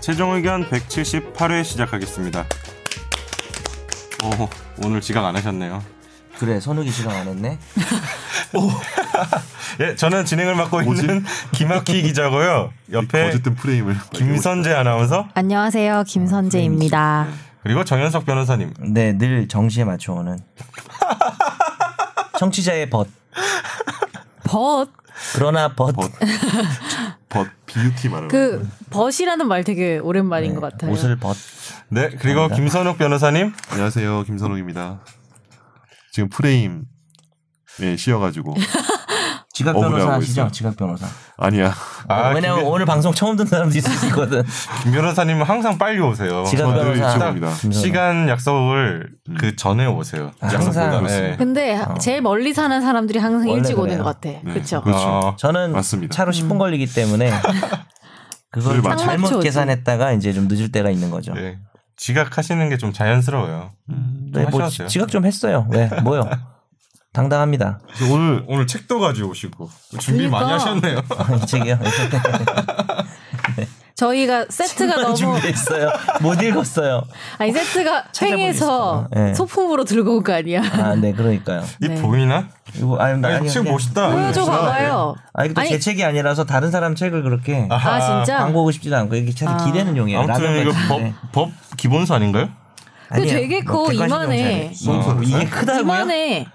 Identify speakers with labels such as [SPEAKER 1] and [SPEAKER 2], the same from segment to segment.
[SPEAKER 1] 최종 의견 178회 시작하겠습니다. 오, 오늘 지각 안 하셨네요.
[SPEAKER 2] 그래 선욱이 시간 안 했네.
[SPEAKER 1] 예, 저는 진행을 맡고 있는 김학희 기자고요. 옆에
[SPEAKER 3] 어쨌든 프레임을
[SPEAKER 1] 김선재 아나운서
[SPEAKER 4] 안녕하세요, 김선재입니다.
[SPEAKER 1] 그리고 정현석 변호사님.
[SPEAKER 2] 네, 늘 정시에 맞춰오는 청취자의 벗.
[SPEAKER 4] 벗,
[SPEAKER 2] 그러나 벗.
[SPEAKER 3] 벗 비유티 말하는
[SPEAKER 4] 그 벗이라는 말 되게 오랜만인 것 같아요.
[SPEAKER 2] 옷을 벗.
[SPEAKER 1] 네, 그리고 김선욱 변호사님.
[SPEAKER 3] 안녕하세요 김선욱입니다 지금 프레임에 예, 씌여가지고
[SPEAKER 2] 지각
[SPEAKER 3] 억울해하고
[SPEAKER 2] 변호사 아시죠?
[SPEAKER 3] 있어요.
[SPEAKER 2] 지각 변호사.
[SPEAKER 3] 아니야
[SPEAKER 1] 아,
[SPEAKER 2] 어, 왜냐면
[SPEAKER 1] 김,
[SPEAKER 2] 오늘 방송 처음 듣는 사람도 있을 수 있거든.
[SPEAKER 1] 김 변호사님은 항상 빨리 오세요.
[SPEAKER 2] 지각
[SPEAKER 3] 저는
[SPEAKER 2] 변호사.
[SPEAKER 3] 일찍 옵니다.
[SPEAKER 2] 김선욱. 음. 아,
[SPEAKER 1] 시간 약속을 그 전에 오세요.
[SPEAKER 2] 항상
[SPEAKER 1] 네.
[SPEAKER 4] 근데 제일 멀리 사는 사람들이 항상
[SPEAKER 2] 원래
[SPEAKER 4] 일찍 오는
[SPEAKER 2] 아. 그래요.
[SPEAKER 4] 것 같아. 그렇죠.
[SPEAKER 3] 그렇죠
[SPEAKER 1] 어,
[SPEAKER 2] 저는
[SPEAKER 3] 맞습니다.
[SPEAKER 2] 차로
[SPEAKER 4] 음.
[SPEAKER 2] 10분 걸리기 때문에 그걸
[SPEAKER 3] 술 예, 맞춰.
[SPEAKER 2] 잘못
[SPEAKER 4] 상마초지.
[SPEAKER 2] 계산했다가 이제 좀 늦을 때가 있는 거죠.
[SPEAKER 1] 네. 지각하시는 게 좀 자연스러워요.
[SPEAKER 2] 네, 뭐
[SPEAKER 1] 하셔야 돼요.
[SPEAKER 2] 지각 좀 했어요. 왜? 뭐요? 당당합니다.
[SPEAKER 3] 그래서 오늘
[SPEAKER 1] 오늘 책도 가지고 오시고 준비 많이
[SPEAKER 4] 그러니까.
[SPEAKER 1] 하셨네요.
[SPEAKER 2] 이 책이요.
[SPEAKER 4] 저희가 세트가 너무
[SPEAKER 2] 준비했어요. 못 읽었어요.
[SPEAKER 4] 아니 세트가
[SPEAKER 2] 있어요.
[SPEAKER 4] 횡에서
[SPEAKER 2] 네.
[SPEAKER 4] 소품으로 들고 온 거 아니야?
[SPEAKER 2] 아, 네, 그러니까요.
[SPEAKER 1] 이
[SPEAKER 4] 네.
[SPEAKER 1] 보이나?
[SPEAKER 2] 이거 아니,
[SPEAKER 1] 아,
[SPEAKER 2] 아니,
[SPEAKER 1] 이거 책
[SPEAKER 3] 뭐
[SPEAKER 2] 그냥-
[SPEAKER 1] 멋있다.
[SPEAKER 4] 보여줘
[SPEAKER 1] 멋있다.
[SPEAKER 4] 봐봐요.
[SPEAKER 2] 아 이게
[SPEAKER 4] 아니-
[SPEAKER 2] 또제 책이 아니라서 다른 사람 책을 그렇게
[SPEAKER 4] 아 진짜?
[SPEAKER 2] 광고하고 싶지도 않고 이게 사실
[SPEAKER 4] 아.
[SPEAKER 2] 기대는 용이에요.
[SPEAKER 1] 아무튼 이거 뭐
[SPEAKER 4] 네.
[SPEAKER 2] 라면
[SPEAKER 1] 법, 법 기본서 아닌가요?
[SPEAKER 4] 그 되게
[SPEAKER 2] 뭐
[SPEAKER 4] 커, 이만해.
[SPEAKER 2] 이게 크다고요?
[SPEAKER 4] 이만해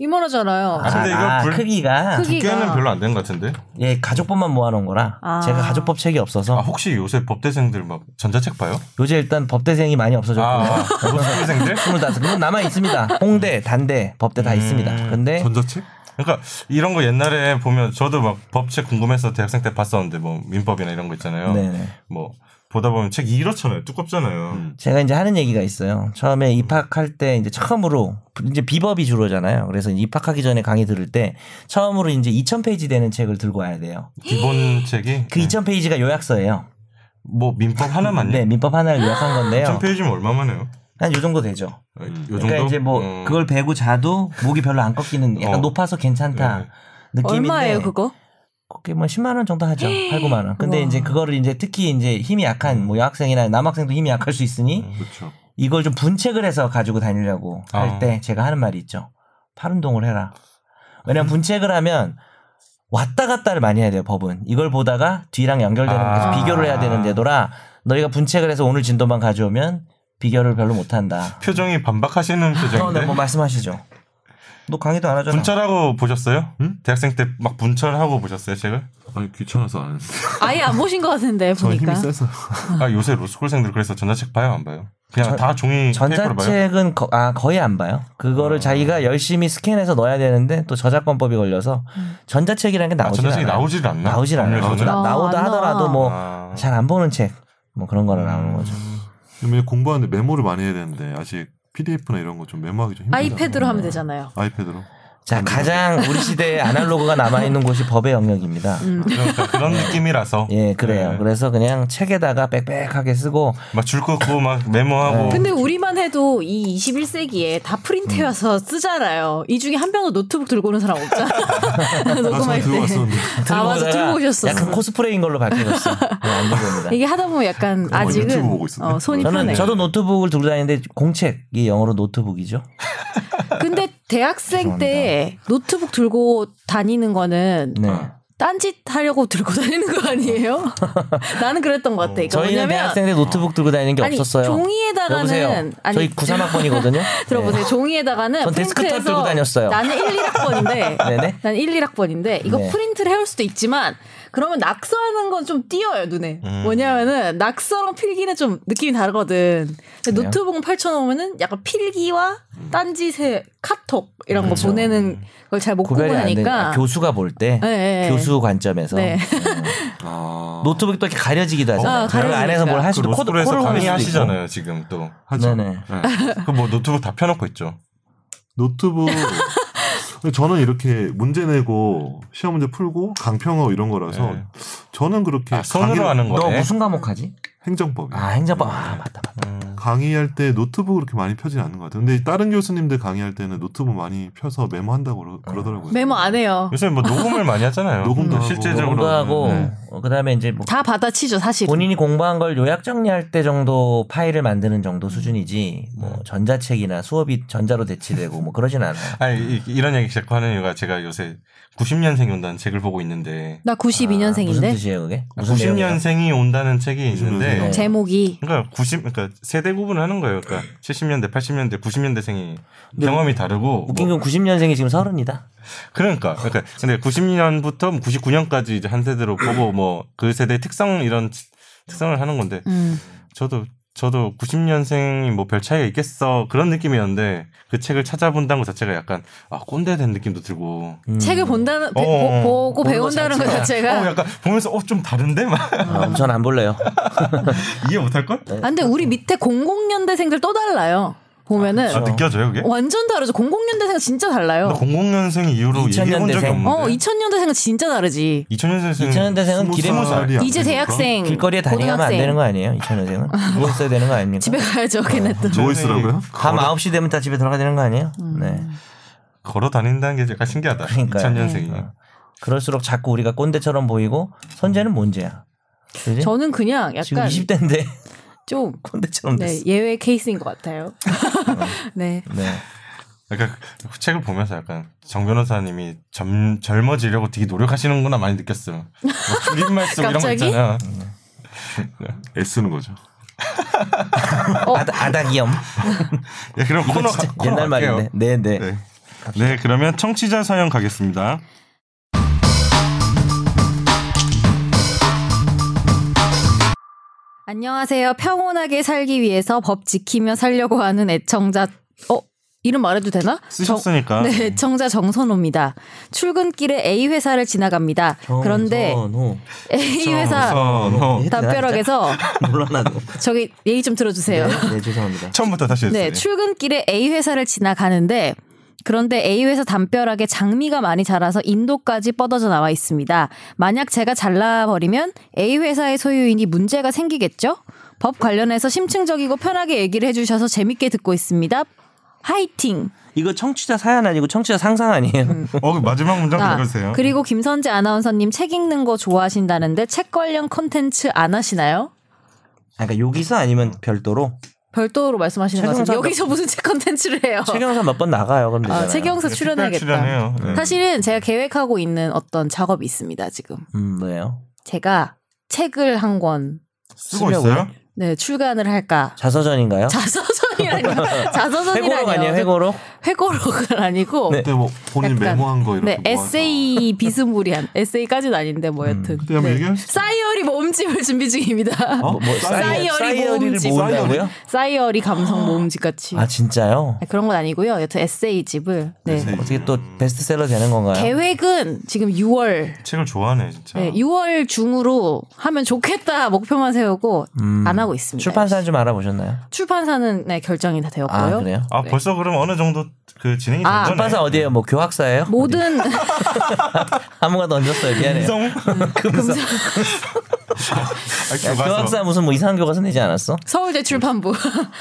[SPEAKER 4] 이만하잖아요.
[SPEAKER 2] 아,
[SPEAKER 1] 근데 이거
[SPEAKER 2] 아,
[SPEAKER 1] 불-
[SPEAKER 2] 크기가
[SPEAKER 4] 크기- 크기가-
[SPEAKER 1] 두께는 별로 안 된 것 같은데.
[SPEAKER 2] 예 가족법만 모아놓은 거라
[SPEAKER 4] 아.
[SPEAKER 2] 제가 가족법 책이 없어서
[SPEAKER 1] 아 혹시 요새 법대생들 막 전자책 봐요?
[SPEAKER 2] 요새 일단 법대생이 많이 없어졌고
[SPEAKER 1] 아, 법대생들? 음.
[SPEAKER 2] 스물다섯 그건 남아 있습니다. 홍대, 단대, 법대 다 있습니다. 근데
[SPEAKER 3] 전자책?
[SPEAKER 1] 그러니까 이런 거 옛날에 보면 저도 막 법책 궁금해서 대학생 때 봤었는데 뭐 민법이나 이런 거 있잖아요.
[SPEAKER 2] 네네.
[SPEAKER 1] 뭐 보다 보면 책 이렇잖아요. 두껍잖아요.
[SPEAKER 2] 제가 이제 하는 얘기가 있어요. 처음에 입학할 때 이제 처음으로 이제 비법이 주로잖아요. 그래서 입학하기 전에 강의 들을 때 처음으로 이제 2,000페이지 되는 책을 들고 와야 돼요.
[SPEAKER 1] 기본 책이
[SPEAKER 2] 그 2,000페이지가 요약서예요.
[SPEAKER 1] 뭐 민법 하나만요.
[SPEAKER 2] 네, 민법 하나를 요약한 건데요.
[SPEAKER 1] 1000페이지면 얼마만해요? 아,
[SPEAKER 2] 한 요 정도 되죠.
[SPEAKER 1] 요 정도.
[SPEAKER 2] 그러니까 이제 뭐
[SPEAKER 1] 음.
[SPEAKER 2] 그걸 베고 자도 목이 별로 안 꺾이는 약간
[SPEAKER 1] 어.
[SPEAKER 2] 높아서 괜찮다
[SPEAKER 1] 네.
[SPEAKER 2] 느낌인데
[SPEAKER 4] 얼마예요 그거?
[SPEAKER 2] 그게 뭐 10만 원 정도 하죠. 8, 9만 원. 근데
[SPEAKER 4] 우와.
[SPEAKER 2] 이제 그거를 이제 특히 이제 힘이 약한 뭐 여학생이나 남학생도 힘이 약할 수 있으니
[SPEAKER 3] 그렇죠
[SPEAKER 2] 이걸 좀 분책을 해서 가지고 다니려고
[SPEAKER 1] 어.
[SPEAKER 2] 할 때 제가 하는 말이 있죠. 팔 운동을 해라.
[SPEAKER 1] 음.
[SPEAKER 2] 왜냐면 분책을 하면 왔다 갔다를 많이 해야 돼요, 법은. 이걸 보다가 뒤랑 연결되는 거
[SPEAKER 1] 아.
[SPEAKER 2] 계속 비교를 해야 되는데, 너라 너희가 분책을 해서 오늘 진도만 가져오면 비교를 별로
[SPEAKER 1] 네.
[SPEAKER 2] 못한다.
[SPEAKER 1] 표정이 반박하시는
[SPEAKER 2] 어, 네,
[SPEAKER 1] 표정인데.
[SPEAKER 2] 뭐 말씀하시죠. 너 강의도 안 하잖아.
[SPEAKER 1] 분철하고 보셨어요?
[SPEAKER 2] 음?
[SPEAKER 3] 응?
[SPEAKER 1] 대학생 때 막 분철하고 보셨어요 책을?
[SPEAKER 3] 아니 귀찮아서 안 했어요
[SPEAKER 4] 아예 안 보신 것 같은데
[SPEAKER 3] 저
[SPEAKER 4] 보니까.
[SPEAKER 3] 힘이 세서
[SPEAKER 1] 아 요새 로스쿨생들 그래서 전자책 봐요 안 봐요? 그냥
[SPEAKER 2] 전-
[SPEAKER 1] 다 종이 페이퍼로 봐요. 아.
[SPEAKER 2] 전자책은 거, 아, 거의 안 봐요. 그거를 자기가 열심히 스캔해서 넣어야 되는데 또 저작권법이 걸려서 전자책이라는 게
[SPEAKER 1] 아,
[SPEAKER 2] 나오질
[SPEAKER 1] 전자책이
[SPEAKER 2] 않아요.
[SPEAKER 1] 나오질 않나?
[SPEAKER 2] 나오질 않아요.
[SPEAKER 1] 법률에서는?
[SPEAKER 2] 나,
[SPEAKER 4] 아,
[SPEAKER 2] 나오다
[SPEAKER 4] 안 나와.
[SPEAKER 2] 하더라도 뭐 잘
[SPEAKER 1] 아.
[SPEAKER 2] 안 보는 책. 뭐 그런 거는 나오는 거죠.
[SPEAKER 3] 왜냐면 공부하는데 메모를 많이 해야 되는데 아직 PDF나 이런 거 좀 메모하기 좀 힘들어
[SPEAKER 4] 아이패드로 하면 되잖아요.
[SPEAKER 3] 아이패드로
[SPEAKER 2] 자, 가장 우리 시대의 아날로그가 남아 있는 곳이 법의 영역입니다.
[SPEAKER 4] 음.
[SPEAKER 1] 그러니까 그런 느낌이라서.
[SPEAKER 2] 예, 그래요. 그래서 그냥 책에다가 빽빽하게 쓰고
[SPEAKER 1] 막줄 긋고 막
[SPEAKER 2] 예.
[SPEAKER 1] 메모하고.
[SPEAKER 2] 어,
[SPEAKER 4] 근데 우리만 해도 이 21세기에 다 프린트해서
[SPEAKER 2] 음.
[SPEAKER 4] 쓰잖아요. 이 중에 한 병도 노트북 들고 오는 사람 없잖아.
[SPEAKER 3] 나전
[SPEAKER 4] 녹음할
[SPEAKER 3] 들고
[SPEAKER 4] 때.
[SPEAKER 3] 왔었는데
[SPEAKER 4] 아, 맞아.
[SPEAKER 2] 오다가
[SPEAKER 4] 들고 오셨어. 음.
[SPEAKER 2] 약간 그 코스프레인 걸로 바뀌었어. 네, 안 됩니다.
[SPEAKER 4] 이게 하다 보면 약간
[SPEAKER 3] 어, 유튜브
[SPEAKER 4] 아직은
[SPEAKER 3] 보고 있었네.
[SPEAKER 4] 어, 손이
[SPEAKER 2] 저는
[SPEAKER 4] 편해.
[SPEAKER 2] 저도 노트북을 들고 다니는데 공책이 영어로 노트북이죠.
[SPEAKER 4] 아, 근데 대학생 때 노트북 들고 다니는 거는
[SPEAKER 2] 네.
[SPEAKER 4] 딴짓 하려고 들고 다니는 거 아니에요? 나는 그랬던 것 같아. 그러니까
[SPEAKER 2] 저희는
[SPEAKER 4] 뭐냐면
[SPEAKER 2] 대학생 때 노트북 들고 다니는 게
[SPEAKER 4] 아니,
[SPEAKER 2] 없었어요.
[SPEAKER 4] 종이에다가는-
[SPEAKER 2] 여보세요.
[SPEAKER 4] 아니,
[SPEAKER 2] 저희 93학번이거든요. 네.
[SPEAKER 4] 들어보세요. 종이에다가는
[SPEAKER 2] 전 데스크탑
[SPEAKER 4] 프린트해서
[SPEAKER 2] 들고 다녔어요.
[SPEAKER 4] 나는 1, 1학번인데
[SPEAKER 2] 네네.
[SPEAKER 4] 난 1, 1학번인데 이거
[SPEAKER 2] 네.
[SPEAKER 4] 프린트를 해올 수도 있지만 그러면 낙서하는 건 좀 띄어요 눈에.
[SPEAKER 2] 음.
[SPEAKER 4] 뭐냐면은 낙서랑 필기는 좀 느낌이 다르거든. 근데
[SPEAKER 2] 그래요?
[SPEAKER 4] 노트북은 펼쳐놓으면은 약간 필기와 딴짓의 카톡 이런 거 보내는 걸 잘 못
[SPEAKER 2] 그렇죠. 음. 구별이 안 되니까
[SPEAKER 4] 구분하니까.
[SPEAKER 2] 교수가 볼 때
[SPEAKER 4] 네, 네.
[SPEAKER 2] 교수 관점에서
[SPEAKER 4] 네.
[SPEAKER 3] 아
[SPEAKER 2] 어. 노트북이 또 이렇게 가려지기도 하잖아요.
[SPEAKER 4] 어,
[SPEAKER 2] 그 안에서 뭘 할
[SPEAKER 1] 그
[SPEAKER 2] 수도 코드-
[SPEAKER 1] 로스쿨에서
[SPEAKER 2] 코드를 할 수도 있고.
[SPEAKER 1] 강의하시잖아요 지금 또.
[SPEAKER 3] 하죠
[SPEAKER 2] 네네.
[SPEAKER 3] 네.
[SPEAKER 1] 그 뭐 노트북 다 펴놓고 있죠.
[SPEAKER 3] 노트북 저는 이렇게 문제 내고 시험 문제 풀고 강평어 이런 거라서
[SPEAKER 1] 네.
[SPEAKER 3] 저는 그렇게
[SPEAKER 1] 아, 손으로
[SPEAKER 3] 강의를-
[SPEAKER 1] 하는
[SPEAKER 2] 너
[SPEAKER 1] 거네.
[SPEAKER 2] 무슨 과목 하지?
[SPEAKER 3] 행정법이
[SPEAKER 2] 아 행정법 아 맞다 맞다.
[SPEAKER 1] 음.
[SPEAKER 3] 강의할 때 노트북을 그렇게 많이 펴진 않는 것 같아요. 근데 다른 교수님들 강의할 때는 노트북 많이 펴서 메모한다고 그러, 그러더라고요.
[SPEAKER 4] 메모 안 해요.
[SPEAKER 1] 요새 뭐 녹음을 많이 하잖아요.
[SPEAKER 3] 녹음도 하고.
[SPEAKER 1] 실제적으로
[SPEAKER 2] 공도 하고
[SPEAKER 1] 네.
[SPEAKER 2] 어, 그다음에 이제 뭐
[SPEAKER 4] 다 받아치죠 사실.
[SPEAKER 2] 본인이 공부한 걸 요약 정리할 때 정도 파일을 만드는 정도
[SPEAKER 1] 네.
[SPEAKER 2] 수준이지 뭐 전자책이나 수업이 전자로 대체되고 뭐 그러진 않아요.
[SPEAKER 1] 아니 이- 이런 얘기 자꾸 하는 이유가 제가 요새 90년생이 온다는 책을 보고 있는데
[SPEAKER 4] 나
[SPEAKER 2] 아, 무슨
[SPEAKER 4] 92년생인데
[SPEAKER 2] 뜻이에요 그게? 무슨 내용이야?
[SPEAKER 1] 90년생이 온다는 책이
[SPEAKER 3] 90년생.
[SPEAKER 1] 있는데
[SPEAKER 2] 네.
[SPEAKER 4] 음, 제목이
[SPEAKER 1] 그러니까 90 그러니까 세대 구분을 하는 거예요. 그러니까 70년대, 80년대, 90년대생이 경험이 다르고 뭐
[SPEAKER 2] 네. 웃긴 건 90년생이 지금 서른이다.
[SPEAKER 1] 그러니까 그러니까 근데 90년부터 뭐 99년까지 이제 한 세대로 보고 뭐 그 세대의 특성 이런 치- 특성을 하는 건데
[SPEAKER 4] 음.
[SPEAKER 1] 저도 저도 90년생이 뭐 별 차이가 있겠어 그런 느낌이었는데 그 책을 찾아본다는 것 자체가 약간 아 꼰대 된 느낌도 들고
[SPEAKER 2] 음.
[SPEAKER 4] 책을 본다는 배-
[SPEAKER 1] 어.
[SPEAKER 4] 보, 고
[SPEAKER 2] 보는
[SPEAKER 4] 배운다는
[SPEAKER 2] 것
[SPEAKER 4] 것
[SPEAKER 1] 어
[SPEAKER 4] 자체가
[SPEAKER 1] 약간 보면서 어 좀 다른데 막
[SPEAKER 2] 어, 전안 볼래요.
[SPEAKER 1] 이해 못할 걸?
[SPEAKER 4] 아, 근데 우리 밑에 00년대생들 또 달라요. 보면은
[SPEAKER 2] 그렇죠.
[SPEAKER 1] 아 느껴져요 그게?
[SPEAKER 4] 완전 다르죠. 00년대생은 진짜
[SPEAKER 1] 나
[SPEAKER 4] 달라요.
[SPEAKER 1] 00년생 이후로 얘기해본 적이
[SPEAKER 2] 2000년대생.
[SPEAKER 1] 없는데
[SPEAKER 4] 어, 2000년대생은 진짜 다르지.
[SPEAKER 1] 2000년생
[SPEAKER 2] 2000년대생은 길에
[SPEAKER 3] 스무 살이 안
[SPEAKER 4] 이제
[SPEAKER 3] 되니까.
[SPEAKER 4] 대학생
[SPEAKER 2] 길거리에 다니면 안
[SPEAKER 4] 고등학생.
[SPEAKER 2] 되는 거 아니에요? 2000년생은 누워 있어야 되는 거 아닙니까?
[SPEAKER 4] 집에 가야죠. 걔네들.
[SPEAKER 3] 뭐 노이스라고요?
[SPEAKER 2] 밤 9시 되면 다 집에 들어가야 되는 거 아니에요?
[SPEAKER 4] 음.
[SPEAKER 2] 네.
[SPEAKER 1] 아. 걸어 다닌다는 게 약간 신기하다
[SPEAKER 2] 그러니까요.
[SPEAKER 1] 2000년생이
[SPEAKER 2] 어. 그럴수록 자꾸 우리가 꼰대처럼 보이고 선재는 뭔지야. 그지?
[SPEAKER 4] 저는 그냥
[SPEAKER 2] 지금
[SPEAKER 4] 약간
[SPEAKER 2] 20대인데
[SPEAKER 4] 좀
[SPEAKER 2] 꼰대처럼
[SPEAKER 4] 네,
[SPEAKER 2] 됐어.
[SPEAKER 4] 예외 케이스인 것 같아요. 네.
[SPEAKER 2] 네.
[SPEAKER 1] 약간 그 책을 보면서 약간 정 변호사님이 젊, 젊어지려고 되게 노력하시는구나 많이 느꼈어요 뭐 줄임말 쓰고 이런 거 네.
[SPEAKER 4] 갑자기?
[SPEAKER 1] 있잖아
[SPEAKER 2] 음.
[SPEAKER 3] 애쓰는 거죠.
[SPEAKER 4] 어.
[SPEAKER 2] 아다, 아다기염.
[SPEAKER 1] 예, 그럼
[SPEAKER 2] 이거
[SPEAKER 1] 코너,
[SPEAKER 2] 진짜
[SPEAKER 1] 가- 코너
[SPEAKER 2] 옛날
[SPEAKER 1] 갈게요.
[SPEAKER 2] 말인데. 네, 네.
[SPEAKER 1] 네. 네, 그러면 청취자 사연 가겠습니다.
[SPEAKER 4] 안녕하세요. 평온하게 살기 위해서 법 지키며 살려고 하는 애청자. 어? 이름 말해도 되나?
[SPEAKER 1] 쓰셨으니까.
[SPEAKER 4] 네, 애청자 정선호입니다. 출근길에 A 회사를 지나갑니다. 그런데
[SPEAKER 2] 정선호.
[SPEAKER 4] A 회사
[SPEAKER 1] 우선, 어.
[SPEAKER 4] 담벼락에서
[SPEAKER 2] 몰라 나도.
[SPEAKER 4] 저기 얘기 좀 들어주세요.
[SPEAKER 2] 네, 네, 죄송합니다.
[SPEAKER 1] 처음부터 다시 했어요.
[SPEAKER 4] 네, 출근길에 A 회사를 지나가는데 그런데 A 회사 담벼락에 장미가 많이 자라서 인도까지 뻗어져 나와 있습니다. 만약 제가 잘라버리면 A 회사의 소유인이 문제가 생기겠죠? 법 관련해서 심층적이고 편하게 얘기를 해주셔서 재밌게 듣고 있습니다. 화이팅!
[SPEAKER 2] 이거 청취자 사연 아니고 청취자 상상 아니에요.
[SPEAKER 4] 음.
[SPEAKER 1] 어, 그 마지막 문장
[SPEAKER 4] 아,
[SPEAKER 1] 읽으세요.
[SPEAKER 4] 그리고 김선재 아나운서님 책 읽는 거 좋아하신다는데 책 관련 컨텐츠 안 하시나요?
[SPEAKER 2] 아, 그러니까 여기서 아니면 별도로
[SPEAKER 4] 별도로 말씀하시는 거 같은데
[SPEAKER 2] 최경사-
[SPEAKER 4] 여기서 무슨 책 컨텐츠를 해요?
[SPEAKER 2] 최경사 몇 번 나가요. 그럼 되잖아요.
[SPEAKER 4] 아, 어. 최경사 출연해야겠다.
[SPEAKER 1] 네, 출연해요.
[SPEAKER 2] 음.
[SPEAKER 1] 네.
[SPEAKER 4] 사실은 제가 계획하고 있는 어떤 작업이 있습니다, 지금.
[SPEAKER 2] 음, 뭐예요?
[SPEAKER 4] 제가 책을 한 권,
[SPEAKER 1] 쓰고
[SPEAKER 2] 쓰려고요?
[SPEAKER 1] 있어요?
[SPEAKER 4] 네, 출간을 할까.
[SPEAKER 2] 자서전인가요?
[SPEAKER 4] 자서전이라뇨.
[SPEAKER 2] 회고록
[SPEAKER 4] 자서전이라뇨.
[SPEAKER 2] 아니에요? 회고록?
[SPEAKER 4] 회고록은 아니고,
[SPEAKER 2] 네.
[SPEAKER 3] 그때 뭐 본인
[SPEAKER 4] 약간,
[SPEAKER 3] 메모한 거 이렇게 뭐
[SPEAKER 4] 네,
[SPEAKER 3] 모아서.
[SPEAKER 4] 에세이 비스무리한, 에세이까지는 아닌데,
[SPEAKER 2] 음.
[SPEAKER 4] 뭐 여튼.
[SPEAKER 3] 그때 한번 얘기할 수
[SPEAKER 4] 사이어리 모음집을 준비 중입니다.
[SPEAKER 1] 뭐,
[SPEAKER 3] 어?
[SPEAKER 4] 싸이어리
[SPEAKER 2] 싸이어리를
[SPEAKER 4] 모음집.
[SPEAKER 2] 모은다고요?
[SPEAKER 4] 사이어리 감성 모음집 같이. 네,
[SPEAKER 2] 아 진짜요?
[SPEAKER 4] 그런 건 아니고요. 여튼 에세이집을. 네.
[SPEAKER 3] 에세이.
[SPEAKER 2] 어떻게 또 베스트셀러 되는 건가요?
[SPEAKER 4] 계획은 지금 6월
[SPEAKER 1] 책을 좋아하네, 진짜.
[SPEAKER 4] 네, 6월 중으로 하면 좋겠다 목표만 세우고
[SPEAKER 2] 음.
[SPEAKER 4] 안 하고 있습니다.
[SPEAKER 2] 출판사 좀 알아보셨나요?
[SPEAKER 4] 출판사는 네, 결정이 다 되었고요.
[SPEAKER 2] 아 그래요?
[SPEAKER 1] 아,
[SPEAKER 4] 네.
[SPEAKER 1] 벌써 그럼 어느 정도 그 진행이 된
[SPEAKER 4] 아,
[SPEAKER 1] 거네.
[SPEAKER 2] 출판사 어디예요? 뭐 교학사예요? 네.
[SPEAKER 4] 모든
[SPEAKER 2] 아무가 던졌어요. 미안해요.
[SPEAKER 1] 금성?
[SPEAKER 2] 금성.
[SPEAKER 1] 아,
[SPEAKER 2] 야,
[SPEAKER 1] 교과서.
[SPEAKER 2] 교학사 무슨 뭐 이상한 교과서 내지 않았어?
[SPEAKER 4] 서울대 출판부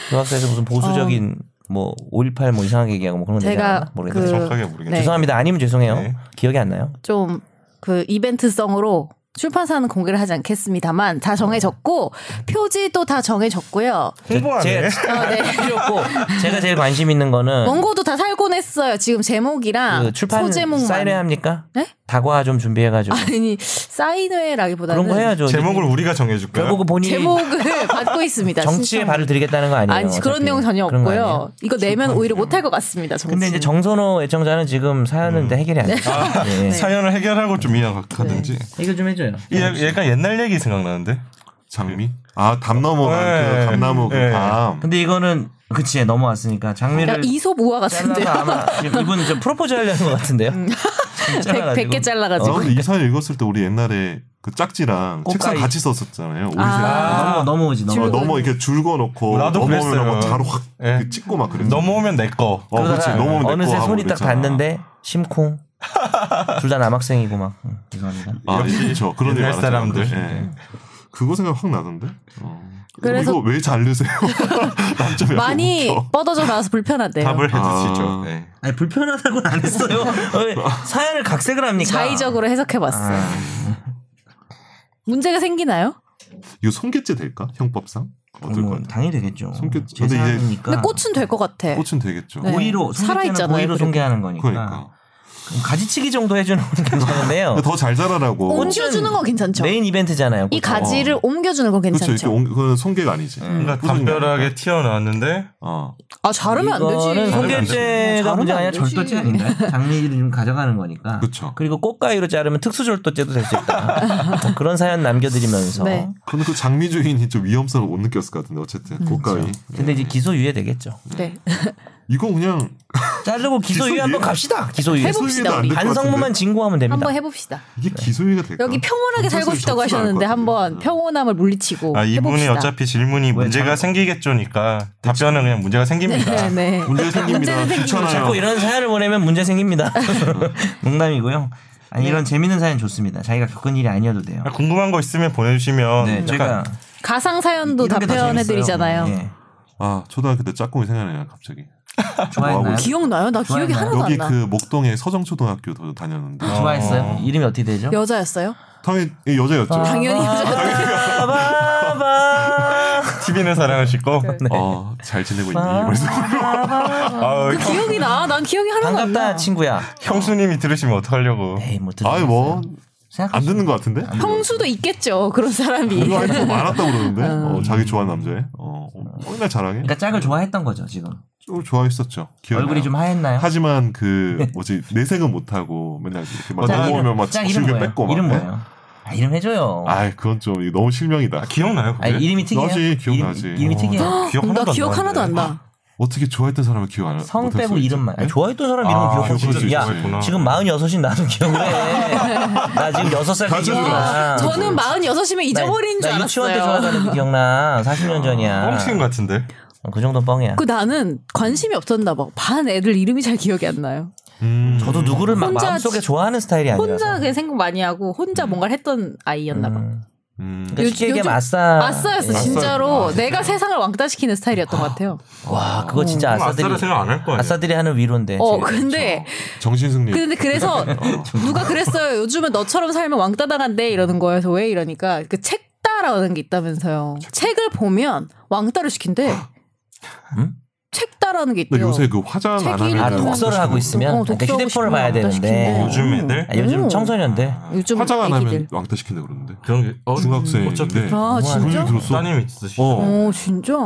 [SPEAKER 2] 교학사에서 무슨 보수적인 뭐518 뭐 이상하게 얘기하고 뭐 그런 거 내지
[SPEAKER 4] 어. 제가
[SPEAKER 2] 않았나? 모르겠다.
[SPEAKER 4] 그-
[SPEAKER 1] 정확하게 모르겠네.
[SPEAKER 4] 네.
[SPEAKER 2] 죄송합니다. 아니면 죄송해요.
[SPEAKER 1] 네.
[SPEAKER 2] 기억이 안 나요.
[SPEAKER 4] 좀 그 이벤트성으로 출판사는 공개를 하지 않겠습니다만 다 정해졌고 표지도 다 정해졌고요.
[SPEAKER 1] 홍보하네.
[SPEAKER 4] 아, 네.
[SPEAKER 2] 필요없고 제가 제일 관심 있는 거는
[SPEAKER 4] 원고도 다 살곤 했어요. 지금 제목이랑
[SPEAKER 2] 그 출판
[SPEAKER 4] 소제목만
[SPEAKER 2] 사인회 합니까?
[SPEAKER 4] 네?
[SPEAKER 2] 다과 좀 준비해가지고
[SPEAKER 4] 아니 사인회라기보다는
[SPEAKER 2] 그런 거 해야죠.
[SPEAKER 1] 제목을 우리가 정해줄까요?
[SPEAKER 2] 결국은 본인이
[SPEAKER 4] 제목을 받고 있습니다.
[SPEAKER 2] 정치에
[SPEAKER 4] 신청.
[SPEAKER 2] 발을 들이겠다는 거 아니에요?
[SPEAKER 4] 그러니까 아니 그런
[SPEAKER 2] 어차피.
[SPEAKER 4] 내용 전혀
[SPEAKER 2] 그런 거 아니에요?
[SPEAKER 4] 없고요. 이거 내면 오히려 못할 것 같습니다. 정치.
[SPEAKER 2] 근데 이제 정선호 애청자는 지금 사연은 해결이 안 돼요.
[SPEAKER 1] 아,
[SPEAKER 2] 네.
[SPEAKER 1] 사연을 해결하고 좀 이어가든지.
[SPEAKER 2] 해결 좀 해줘요.
[SPEAKER 1] 얘, 얘가 옛날 얘기 생각나는데.
[SPEAKER 3] 장미? 아, 담나무
[SPEAKER 1] 네.
[SPEAKER 3] 그 감나무
[SPEAKER 1] 네.
[SPEAKER 3] 그 담.
[SPEAKER 2] 근데 이거는 그치 넘어왔으니까
[SPEAKER 4] 야,
[SPEAKER 2] 장미를
[SPEAKER 4] 그러니까 이솝 우화
[SPEAKER 2] 잘라서
[SPEAKER 4] 같은데요. 음.
[SPEAKER 2] 아마 지금 이분 저 프로포즈 하려는 것 같은데요.
[SPEAKER 4] 백- 백개
[SPEAKER 3] 나
[SPEAKER 4] 잘라가지고.
[SPEAKER 3] 근데 이 사연 읽었을 때 우리 옛날에 그 짝지랑
[SPEAKER 2] 그러니까 꽃가위.
[SPEAKER 3] 책상 같이 썼었잖아요. 우리
[SPEAKER 2] 넘어
[SPEAKER 4] 아.
[SPEAKER 2] 넘어오지
[SPEAKER 3] 어,
[SPEAKER 2] 넘어.
[SPEAKER 3] 넘어 이렇게 줄 거놓고
[SPEAKER 1] 나도 그랬어요.
[SPEAKER 3] 넘어오면 자로 확
[SPEAKER 1] 예.
[SPEAKER 3] 그 찍고 막 그랬어.
[SPEAKER 1] 넘어오면 내 거.
[SPEAKER 3] 어, 그렇지. 넘어오면 내
[SPEAKER 2] 어느새
[SPEAKER 3] 거 하고
[SPEAKER 2] 손이 딱
[SPEAKER 3] 그랬잖아.
[SPEAKER 2] 닿는데 심쿵. 둘 다 남학생이고 막 응, 죄송합니다.
[SPEAKER 3] 아,
[SPEAKER 1] 역시
[SPEAKER 3] 그렇죠. 그런 일
[SPEAKER 1] 옛날 네.
[SPEAKER 3] 많았잖아.
[SPEAKER 1] 사람들.
[SPEAKER 3] 예. 그거 생각 확 나던데. 어.
[SPEAKER 4] 그래서-
[SPEAKER 3] 이거 왜 자르세요? 뭐 남자 몇
[SPEAKER 4] 많이 뻗어져 나와서 불편하대요.
[SPEAKER 1] 답을 해주시죠.
[SPEAKER 3] 아.
[SPEAKER 1] 네.
[SPEAKER 2] 아니 불편하다고는 안 했어요. 왜 사연을 각색을 합니까?
[SPEAKER 4] 자의적으로 해석해봤어. 요
[SPEAKER 2] 아,
[SPEAKER 4] 문제가 생기나요?
[SPEAKER 3] 이거 손괴죄 될까? 형법상 어떨
[SPEAKER 2] 뭐
[SPEAKER 3] 것 같아?
[SPEAKER 2] 당연히 되겠죠.
[SPEAKER 3] 손끝-
[SPEAKER 2] 제
[SPEAKER 3] 근데 이제-
[SPEAKER 2] 사연이니까.
[SPEAKER 4] 근데 꽃은 될 것 같아.
[SPEAKER 3] 꽃은 되겠죠.
[SPEAKER 4] 네.
[SPEAKER 2] 고의로
[SPEAKER 4] 살아있잖아요,
[SPEAKER 2] 살아있잖아요. 고의로
[SPEAKER 4] 그래도.
[SPEAKER 2] 소개하는 거니까.
[SPEAKER 1] 아.
[SPEAKER 3] 그러니까
[SPEAKER 2] 그럼 가지치기 정도 해주는 건 괜찮은데요.
[SPEAKER 3] 더 잘
[SPEAKER 4] 어,
[SPEAKER 3] 자라라고.
[SPEAKER 2] 꽃은
[SPEAKER 3] 그렇죠.
[SPEAKER 4] 옮겨주는 건 괜찮죠.
[SPEAKER 2] 메인 이벤트잖아요.
[SPEAKER 4] 이
[SPEAKER 2] 꽃은.
[SPEAKER 4] 가지를 옮겨주는 건
[SPEAKER 3] 그렇죠. 이렇게
[SPEAKER 4] 괜찮죠.
[SPEAKER 3] 온, 그건 손괴가 아니지.
[SPEAKER 1] 그러니까
[SPEAKER 3] 꾸준히
[SPEAKER 1] 담벼락에 튀어나왔는데
[SPEAKER 3] 어.
[SPEAKER 4] 아 자르면 안 되지.
[SPEAKER 2] 이거는
[SPEAKER 4] 자르면
[SPEAKER 2] 손괴죄가
[SPEAKER 4] 안
[SPEAKER 2] 문제가 아니라
[SPEAKER 4] 되지.
[SPEAKER 2] 절도죄 아닌가요? 장미를 좀 가져가는 거니까.
[SPEAKER 3] 그렇죠.
[SPEAKER 2] 그리고 꽃가위로 자르면 특수절도죄도 될 수 있다. 뭐 그런 사연 남겨드리면서.
[SPEAKER 4] 네.
[SPEAKER 3] 근데 그 장미 주인이 좀 위험성을 못 느꼈을 것 같은데
[SPEAKER 4] 음.
[SPEAKER 3] 어쨌든 고가위.
[SPEAKER 1] 그렇죠.
[SPEAKER 2] 근데 이제 기소유예 되겠죠.
[SPEAKER 4] 네.
[SPEAKER 3] 이거 그냥
[SPEAKER 2] 자르고
[SPEAKER 3] 기소유예?
[SPEAKER 2] 기소유예 한번 갑시다. 기소유예.
[SPEAKER 4] 해봅시다,
[SPEAKER 3] 기소유예도 안
[SPEAKER 4] 우리.
[SPEAKER 3] 될것
[SPEAKER 2] 반성문만
[SPEAKER 3] 같은데.
[SPEAKER 2] 진고하면 됩니다.
[SPEAKER 4] 한번 해봅시다.
[SPEAKER 3] 이게
[SPEAKER 1] 네.
[SPEAKER 3] 기소유예가 될까?
[SPEAKER 4] 여기 평온하게 살고
[SPEAKER 3] 사실 적지도 않을
[SPEAKER 4] 싶다고
[SPEAKER 3] 아. 것 네.
[SPEAKER 4] 하셨는데 한번
[SPEAKER 3] 같은데.
[SPEAKER 4] 평온함을 물리치고
[SPEAKER 1] 아 이분이
[SPEAKER 4] 해봅시다.
[SPEAKER 1] 어차피 질문이 문제가 생기겠죠니까 답변은 그냥 문제가 생깁니다.
[SPEAKER 4] 네, 네.
[SPEAKER 3] 문제 생깁니다.
[SPEAKER 4] 문제는 생기죠.
[SPEAKER 3] 귀찮아요.
[SPEAKER 2] 자꾸 이런 사연을 보내면 문제 생깁니다. 농담이고요.
[SPEAKER 4] 네.
[SPEAKER 2] 아니 이런 재밌는 사연 좋습니다. 자기가 겪은 일이 아니어도 돼요.
[SPEAKER 1] 아, 궁금한 거 있으면 보내주시면
[SPEAKER 2] 네,
[SPEAKER 1] 약간
[SPEAKER 3] 그러니까
[SPEAKER 2] 저희가
[SPEAKER 4] 가상 사연도
[SPEAKER 2] 이런 게더
[SPEAKER 4] 답변해드리잖아요.
[SPEAKER 2] 재밌어요. 예.
[SPEAKER 3] 아 초등학교 때 짝꿍이 생각나요 갑자기.
[SPEAKER 2] 좋아했나요?
[SPEAKER 4] 어, 기억나요? 나 기억이
[SPEAKER 2] 좋아했나요?
[SPEAKER 4] 하나도 안
[SPEAKER 3] 여기
[SPEAKER 4] 나.
[SPEAKER 3] 그 목동에 서정초등학교도 다녔는데
[SPEAKER 2] 좋아했어요? 이름이 어떻게 되죠?
[SPEAKER 4] 여자였어요?
[SPEAKER 3] 당연히 여자였죠.
[SPEAKER 2] 아,
[SPEAKER 4] 당연히 여자였어요.
[SPEAKER 2] 바바바.
[SPEAKER 1] TV는 사랑하시고
[SPEAKER 2] 네.
[SPEAKER 3] 어, 잘 지내고 있니? 그래서
[SPEAKER 1] 아,
[SPEAKER 4] 그 기억이 나. 난 기억이 하나도 안 나.
[SPEAKER 2] 반갑다 친구야.
[SPEAKER 1] 형수님이 들으시면 어떡하려고.
[SPEAKER 2] 에이 뭐 들어.
[SPEAKER 3] 아이 뭐안
[SPEAKER 2] 생각.
[SPEAKER 3] 듣는 것 같은데?
[SPEAKER 4] 평수도 있겠죠. 그런 사람이.
[SPEAKER 3] 이거 아니고 많았다 고 그러는데 어, 자기 좋아하는 남자애 어, 얼마나 잘하게
[SPEAKER 2] 음. 그러니까 짝을 좋아했던 거죠 지금.
[SPEAKER 3] 좀 좋아했었죠 기억이
[SPEAKER 2] 얼굴이
[SPEAKER 3] 나요.
[SPEAKER 2] 좀 네. 하였나요?
[SPEAKER 3] 하지만 그 뭐지 내색은 못하고 맨날 이렇게 막
[SPEAKER 2] 짝
[SPEAKER 3] 넘어오면 막
[SPEAKER 2] 짝 이름
[SPEAKER 3] 지우개
[SPEAKER 2] 뭐예요?
[SPEAKER 3] 뺏고 막
[SPEAKER 2] 이름
[SPEAKER 3] 네?
[SPEAKER 2] 뭐예요? 아 이름 해줘요. 아,
[SPEAKER 3] 아이 그건 좀 이거 너무 실명이다
[SPEAKER 1] 기억나요? 그게?
[SPEAKER 2] 이름이 특이해요.
[SPEAKER 3] 나지, 기억나지. 뭐
[SPEAKER 2] 이름, 이름이
[SPEAKER 1] 어,
[SPEAKER 2] 특이해요.
[SPEAKER 1] 나 기억 하나도
[SPEAKER 4] 나
[SPEAKER 1] 안
[SPEAKER 4] 기억 하나도 안
[SPEAKER 1] 나는데.
[SPEAKER 4] 나.
[SPEAKER 3] 어떻게 좋아했던 사람을 기억 안
[SPEAKER 2] 성
[SPEAKER 3] 못할
[SPEAKER 2] 빼고
[SPEAKER 3] 수 있지?
[SPEAKER 2] 이름만.
[SPEAKER 3] 예?
[SPEAKER 2] 아니, 좋아했던 사람 이름
[SPEAKER 1] 아,
[SPEAKER 2] 기억할 수
[SPEAKER 1] 진짜
[SPEAKER 2] 있지. 야,
[SPEAKER 1] 좋아했구나.
[SPEAKER 2] 지금 46인 나도 기억을 해. 나 지금 6살 때
[SPEAKER 3] 가져줘.
[SPEAKER 2] 기억나.
[SPEAKER 4] 아. 저는 46이면 잊어버린 줄
[SPEAKER 2] 아. 나 유치원 때
[SPEAKER 4] 알았어요. 어.
[SPEAKER 2] 좋아하는 거 기억나. 40년 전이야.
[SPEAKER 1] 뻥친 것 같은데.
[SPEAKER 2] 어, 그 정도 뻥이야.
[SPEAKER 4] 그 나는 관심이 없었나 봐. 반 애들 이름이 잘 기억이 안 나요.
[SPEAKER 3] 음,
[SPEAKER 2] 저도 누구를 막
[SPEAKER 4] 혼자
[SPEAKER 2] 마음속에
[SPEAKER 4] 지-
[SPEAKER 2] 좋아하는 스타일이 아니라서.
[SPEAKER 4] 혼자 그냥 생각 많이 하고 혼자 뭔가를 했던 아이였나 봐.
[SPEAKER 2] 음.
[SPEAKER 3] 음.
[SPEAKER 2] 그러니까 쉽게 얘기하면 아싸.
[SPEAKER 4] 아싸였어
[SPEAKER 2] 예.
[SPEAKER 4] 진짜로
[SPEAKER 3] 아싸였구나.
[SPEAKER 4] 내가 세상을 왕따시키는 스타일이었던 것 같아요.
[SPEAKER 2] 와, 그거 진짜
[SPEAKER 1] 아싸
[SPEAKER 2] 아싸들이
[SPEAKER 1] 를 생각 안 할 거예요.
[SPEAKER 2] 아싸들이 하는 위로인데.
[SPEAKER 4] 어
[SPEAKER 2] 지금.
[SPEAKER 4] 근데
[SPEAKER 2] 예.
[SPEAKER 3] 정신승리
[SPEAKER 4] 근데 그래서
[SPEAKER 2] 어,
[SPEAKER 4] 누가 그랬어요. 요즘은 너처럼 살면 왕따 당한대 이러는 거여서 왜 이러니까 그 책따라는 게 있다면서요. 책을 보면 왕따를 시킨대.
[SPEAKER 2] 아. 음?
[SPEAKER 4] 책따라는 게
[SPEAKER 3] 근데
[SPEAKER 4] 있대요.
[SPEAKER 3] 요새 그 화장 안
[SPEAKER 4] 책이
[SPEAKER 3] 하는
[SPEAKER 2] 아,
[SPEAKER 4] 그러면-
[SPEAKER 2] 독서를 하고 있으면
[SPEAKER 4] 어,
[SPEAKER 2] 그러니까
[SPEAKER 4] 독서하고
[SPEAKER 2] 휴대폰을
[SPEAKER 4] 싶으면
[SPEAKER 2] 봐야
[SPEAKER 4] 왕따
[SPEAKER 2] 되는데.
[SPEAKER 4] 시킨대. 음.
[SPEAKER 1] 요즘 애들?
[SPEAKER 2] 아, 요즘
[SPEAKER 4] 오.
[SPEAKER 2] 청소년들.
[SPEAKER 4] 아, 요즘
[SPEAKER 3] 화장 안
[SPEAKER 4] 애기들.
[SPEAKER 3] 하면 왕따 시킨다 그러는데
[SPEAKER 1] 그런 게 어,
[SPEAKER 3] 중학생인데.
[SPEAKER 1] 어차피
[SPEAKER 4] 아
[SPEAKER 2] 뭐
[SPEAKER 4] 진짜?
[SPEAKER 3] 그런 얘기 들었어?
[SPEAKER 1] 따님이 있으시죠.
[SPEAKER 4] 어 진짜?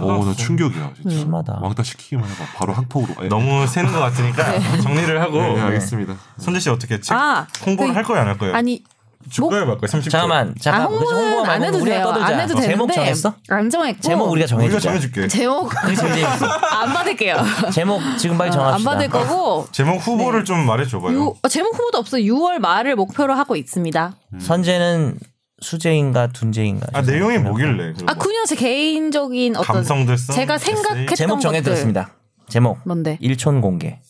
[SPEAKER 3] 어나 충격이야
[SPEAKER 4] 네.
[SPEAKER 3] 진짜
[SPEAKER 1] 아,
[SPEAKER 2] 심하다.
[SPEAKER 3] 왕따 시키기만 해봐 바로 학폭으로 예.
[SPEAKER 1] 너무 새는 것 같으니까 정리를 하고
[SPEAKER 3] 네, 알겠습니다
[SPEAKER 1] 손재 씨 어떻게 책
[SPEAKER 4] 아
[SPEAKER 1] 홍보를
[SPEAKER 4] 그-
[SPEAKER 1] 할 거예요 안 할 거예요?
[SPEAKER 4] 아니 뭐-
[SPEAKER 1] 줄 거예요 말 거예요? 30초.
[SPEAKER 2] 잠깐만, 잠깐.
[SPEAKER 4] 아,
[SPEAKER 2] 그래서
[SPEAKER 4] 홍보는
[SPEAKER 2] 홍보가
[SPEAKER 4] 안
[SPEAKER 2] 말고
[SPEAKER 4] 해도
[SPEAKER 2] 우리가
[SPEAKER 4] 돼요.
[SPEAKER 2] 떠들자.
[SPEAKER 4] 안 해도 되는데
[SPEAKER 2] 제목 정했어?
[SPEAKER 4] 안 정했고
[SPEAKER 2] 제목 우리가
[SPEAKER 1] 어, 우리가
[SPEAKER 2] 정해주자.
[SPEAKER 1] 정해줄게.
[SPEAKER 4] 제목
[SPEAKER 2] 그게 제일 재밌어.
[SPEAKER 4] 안 받을게요.
[SPEAKER 2] 제목 지금 빨리 정합시다.
[SPEAKER 4] 아, 안 받을 거고
[SPEAKER 1] 제목
[SPEAKER 4] 네.
[SPEAKER 1] 후보를 좀 말해줘봐요.
[SPEAKER 4] 유- 어, 제목 후보도 없어. 6월 말을 목표로 하고 있습니다.
[SPEAKER 2] 선재는 수재인가 둔재인가?
[SPEAKER 1] 아 내용이 뭐길래? 그리고
[SPEAKER 4] 아 그냥 제 개인적인 어떤
[SPEAKER 1] 감성들 써.
[SPEAKER 4] 제가 생각했던
[SPEAKER 2] 제목 정해드렸습니다. 제목
[SPEAKER 4] 뭔데?
[SPEAKER 2] 일촌 공개.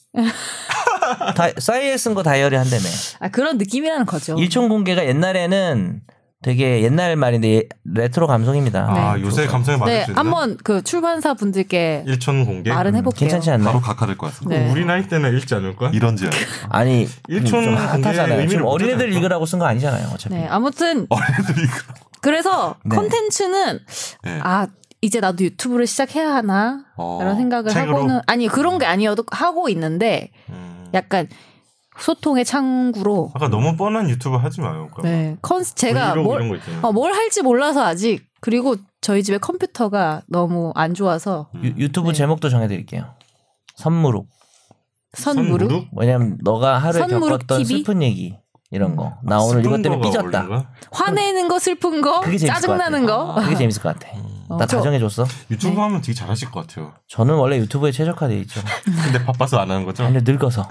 [SPEAKER 2] 다, 싸이에 쓴 거 다이어리 한다며.
[SPEAKER 4] 아 그런 느낌이라는 거죠. 네,
[SPEAKER 2] 일촌 공개가 옛날에는 되게 옛날 말인데 예- 레트로 감성입니다. 그렇죠.
[SPEAKER 1] 아
[SPEAKER 4] 네.
[SPEAKER 1] 요새 예. 음, 감성에 맞을
[SPEAKER 4] 네,
[SPEAKER 1] 수 있는.
[SPEAKER 4] 한번 그 출판사 분들께
[SPEAKER 1] 일촌 공개.
[SPEAKER 4] 말은 해볼게요.
[SPEAKER 2] 괜찮지 않나요?
[SPEAKER 3] 바로 각하 될것 같습니다
[SPEAKER 4] 네.
[SPEAKER 1] 우리 나이 때는 읽지 않을 거야?
[SPEAKER 3] 이런지 알
[SPEAKER 2] 아니
[SPEAKER 1] 일촌
[SPEAKER 2] 좀
[SPEAKER 1] 공개의
[SPEAKER 2] 핫하잖아요.
[SPEAKER 1] 의미를
[SPEAKER 2] 지금
[SPEAKER 1] 못
[SPEAKER 2] 어린애들
[SPEAKER 1] 찾아낼까?
[SPEAKER 2] 읽으라고 쓴 거 아니잖아요. 어차피.
[SPEAKER 4] 네, 아무튼
[SPEAKER 3] 어린애들이
[SPEAKER 4] 그래서
[SPEAKER 2] 네.
[SPEAKER 4] 컨텐츠는
[SPEAKER 3] 네.
[SPEAKER 4] 아 이제 나도 유튜브를 시작해야 하나
[SPEAKER 3] 어,
[SPEAKER 4] 이런 생각을
[SPEAKER 1] 책으로?
[SPEAKER 4] 하고는 아니 그런 게 아니어도 하고 있는데
[SPEAKER 1] 음.
[SPEAKER 4] 약간 소통의 창구로
[SPEAKER 1] 아까 너무 뻔한 유튜브 하지 마요. 그러니까
[SPEAKER 4] 네 컨스 제가
[SPEAKER 1] 브이로그
[SPEAKER 4] 뭘
[SPEAKER 1] 이런 거 있잖아요.
[SPEAKER 4] 어, 뭘 할지 몰라서 아직 그리고 저희 집에 컴퓨터가 너무 안 좋아서
[SPEAKER 2] 유, 유튜브
[SPEAKER 4] 네.
[SPEAKER 2] 제목도 정해드릴게요. 선무룩.
[SPEAKER 4] 선무릎
[SPEAKER 2] 왜냐면 너가 하루에
[SPEAKER 4] 선무룩
[SPEAKER 2] 겪었던
[SPEAKER 4] TV?
[SPEAKER 2] 슬픈 얘기 이런 거. 나 아, 오늘 이것 때문에 삐졌다.
[SPEAKER 4] 화내는 거 슬픈 거
[SPEAKER 2] 그게 재밌을
[SPEAKER 4] 어, 짜증나는
[SPEAKER 2] 것 같아.
[SPEAKER 4] 거
[SPEAKER 2] 그게 재밌을 것 같아.
[SPEAKER 4] 어,
[SPEAKER 2] 나
[SPEAKER 4] 저-
[SPEAKER 2] 다정해줬어.
[SPEAKER 1] 유튜브
[SPEAKER 4] 네.
[SPEAKER 1] 하면 되게 잘하실 것 같아요.
[SPEAKER 2] 저는 원래 유튜브에 최적화돼 있죠.
[SPEAKER 1] 근데 바빠서 안 하는 거죠?
[SPEAKER 2] 아니 늙어서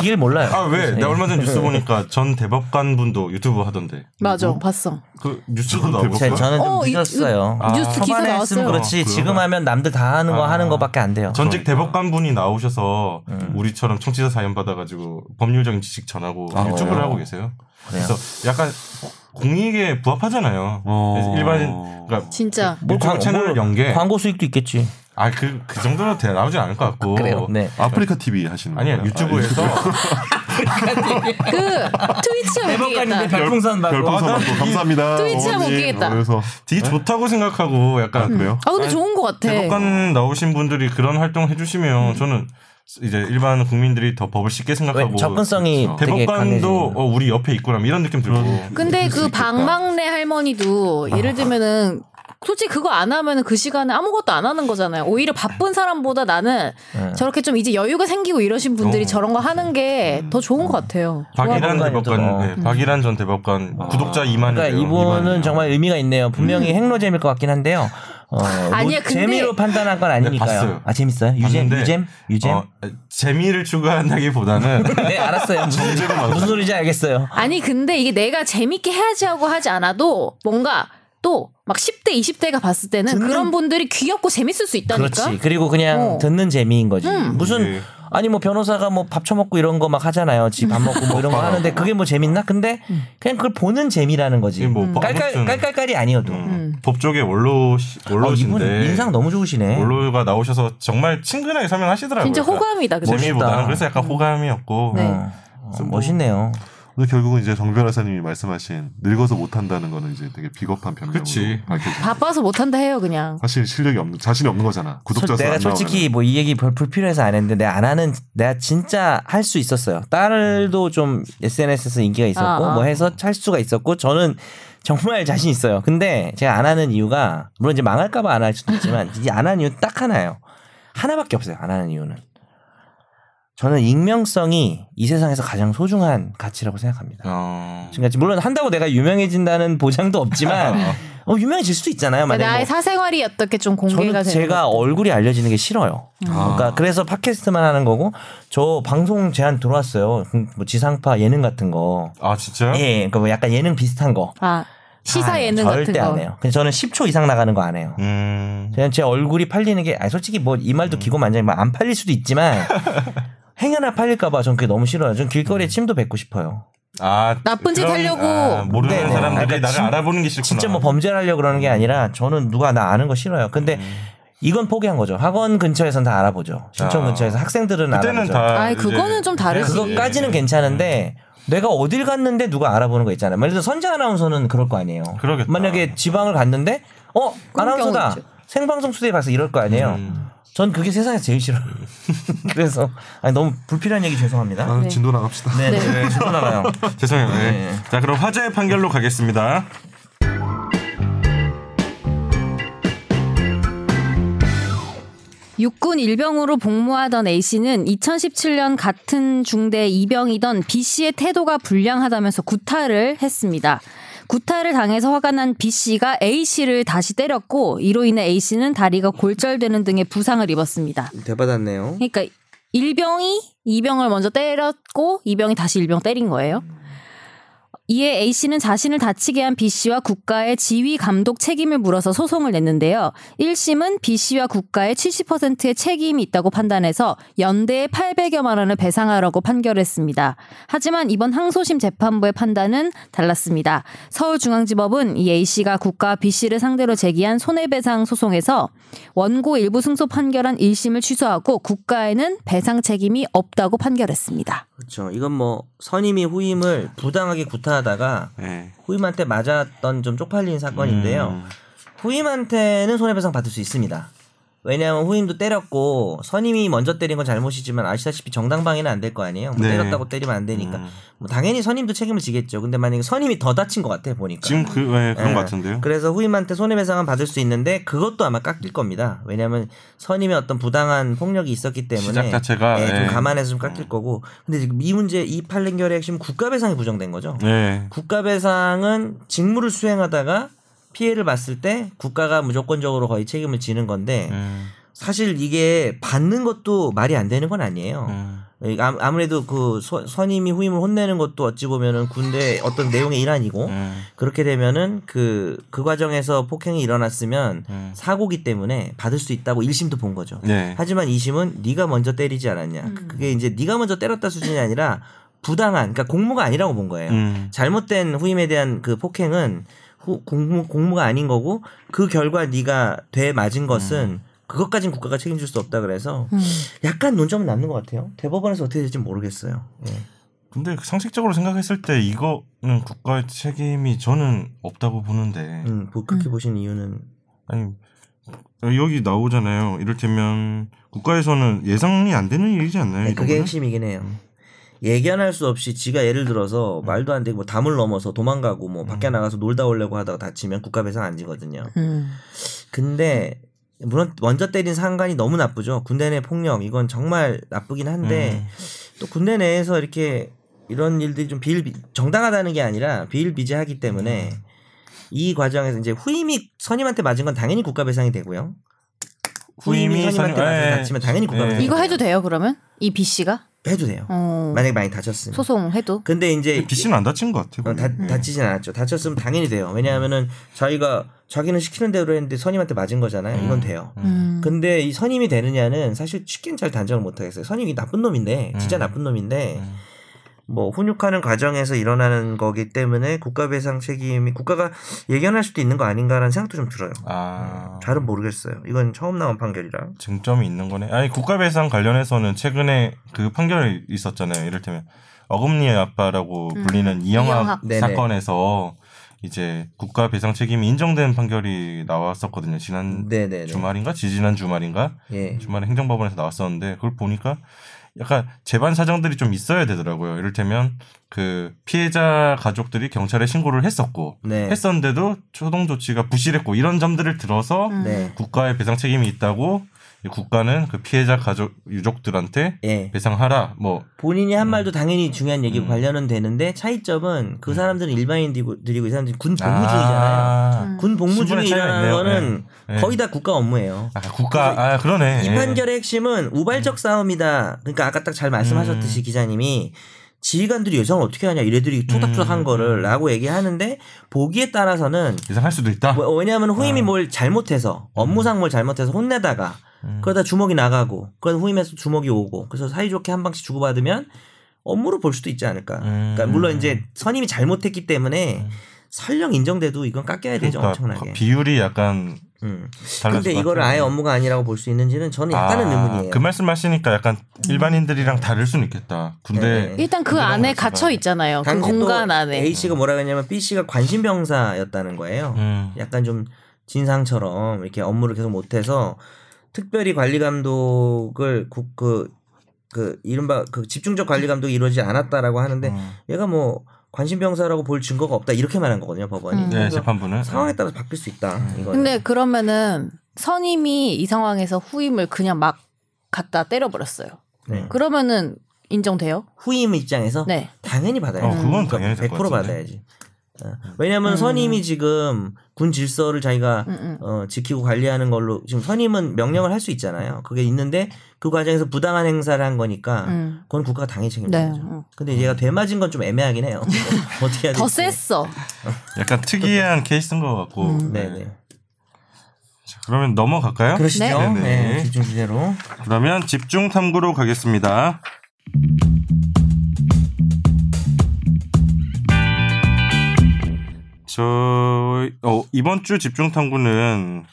[SPEAKER 2] 길 몰라요.
[SPEAKER 1] 아 왜?
[SPEAKER 2] 그래서,
[SPEAKER 1] 내가 얼마 전
[SPEAKER 2] 예.
[SPEAKER 1] 뉴스 보니까 전 대법관 분도 유튜브 하던데.
[SPEAKER 4] 맞아 봤어
[SPEAKER 1] 그 뉴스도
[SPEAKER 2] 제,
[SPEAKER 1] 나오고.
[SPEAKER 2] 저는 아, 좀
[SPEAKER 4] 어, 이-
[SPEAKER 2] 늦었어요.
[SPEAKER 1] 아,
[SPEAKER 4] 뉴스 기사
[SPEAKER 2] 초반에
[SPEAKER 4] 나왔어요
[SPEAKER 2] 했으면 그렇지
[SPEAKER 1] 그래요?
[SPEAKER 2] 지금 하면 남들 다 하는 거
[SPEAKER 1] 아.
[SPEAKER 2] 하는 거밖에 안 돼요.
[SPEAKER 1] 전직 대법관 분이 나오셔서 우리처럼 청취자 사연 받아가지고 법률적인 지식 전하고
[SPEAKER 3] 아,
[SPEAKER 1] 유튜브를
[SPEAKER 3] 그래요?
[SPEAKER 2] 네.
[SPEAKER 1] 하고 계세요.
[SPEAKER 2] 그래요?
[SPEAKER 1] 그래서 약간 공익에 부합하잖아요.
[SPEAKER 3] 어.
[SPEAKER 1] 그래서 일반 그러니까
[SPEAKER 4] 진짜
[SPEAKER 2] 뭐
[SPEAKER 1] 유튜브
[SPEAKER 2] 광-
[SPEAKER 1] 채널
[SPEAKER 2] 뭐
[SPEAKER 1] 연계
[SPEAKER 2] 광고 수익도 있겠지.
[SPEAKER 1] 아 그 그 정도로 대 나오진 않을 것 같고
[SPEAKER 2] 그래요. 네.
[SPEAKER 3] 아프리카 TV 하시는
[SPEAKER 1] 아니야
[SPEAKER 3] 거예요?
[SPEAKER 1] 유튜브에서
[SPEAKER 4] 그 트위치가 웃기겠다.
[SPEAKER 2] 별풍선
[SPEAKER 3] 아, 별풍선
[SPEAKER 1] 아, 나
[SPEAKER 3] 받고 감사합니다.
[SPEAKER 4] 트위치 하면
[SPEAKER 3] 어머니.
[SPEAKER 4] 웃기겠다.
[SPEAKER 3] 어, 그래서
[SPEAKER 1] 되게 좋다고 생각하고 약간
[SPEAKER 3] 아, 그래요?
[SPEAKER 4] 아 근데 좋은 것 같아.
[SPEAKER 1] 대법관 나오신 분들이 그런 활동을 해주시면
[SPEAKER 4] 음.
[SPEAKER 1] 저는 이제 일반 국민들이 더 법을 쉽게 생각하고 음.
[SPEAKER 2] 접근성이
[SPEAKER 3] 그렇죠.
[SPEAKER 2] 되게 강해지.
[SPEAKER 1] 대법관도 어, 우리 옆에 있구나 이런 느낌 들고
[SPEAKER 4] 근데
[SPEAKER 3] 그럴 수
[SPEAKER 4] 그
[SPEAKER 3] 있겠다.
[SPEAKER 4] 방망래 할머니도
[SPEAKER 2] 아.
[SPEAKER 4] 예를 들면은 솔직히 그거 안 하면 그 시간에 아무것도 안 하는 거잖아요. 오히려 바쁜 사람보다 나는
[SPEAKER 2] 네.
[SPEAKER 4] 저렇게 좀 이제 여유가 생기고 이러신 분들이
[SPEAKER 1] 어.
[SPEAKER 4] 저런 거 하는 게
[SPEAKER 2] 음.
[SPEAKER 4] 더 좋은 것 같아요.
[SPEAKER 1] 박일한
[SPEAKER 2] 조합원관이죠.
[SPEAKER 1] 대법관
[SPEAKER 2] 어.
[SPEAKER 1] 네, 박일한 전 대법관 구독자 2만이에요. 음.
[SPEAKER 2] 그러니까 이분은 정말 의미가 있네요. 분명히 행로잼일 것 같긴 한데요. 어,
[SPEAKER 4] 아니야, 근데-
[SPEAKER 2] 재미로 판단한 건 아니니까요.
[SPEAKER 1] 네, 봤어요.
[SPEAKER 2] 아 재밌어요? 유잼,
[SPEAKER 1] 봤는데,
[SPEAKER 2] 유잼, 유잼.
[SPEAKER 1] 어, 재미를 추구한다기보다는
[SPEAKER 2] 네 알았어요. 무슨, 무슨 소리인지 알겠어요.
[SPEAKER 4] 아니 근데 이게 내가 재밌게 해야지 하고 하지 않아도 뭔가 또 막 10대 20대가 봤을 때는
[SPEAKER 2] 듣는-
[SPEAKER 4] 그런 분들이 귀엽고 재밌을 수 있다니까.
[SPEAKER 2] 그렇지. 그리고 그냥
[SPEAKER 4] 어. 음.
[SPEAKER 2] 듣는 재미인 거지. 무슨
[SPEAKER 1] 예.
[SPEAKER 2] 아니 뭐 변호사가 뭐 밥 처먹고 이런 거 막 하잖아요. 지 밥 먹고 뭐 이런
[SPEAKER 1] 어.
[SPEAKER 2] 거 하는데 그게 뭐 재밌나? 근데
[SPEAKER 4] 음.
[SPEAKER 2] 그냥 그걸 보는 재미라는 거지.
[SPEAKER 1] 이게 뭐 음. 법-
[SPEAKER 2] 음. 깔깔
[SPEAKER 1] 아무튼-
[SPEAKER 2] 깔깔깔이 아니어도.
[SPEAKER 1] 법조계 원로
[SPEAKER 2] 어, 이분
[SPEAKER 1] 원로신데
[SPEAKER 2] 인상 너무 좋으시네.
[SPEAKER 1] 원로가 나오셔서 정말 친근하게 설명하시더라고요.
[SPEAKER 4] 진짜
[SPEAKER 1] 그러니까
[SPEAKER 4] 호감이다. 그죠?
[SPEAKER 2] 재미-
[SPEAKER 1] 재미보다는
[SPEAKER 2] 멋있다.
[SPEAKER 1] 그래서 약간 호감이었고
[SPEAKER 4] 네.
[SPEAKER 2] 어, 어, 멋있네요.
[SPEAKER 3] 근데 결국은 이제 정 변호사님이 말씀하신 늙어서 못한다는 거는 이제 되게 비겁한 변명으로
[SPEAKER 1] 그치.
[SPEAKER 3] 밝혀져.
[SPEAKER 4] 바빠서 못한다 해요 그냥.
[SPEAKER 3] 사실 실력이 없는 자신이 없는 거잖아. 구독자
[SPEAKER 2] 솔-
[SPEAKER 3] 수
[SPEAKER 2] 내가
[SPEAKER 3] 안 나오면.
[SPEAKER 2] 솔직히 뭐 이 얘기 별 불필요해서 안 했는데 내가 안 하는 내가 진짜 할 수 있었어요. 딸도 좀 SNS에서 인기가 있었고
[SPEAKER 4] 아, 아.
[SPEAKER 2] 뭐 해서 할 수가 있었고 저는 정말 자신 있어요. 근데 제가 안 하는 이유가 물론 이제 망할까봐 안 할 수도 있지만 이제 안 하는 이유 딱 하나예요. 하나밖에 없어요. 안 하는 이유는 저는 익명성이 이 세상에서 가장 소중한 가치라고 생각합니다.
[SPEAKER 1] 어,
[SPEAKER 2] 지금까지 물론 한다고 내가 유명해진다는 보장도 없지만 어, 유명해질 수도 있잖아요. 만약에
[SPEAKER 4] 나의
[SPEAKER 2] 뭐
[SPEAKER 4] 사생활이 어떻게 좀
[SPEAKER 2] 저는
[SPEAKER 4] 공개가 되는 음. 아.
[SPEAKER 2] 제가 얼굴이 알려지는 게 싫어요. 그러니까 그래서 팟캐스트만 하는 거고 저 방송 제안 들어왔어요. 음, 뭐 지상파 예능 같은 거.
[SPEAKER 1] 아 진짜요?
[SPEAKER 2] 예, 그러니까 뭐 약간 예능 비슷한 거.
[SPEAKER 4] 아 어? 시사
[SPEAKER 2] 아,
[SPEAKER 4] 예능 같은
[SPEAKER 2] 절대
[SPEAKER 4] 거.
[SPEAKER 2] 안 해요. 근데 저는 10초 이상 나가는 거 안 해요.
[SPEAKER 1] 음.
[SPEAKER 2] 그냥 제 얼굴이 팔리는 게 아니 솔직히 뭐 이
[SPEAKER 4] 음.
[SPEAKER 2] 말도 기고만장이면 안 팔릴 수도 있지만 행여나 팔릴까봐 전 그게 너무 싫어요. 전
[SPEAKER 4] 음.
[SPEAKER 2] 길거리에 침도 뱉고 싶어요.
[SPEAKER 1] 아
[SPEAKER 4] 나쁜 짓
[SPEAKER 1] 그런-
[SPEAKER 4] 하려고.
[SPEAKER 1] 아, 모르는
[SPEAKER 2] 네네.
[SPEAKER 1] 사람들이
[SPEAKER 2] 그러니까
[SPEAKER 1] 나를
[SPEAKER 2] 진-
[SPEAKER 1] 알아보는 게 싫구나.
[SPEAKER 2] 진짜 뭐 범죄를 하려고 그러는 게 아니라 저는 누가 나 아는 거 싫어요. 근데
[SPEAKER 4] 음.
[SPEAKER 2] 이건 포기한 거죠. 학원 근처에서는 다 알아보죠. 신촌
[SPEAKER 1] 아.
[SPEAKER 2] 근처에서 학생들은
[SPEAKER 1] 그때는
[SPEAKER 2] 알아보죠.
[SPEAKER 1] 다. 네.
[SPEAKER 4] 아이, 그거는 좀 다르지.
[SPEAKER 2] 그거까지는 괜찮은데 내가 어딜 갔는데 누가 알아보는 거 있잖아요. 예를 들어 선재 아나운서는 그럴 거 아니에요.
[SPEAKER 1] 그러겠다.
[SPEAKER 2] 만약에 지방을 갔는데 어
[SPEAKER 4] 그런
[SPEAKER 2] 아나운서다
[SPEAKER 4] 경우 있죠.
[SPEAKER 2] 생방송 수대에 가서 이럴 거 아니에요. 전 그게 세상에서 제일 싫어요. 그래서 아니, 너무 불필요한 얘기 죄송합니다.
[SPEAKER 3] 아, 진도 나갑시다.
[SPEAKER 2] 네, 네, 네. 죄송 나가요.
[SPEAKER 1] 죄송해요. 네.
[SPEAKER 2] 네.
[SPEAKER 1] 자 그럼 화제의 판결로 가겠습니다.
[SPEAKER 4] 육군 일병으로 복무하던 A 씨는 2017년 같은 중대 이병이던 B 씨의 태도가 불량하다면서 구타를 했습니다. 구타를 당해서 화가 난 B 씨가 A 씨를 다시 때렸고 이로 인해 A 씨는 다리가 골절되는 등의 부상을 입었습니다.
[SPEAKER 2] 대받았네요.
[SPEAKER 4] 그러니까 일병이 이병을 먼저 때렸고 이병이 다시 일병 때린 거예요. 이에 A 씨는 자신을 다치게 한 B 씨와 국가의 지휘 감독 책임을 물어서 소송을 냈는데요. 1심은 B 씨와 국가의 70%의 책임이 있다고 판단해서 연대에 800여만 원을 배상하라고 판결했습니다. 하지만 이번 항소심 재판부의 판단은 달랐습니다. 서울중앙지법은 이 A 씨가 국가 B 씨를 상대로 제기한 손해배상 소송에서 원고 일부 승소 판결한 1심을 취소하고 국가에는 배상 책임이 없다고 판결했습니다.
[SPEAKER 2] 그렇죠. 이건 뭐 선임이 후임을 부당하게 구타하다가
[SPEAKER 1] 네.
[SPEAKER 2] 후임한테 맞았던 좀 쪽팔린 사건인데요.
[SPEAKER 1] 음.
[SPEAKER 2] 후임한테는 손해배상 받을 수 있습니다. 왜냐하면 후임도 때렸고 선임이 먼저 때린 건 잘못이지만 아시다시피 정당방해는 안 될 거 아니에요. 뭐
[SPEAKER 1] 네.
[SPEAKER 2] 때렸다고 때리면 안 되니까
[SPEAKER 1] 음.
[SPEAKER 2] 뭐 당연히 선임도 책임을 지겠죠. 근데 만약에 선임이 더 다친 것 같아 보니까
[SPEAKER 1] 지금 그 네, 그런
[SPEAKER 2] 예.
[SPEAKER 1] 것 같은데요.
[SPEAKER 2] 그래서 후임한테 손해배상은 받을 수 있는데 그것도 아마 깎일 겁니다. 왜냐하면 선임의 어떤 부당한 폭력이 있었기 때문에
[SPEAKER 1] 시작 자체가,
[SPEAKER 2] 예,
[SPEAKER 1] 예.
[SPEAKER 2] 좀 감안해서 좀 깎일 거고. 근데 지금 이 문제 이 판결의 핵심 은 국가배상이 부정된 거죠.
[SPEAKER 1] 네.
[SPEAKER 2] 국가배상은 직무를 수행하다가 피해를 봤을 때 국가가 무조건적으로 거의 책임을 지는 건데
[SPEAKER 1] 음,
[SPEAKER 2] 사실 이게 받는 것도 말이 안 되는 건 아니에요.
[SPEAKER 1] 음.
[SPEAKER 2] 이 아- 아무래도 그 선- 선임이 후임을 혼내는 것도 어찌 보면은 군대 어떤 내용의 일환이고
[SPEAKER 1] 음.
[SPEAKER 2] 그렇게 되면은 그, 그 과정에서 폭행이 일어났으면
[SPEAKER 1] 음.
[SPEAKER 2] 사고기 때문에 받을 수 있다고 1심도 본 거죠.
[SPEAKER 1] 네.
[SPEAKER 2] 하지만 2심은 네가 먼저 때리지 않았냐. 그게 이제 네가 먼저 때렸다 수준이 아니라 부당한 그러니까 공무가 아니라고 본 거예요.
[SPEAKER 1] 음.
[SPEAKER 2] 잘못된 후임에 대한 그 폭행은 후, 공무, 공무가 아닌 거고 그 결과 네가 돼 맞은
[SPEAKER 1] 음.
[SPEAKER 2] 것은 그것까진 국가가 책임질 수 없다 그래서
[SPEAKER 4] 음.
[SPEAKER 2] 약간 논점은 남는 것 같아요. 대법원에서 어떻게 될지 모르겠어요. 예.
[SPEAKER 1] 근데 그 상식적으로 생각했을 때 이거는 국가의 책임이 저는 없다고 보는데
[SPEAKER 2] 음, 뭐 그렇게
[SPEAKER 4] 음.
[SPEAKER 2] 보신 이유는
[SPEAKER 1] 아니 여기 나오잖아요. 이를테면 국가에서는 예상이 안 되는 일이지 않나요?
[SPEAKER 2] 네,
[SPEAKER 1] 이
[SPEAKER 2] 그게
[SPEAKER 1] 부분은?
[SPEAKER 2] 핵심이긴 해요. 예견할 수 없이 지가 예를 들어서
[SPEAKER 1] 음.
[SPEAKER 2] 말도 안 되고 뭐 담을 넘어서 도망가고 뭐 밖에 나가서 놀다 오려고 하다가 다치면 국가배상 안 지거든요.
[SPEAKER 4] 음.
[SPEAKER 2] 근데 물론 먼저 때린 상관이 너무 나쁘죠. 군대 내 폭력 이건 정말 나쁘긴
[SPEAKER 1] 음.
[SPEAKER 2] 한데 또 군대 내에서 이렇게 이런 일들이 좀 비일 정당하다는 게 아니라 비일비재하기 때문에 이 과정에서 이제 후임이 선임한테 맞은 건 당연히 국가배상이 되고요. 후임이 네.
[SPEAKER 1] 선임-
[SPEAKER 2] 선임한테 맞아서
[SPEAKER 1] 예.
[SPEAKER 2] 다치면 당연히 국가배상.
[SPEAKER 1] 예.
[SPEAKER 4] 이거 해도 돼요 그러면 이 B 씨가
[SPEAKER 2] 해도 돼요.
[SPEAKER 4] 어,
[SPEAKER 2] 만약에 많이 다쳤으면.
[SPEAKER 4] 소송 네. 해도
[SPEAKER 2] 근데 이제
[SPEAKER 1] 근데 B 씨는 안 다친 것 같아요.
[SPEAKER 2] 어, 다,
[SPEAKER 1] 거기.
[SPEAKER 2] 다치진 않았죠. 다쳤으면 당연히 돼요. 왜냐하면은 자기가 자기는 시키는 대로 했는데 선임한테 맞은 거잖아요. 이건 돼요.
[SPEAKER 4] 음.
[SPEAKER 2] 근데 이 선임이 되느냐는 사실 쉽게는 잘 단정을 못 하겠어요. 선임이 나쁜 놈인데 진짜
[SPEAKER 1] 음.
[SPEAKER 2] 나쁜 놈인데
[SPEAKER 1] 음.
[SPEAKER 2] 뭐 훈육하는 과정에서 일어나는 거기 때문에 국가배상 책임이 국가가 예견할 수도 있는 거 아닌가라는 생각도 좀 들어요.
[SPEAKER 1] 아.
[SPEAKER 2] 잘은 모르겠어요. 이건 처음 나온 판결이라.
[SPEAKER 1] 쟁점이 있는 거네. 아니 국가배상 관련해서는 최근에 그 판결이 있었잖아요. 이를테면 어금니의 아빠라고
[SPEAKER 4] 음,
[SPEAKER 1] 불리는 이영학,
[SPEAKER 4] 이영학.
[SPEAKER 2] 네네.
[SPEAKER 1] 사건에서 이제 국가배상 책임이 인정된 판결이 나왔었거든요. 지난
[SPEAKER 2] 음, 네네네.
[SPEAKER 1] 음. 주말인가 지지난 주말인가
[SPEAKER 2] 예.
[SPEAKER 1] 주말에 행정법원에서 나왔었는데 그걸 보니까 약간 재반 사정들이 좀 있어야 되더라고요. 이를테면 그 피해자 가족들이 경찰에 신고를 했었고
[SPEAKER 2] 네.
[SPEAKER 1] 했었는데도 초동 조치가 부실했고 이런 점들을 들어서
[SPEAKER 4] 음.
[SPEAKER 2] 네.
[SPEAKER 1] 국가의 배상 책임이 있다고 이 국가는 그 피해자 가족 유족들한테
[SPEAKER 2] 예.
[SPEAKER 1] 배상하라 뭐
[SPEAKER 2] 본인이 한 말도 당연히 중요한 얘기고
[SPEAKER 1] 음.
[SPEAKER 2] 관련은 되는데 차이점은 그
[SPEAKER 1] 음.
[SPEAKER 2] 사람들은 일반인들이고 이 사람들은 군 복무 중이잖아요.
[SPEAKER 1] 아,
[SPEAKER 4] 음.
[SPEAKER 2] 군 복무 중에
[SPEAKER 1] 신분의 차이가
[SPEAKER 2] 일어나는
[SPEAKER 1] 있네요.
[SPEAKER 2] 거는
[SPEAKER 1] 네. 네.
[SPEAKER 2] 거의 다 국가 업무예요.
[SPEAKER 1] 아, 국가 아 그러네
[SPEAKER 2] 이
[SPEAKER 1] 예.
[SPEAKER 2] 판결의 핵심은 우발적 싸움이다. 그러니까 아까 딱 잘 말씀하셨듯이
[SPEAKER 1] 음.
[SPEAKER 2] 기자님이 지휘관들이 예상을 어떻게 하냐 이래들이 투닥투닥한
[SPEAKER 1] 음.
[SPEAKER 2] 거를 라고 얘기하는데 보기에 따라서는
[SPEAKER 1] 예상할 수도 있다
[SPEAKER 2] 뭐- 왜냐하면 후임이
[SPEAKER 1] 아.
[SPEAKER 2] 뭘 잘못해서 업무상 뭘 잘못해서 혼내다가
[SPEAKER 1] 음.
[SPEAKER 2] 그러다 주먹이 나가고 그러다 후임에서 주먹이 오고 그래서 사이좋게 한 방씩 주고받으면 업무로 볼 수도 있지 않을까.
[SPEAKER 1] 음.
[SPEAKER 2] 그러니까 물론 이제 선임이 잘못했기 때문에
[SPEAKER 1] 음.
[SPEAKER 2] 설령 인정돼도 이건 깎여야 되죠
[SPEAKER 1] 그러니까
[SPEAKER 2] 엄청나게.
[SPEAKER 1] 비율이 약간
[SPEAKER 2] 음.
[SPEAKER 1] 달라질
[SPEAKER 2] 근데
[SPEAKER 1] 것
[SPEAKER 2] 이거를
[SPEAKER 1] 같아요.
[SPEAKER 2] 아예 업무가 아니라고 볼 수 있는지는 저는 약간은
[SPEAKER 1] 아,
[SPEAKER 2] 의문이에요.
[SPEAKER 1] 그 말씀 하시니까 약간 일반인들이랑 다를 수는 있겠다
[SPEAKER 2] 네,
[SPEAKER 1] 군대
[SPEAKER 2] 네.
[SPEAKER 4] 일단 그
[SPEAKER 1] 그거랑
[SPEAKER 4] 안에
[SPEAKER 1] 같이
[SPEAKER 4] 갇혀
[SPEAKER 1] 봐요.
[SPEAKER 4] 있잖아요 그
[SPEAKER 2] 당시에 어, 또
[SPEAKER 4] 공간 안에
[SPEAKER 2] A 씨가 뭐라 그랬냐면 B 씨가 관심병사였다는 거예요.
[SPEAKER 1] 음.
[SPEAKER 2] 약간 좀 진상처럼 이렇게 업무를 계속 못해서 특별히 관리 감독을 국- 그, 그 이른바 그 집중적 관리 감독이 이루어지지 않았다라고 하는데
[SPEAKER 1] 음.
[SPEAKER 2] 얘가 뭐 관심병사라고 볼 증거가 없다 이렇게 말한 거거든요 법원이.
[SPEAKER 4] 음.
[SPEAKER 1] 네 음.
[SPEAKER 2] 그래서
[SPEAKER 1] 재판부는
[SPEAKER 2] 상황에 따라서 바뀔 수 있다. 이거.
[SPEAKER 4] 근데 그러면은 선임이 이 상황에서 후임을 그냥 막 갖다 때려버렸어요
[SPEAKER 2] 네.
[SPEAKER 4] 그러면은 인정돼요
[SPEAKER 2] 후임 입장에서
[SPEAKER 4] 네
[SPEAKER 2] 당연히 받아야죠.
[SPEAKER 1] 어, 그건 당연히 될것
[SPEAKER 2] 100%
[SPEAKER 1] 같은데.
[SPEAKER 2] 받아야지. 어, 왜냐하면
[SPEAKER 4] 음.
[SPEAKER 2] 선임이 지금 군 질서를 자기가
[SPEAKER 4] 음, 음.
[SPEAKER 2] 어, 지키고 관리하는 걸로 지금 선임은 명령을 할 수 있잖아요. 그게 있는데 그 과정에서 부당한 행사를 한 거니까
[SPEAKER 4] 음.
[SPEAKER 2] 그건 국가가 당연히 책임져야죠.
[SPEAKER 4] 네 음.
[SPEAKER 2] 근데 얘가 되맞은 건 좀 애매하긴 해요. 어떻게 해야 될지.
[SPEAKER 4] 더 셌어
[SPEAKER 1] 약간 특이한 케이스인 것 같고
[SPEAKER 4] 음.
[SPEAKER 1] 네.
[SPEAKER 2] 네네.
[SPEAKER 1] 자, 그러면 넘어갈까요?
[SPEAKER 2] 그러시죠.
[SPEAKER 4] 네.
[SPEAKER 2] 네.
[SPEAKER 1] 네네.
[SPEAKER 2] 집중 주제로.
[SPEAKER 1] 그러면 집중 탐구로 가겠습니다. 저 어, 이번 주 집중 탐구는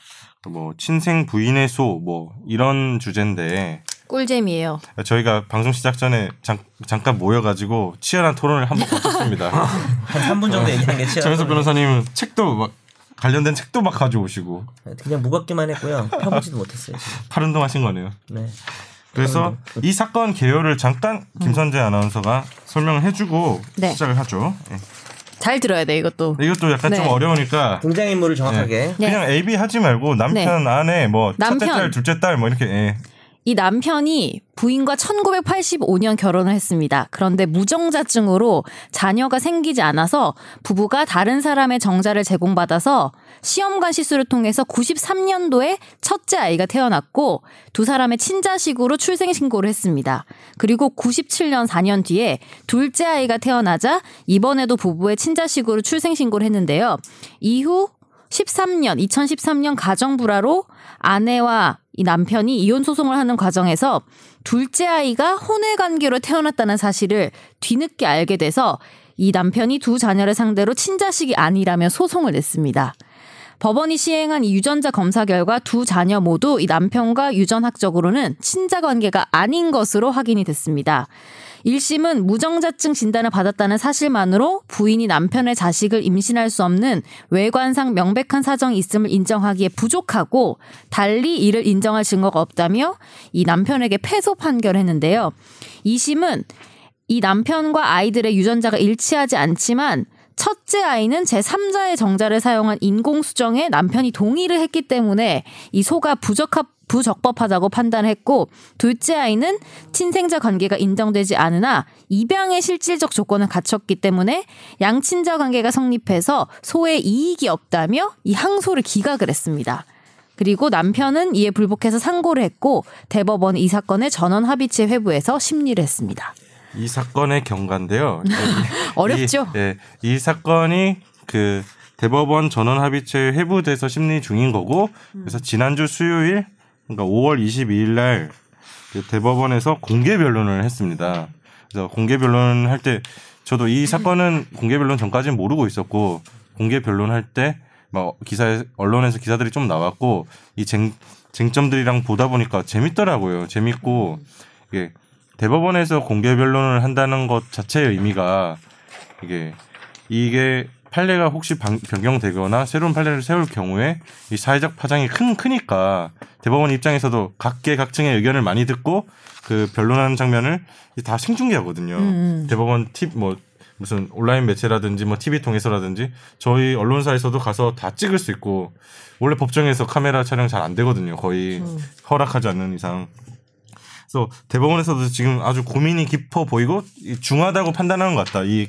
[SPEAKER 1] 뭐 친생 부인의 소 뭐 이런 주제인데
[SPEAKER 4] 꿀잼이에요
[SPEAKER 1] 저희가 방송 시작 전에 잠, 잠깐 모여가지고 치열한 토론을 한번 거쳤습니다.
[SPEAKER 2] 한 3분 정도 얘기한 게 치열.
[SPEAKER 1] 정현석 변호사님은 책도 막 관련된 책도 막 가져오시고
[SPEAKER 2] 그냥 무겁기만 했고요. 펴보지도 못했어요. 지금.
[SPEAKER 1] 팔 운동하신 거네요.
[SPEAKER 2] 네.
[SPEAKER 1] 그래서 이 사건 개요를 잠깐 김선재 아나운서가 설명을 해주고
[SPEAKER 4] 음. 네.
[SPEAKER 1] 시작을 하죠. 예.
[SPEAKER 4] 잘 들어야 돼 이것도
[SPEAKER 1] 이것도 약간 좀
[SPEAKER 4] 네.
[SPEAKER 1] 어려우니까
[SPEAKER 2] 등장 인물을 정확하게.
[SPEAKER 4] 네.
[SPEAKER 1] 그냥 A, B 하지 말고 남편, 아내, 뭐 첫째
[SPEAKER 4] 남편.
[SPEAKER 1] 딸, 둘째 딸 뭐 이렇게 예.
[SPEAKER 4] 이 남편이 부인과 1985년 결혼을 했습니다. 그런데 무정자증으로 자녀가 생기지 않아서 부부가 다른 사람의 정자를 제공받아서 시험관 시술을 통해서 93년도에 첫째 아이가 태어났고 두 사람의 친자식으로 출생신고를 했습니다. 그리고 97년 4년 뒤에 둘째 아이가 태어나자 이번에도 부부의 친자식으로 출생신고를 했는데요. 이후 13년, 2013년 가정불화로 아내와 이 남편이 이혼 소송을 하는 과정에서 둘째 아이가 혼외 관계로 태어났다는 사실을 뒤늦게 알게 돼서 이 남편이 두 자녀를 상대로 친자식이 아니라며 소송을 냈습니다. 법원이 시행한 이 유전자 검사 결과 두 자녀 모두 이 남편과 유전학적으로는 친자 관계가 아닌 것으로 확인이 됐습니다. 1심은 무정자증 진단을 받았다는 사실만으로 부인이 남편의 자식을 임신할 수 없는 외관상 명백한 사정이 있음을 인정하기에 부족하고 달리 이를 인정할 증거가 없다며 이 남편에게 패소 판결했는데요. 2심은 이 남편과 아이들의 유전자가 일치하지 않지만 첫째 아이는 제3자의 정자를 사용한 인공수정에 남편이 동의를 했기 때문에 이 소가 부적합 부적법하다고 판단했고 둘째 아이는 친생자 관계가 인정되지 않으나 입양의 실질적 조건을 갖췄기 때문에 양친자 관계가 성립해서 소에 이익이 없다며 이 항소를 기각을 했습니다. 그리고 남편은 이에 불복해서 상고를 했고 대법원은 이 사건을 전원 합의체 회부해서 심리를 했습니다.
[SPEAKER 1] 이 사건의 경과인데요.
[SPEAKER 4] 어렵죠?
[SPEAKER 1] 이, 예, 이 사건이 그 대법원 전원 합의체 회부돼서 심리 중인 거고 그래서
[SPEAKER 4] 음.
[SPEAKER 1] 지난주 수요일 그러니까 5월 22일 날 그 대법원에서 공개 변론을 했습니다. 그래서 공개 변론 할 때 저도 이 사건은 공개 변론 전까지는 모르고 있었고 공개 변론 할 때 막 기사에 언론에서 기사들이 좀 나왔고 이 쟁, 쟁점들이랑 보다 보니까 재밌더라고요. 재밌고
[SPEAKER 4] 음.
[SPEAKER 1] 이게 대법원에서 공개 변론을 한다는 것 자체의 의미가 이게 이게 판례가 혹시 방- 변경되거나 새로운 판례를 세울 경우에 이 사회적 파장이 큰 크니까 대법원 입장에서도 각계각층의 의견을 많이 듣고 그 변론하는 장면을 이다 생중계하거든요.
[SPEAKER 4] 음.
[SPEAKER 1] 대법원 팁 뭐 무슨 온라인 매체라든지 뭐 TV 통해서라든지 저희 언론사에서도 가서 다 찍을 수 있고 원래 법정에서 카메라 촬영 잘 안 되거든요. 거의
[SPEAKER 4] 음.
[SPEAKER 1] 허락하지 않는 이상. 그래서 대법원에서도 지금 아주 고민이 깊어 보이고 이 중하다고 판단하는 것 같다. 이,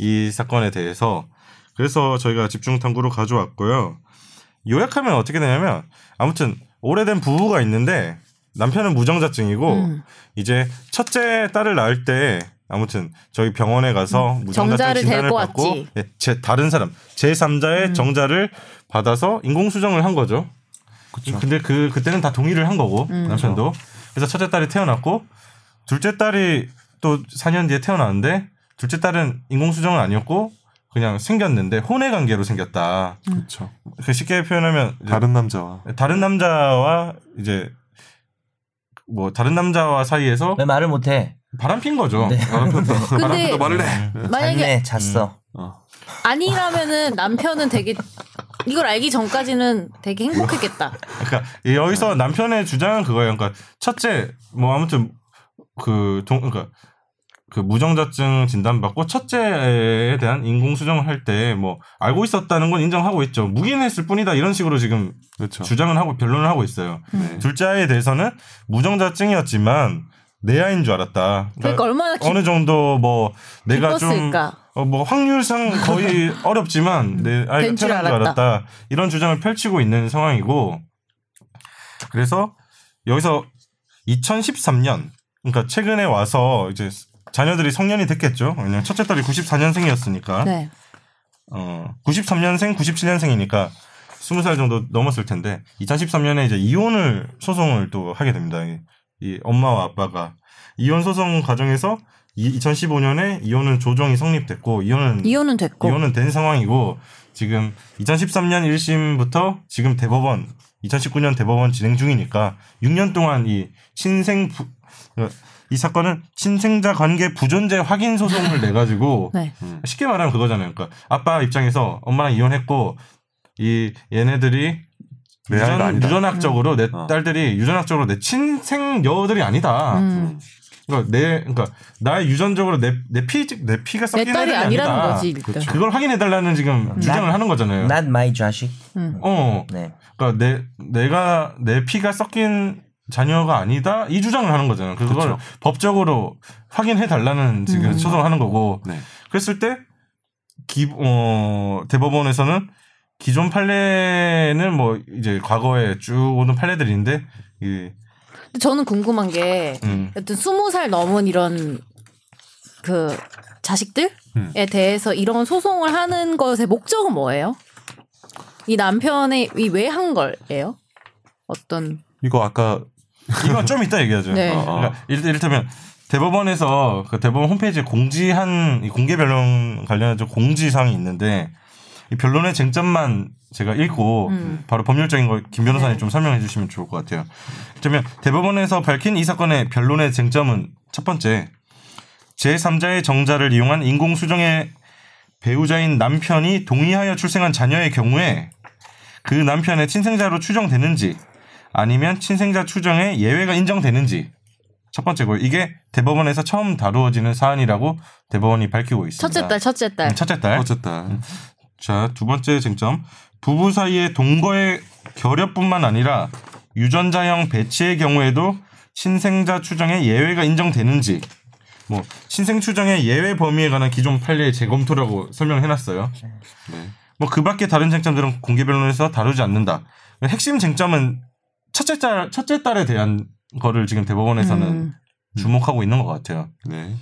[SPEAKER 1] 이 사건에 대해서. 그래서 저희가 집중 탐구로 가져왔고요. 요약하면 어떻게 되냐면 아무튼 오래된 부부가 있는데 남편은 무정자증이고
[SPEAKER 4] 음.
[SPEAKER 1] 이제 첫째 딸을 낳을 때 아무튼 저희 병원에 가서 무정자증
[SPEAKER 4] 음. 정자를
[SPEAKER 1] 진단을
[SPEAKER 4] 데리고
[SPEAKER 1] 받고
[SPEAKER 4] 왔지. 음.
[SPEAKER 1] 예, 제 다른 사람 제 3자의 정자를 받아서 인공수정을 한 거죠. 근데 그 그때는 다 동의를 한 거고 남편도 그래서 첫째 딸이 태어났고 둘째 딸이 또 4년 뒤에 태어났는데 둘째 딸은 인공수정은 아니었고 그냥 생겼는데 혼외 관계로 생겼다.
[SPEAKER 3] 그렇죠.
[SPEAKER 1] 그 쉽게 표현하면 이제
[SPEAKER 3] 다른 남자와
[SPEAKER 1] 다른 남자와 이제 뭐 다른 남자와 사이에서
[SPEAKER 2] 왜 말을 못해?
[SPEAKER 1] 바람핀 거죠.
[SPEAKER 2] 네.
[SPEAKER 4] 근데
[SPEAKER 3] 말을 해.
[SPEAKER 1] 예.
[SPEAKER 2] 잤네,
[SPEAKER 4] 만약에
[SPEAKER 2] 잤어.
[SPEAKER 3] 어.
[SPEAKER 4] 아니라면은 남편은 되게 이걸 알기 전까지는 되게 행복했겠다.
[SPEAKER 1] 그러니까
[SPEAKER 3] 네.
[SPEAKER 1] 여기서 남편의 주장은 그거예요. 그러니까 첫째 뭐 아무튼 그 동 그러니까 그 무정자증 진단받고 첫째에 대한 인공수정을 할 때 뭐 알고 있었다는 건 인정하고 있죠. 묵인했을 뿐이다 이런 식으로 지금
[SPEAKER 3] 그렇죠. 네.
[SPEAKER 1] 주장은 하고 변론을 하고 있어요. 둘째 아이에 대해서는 무정자증이었지만 내 아이인 줄 알았다.
[SPEAKER 4] 그러니까 얼마나 기,
[SPEAKER 1] 어느 정도 뭐 내가 좀
[SPEAKER 4] 기뻤을까.
[SPEAKER 1] 어, 뭐 확률상 거의 어렵지만 내 아이가
[SPEAKER 4] 된줄
[SPEAKER 1] 태어난 줄
[SPEAKER 4] 알았다.
[SPEAKER 1] 알았다 이런 주장을 펼치고 있는 상황이고 그래서 여기서 2013년 그러니까 최근에 와서 이제 자녀들이 성년이 됐겠죠 왜냐면 첫째 딸이 94년생이었으니까
[SPEAKER 4] 네.
[SPEAKER 1] 어 93년생 97년생이니까 20살 정도 넘었을 텐데 2013년에 이제 이혼을 소송을 또 하게 됩니다 이, 이 엄마와 아빠가 이혼 소송 과정에서 2015년에 이혼은 조정이 성립됐고 이혼은
[SPEAKER 4] 이혼은 됐고
[SPEAKER 1] 이혼은 된 상황이고 지금 2013년 1심부터 지금 대법원 2019년 대법원 진행 중이니까 6년 동안 이 친생 부, 이 사건은 친생자 관계 부존재 확인 소송을 내 가지고
[SPEAKER 4] 네.
[SPEAKER 2] 음.
[SPEAKER 1] 쉽게 말하면 그거잖아요. 그러니까 아빠 입장에서 엄마랑 이혼했고 이 얘네들이
[SPEAKER 3] 내 아이가
[SPEAKER 1] 유전,
[SPEAKER 3] 아니다.
[SPEAKER 1] 유전학적으로 내
[SPEAKER 3] 어.
[SPEAKER 1] 딸들이 유전학적으로 내 친생 여들이 아니다.
[SPEAKER 4] 음.
[SPEAKER 1] 그러니까 내 그러니까 나의 유전적으로 내내피내 피가
[SPEAKER 4] 내
[SPEAKER 1] 섞인
[SPEAKER 4] 딸이
[SPEAKER 1] 애들이
[SPEAKER 4] 아니라는
[SPEAKER 1] 아니다.
[SPEAKER 4] 거지 일단.
[SPEAKER 3] 그렇죠.
[SPEAKER 1] 그걸 확인해달라는 지금
[SPEAKER 3] 음.
[SPEAKER 1] 주장을 하는 거잖아요.
[SPEAKER 2] Not my 자식.
[SPEAKER 4] 음.
[SPEAKER 1] 어,
[SPEAKER 2] 네.
[SPEAKER 1] 그러니까 내 내가 내 피가 섞인 자녀가 아니다 이 주장을 하는 거잖아요. 그걸
[SPEAKER 3] 그렇죠.
[SPEAKER 1] 법적으로 확인해 달라는
[SPEAKER 3] 음.
[SPEAKER 1] 지금 소송을 하는 거고
[SPEAKER 3] 네.
[SPEAKER 1] 그랬을 때 기, 어, 대법원에서는 기존 판례는 뭐 이제 과거에 쭉 오는 판례들인데 이,
[SPEAKER 4] 근데 저는 궁금한 게
[SPEAKER 1] 음,
[SPEAKER 4] 여튼 스무 살 넘은 이런 그 자식들에
[SPEAKER 3] 음.
[SPEAKER 4] 대해서 이런 소송을 하는 것의 목적은 뭐예요? 이 남편의 이 왜 한 걸예요? 어떤
[SPEAKER 3] 이거 아까
[SPEAKER 1] 이건 좀 이따 얘기하죠.
[SPEAKER 4] 네.
[SPEAKER 3] 어, 어.
[SPEAKER 1] 그러니까 이를- 이를테면 대법원에서 그 대법원 홈페이지에 공지한 이 공개 변론 관련해서 공지사항이 있는데 이 변론의 쟁점만 제가 읽고
[SPEAKER 4] 음. 네.
[SPEAKER 1] 바로 법률적인 걸 김 변호사님 좀 설명해 주시면 좋을 것 같아요. 그러면 대법원에서 밝힌 이 사건의 변론의 쟁점은 첫 번째 제3자의 정자를 이용한 인공수정의 배우자인 남편이 동의하여 출생한 자녀의 경우에 그 남편의 친생자로 추정되는지 아니면 친생자 추정에 예외가 인정되는지 첫 번째고요. 이게 대법원에서 처음 다루어지는 사안이라고 대법원이 밝히고 있습니다.
[SPEAKER 4] 첫째 딸, 첫째 딸.
[SPEAKER 1] 음, 첫째
[SPEAKER 2] 네.
[SPEAKER 1] 딸.
[SPEAKER 3] 어쨌든
[SPEAKER 1] 자, 두 번째 쟁점. 부부 사이의 동거의 결여뿐만 아니라 유전자형 배치의 경우에도 신생자 추정의 예외가 인정되는지 뭐 신생 추정의 예외 범위에 관한 기존 판례의 재검토라고 설명해 놨어요.
[SPEAKER 2] 네.
[SPEAKER 1] 뭐 그 밖에 다른 쟁점들은 공개 변론에서 다루지 않는다. 핵심 쟁점은 첫째 딸 첫째 딸에 대한 거를 지금 대법원에서는
[SPEAKER 4] 음.
[SPEAKER 1] 주목하고 있는 것 같아요.
[SPEAKER 3] 네.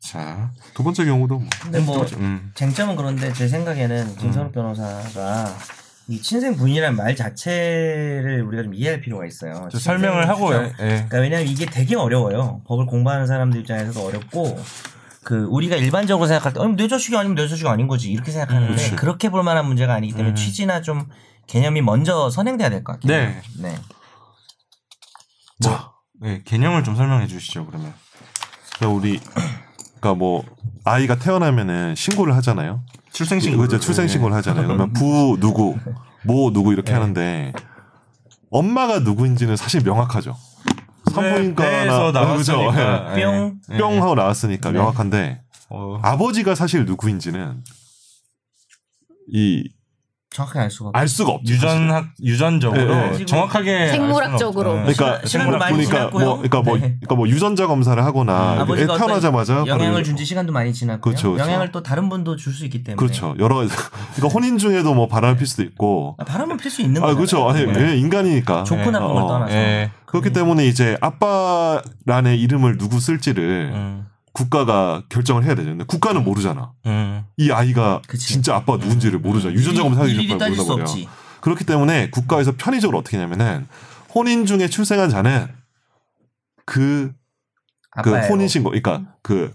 [SPEAKER 1] 자,
[SPEAKER 3] 두 번째 경우도 뭐.
[SPEAKER 2] 근데 뭐
[SPEAKER 1] 음,
[SPEAKER 2] 쟁점은 그런데 제
[SPEAKER 3] 음.
[SPEAKER 2] 생각에는 김선욱 변호사가 이 친생 부인이라는 말 자체를 우리가 좀 이해할 필요가 있어요.
[SPEAKER 1] 저 설명을 하고
[SPEAKER 2] 요
[SPEAKER 1] 예, 예.
[SPEAKER 2] 그러니까 왜냐면 이게 되게 어려워요. 법을 공부하는 사람들 입장에서도 어렵고 그 우리가 일반적으로 생각할 때 아니 내 자식이 아니면 내 자식이 아닌 거지 이렇게 생각하는데
[SPEAKER 3] 그렇지. 음.
[SPEAKER 2] 그렇게볼 만한 문제가 아니기 때문에 취지나 좀 개념이 먼저 선행돼야 될 것 같아요.
[SPEAKER 1] 네.
[SPEAKER 2] 네.
[SPEAKER 1] 자, 네, 개념을 좀 설명해 주시죠, 그러면.
[SPEAKER 3] 그러니까 우리 그러니까 뭐 아이가 태어나면은 신고를 하잖아요.
[SPEAKER 1] 출생신고.
[SPEAKER 3] 그죠 출생신고를 하잖아요.
[SPEAKER 2] 음.
[SPEAKER 3] 그러면 부 누구 모 누구
[SPEAKER 2] 네.
[SPEAKER 3] 이렇게 하는데 엄마가 누구인지는 사실 명확하죠. 산부인과나
[SPEAKER 1] 배에서
[SPEAKER 3] 어, 그죠?
[SPEAKER 1] 나왔으니까.
[SPEAKER 2] 네. 뿅.
[SPEAKER 1] 예.
[SPEAKER 3] 예. 뿅 하고 나왔으니까
[SPEAKER 2] 네.
[SPEAKER 3] 명확한데
[SPEAKER 1] 어,
[SPEAKER 3] 아버지가 사실 누구인지는 이 알
[SPEAKER 2] 정확하게 알 수가 없
[SPEAKER 3] 수가 없죠. 사실은.
[SPEAKER 1] 유전학 유전적으로
[SPEAKER 3] 네,
[SPEAKER 2] 네.
[SPEAKER 1] 정확하게 알 수는
[SPEAKER 4] 생물학적으로.
[SPEAKER 1] 없다.
[SPEAKER 3] 그러니까
[SPEAKER 2] 시간도
[SPEAKER 3] 뭐
[SPEAKER 2] 많이
[SPEAKER 3] 보니까
[SPEAKER 2] 지났고요.
[SPEAKER 3] 뭐 그러니까 뭐
[SPEAKER 2] 네.
[SPEAKER 3] 그러니까 뭐 유전자 검사를 하거나
[SPEAKER 2] 음,
[SPEAKER 3] 애
[SPEAKER 2] 아버지가 어떤
[SPEAKER 3] 태어나자마자
[SPEAKER 2] 영향을
[SPEAKER 3] 바로
[SPEAKER 2] 준지 시간도 많이 지났고요.
[SPEAKER 3] 그렇죠, 그렇죠.
[SPEAKER 2] 영향을 또 다른 분도 줄 수 있기 때문에.
[SPEAKER 3] 그렇죠. 여러 가지. 그러니까 혼인 중에도 뭐 바람을 필 수도 있고.
[SPEAKER 2] 아, 바람은 필 수 있는 거죠.
[SPEAKER 3] 아 그렇죠. 아니
[SPEAKER 2] 네.
[SPEAKER 3] 예, 인간이니까.
[SPEAKER 2] 좋고 나쁜
[SPEAKER 3] 어,
[SPEAKER 2] 걸
[SPEAKER 3] 어.
[SPEAKER 2] 떠나서.
[SPEAKER 1] 예.
[SPEAKER 3] 그렇기
[SPEAKER 2] 음.
[SPEAKER 3] 때문에 이제 아빠란의 이름을 누구 쓸지를
[SPEAKER 1] 음, 국가가
[SPEAKER 3] 국가가 결정을 해야 되잖아요. 근데 국가는 모르잖아.
[SPEAKER 1] 음,
[SPEAKER 3] 이 아이가
[SPEAKER 2] 그치.
[SPEAKER 3] 진짜 아빠 가 누군지를 모르잖아. 유전자 검사
[SPEAKER 2] 일일이 따질 수 없지.
[SPEAKER 3] 그렇기 때문에 국가에서 편의적으로 어떻게 하냐면은 혼인 중에 출생한 자는 그, 그
[SPEAKER 2] 아빠예요. 음.
[SPEAKER 3] 혼인 신고, 그러니까 그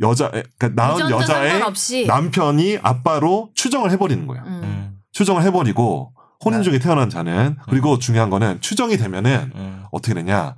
[SPEAKER 3] 여자, 그러니까 낳은
[SPEAKER 4] 유전자
[SPEAKER 3] 여자의
[SPEAKER 4] 상관없이.
[SPEAKER 3] 남편이 아빠로 추정을 해버리는 거야.
[SPEAKER 4] 음.
[SPEAKER 1] 음,
[SPEAKER 3] 추정을 해버리고 혼인
[SPEAKER 2] 네.
[SPEAKER 3] 중에 태어난 자는 그리고 중요한 거는 추정이 되면은
[SPEAKER 1] 음,
[SPEAKER 3] 어떻게 되냐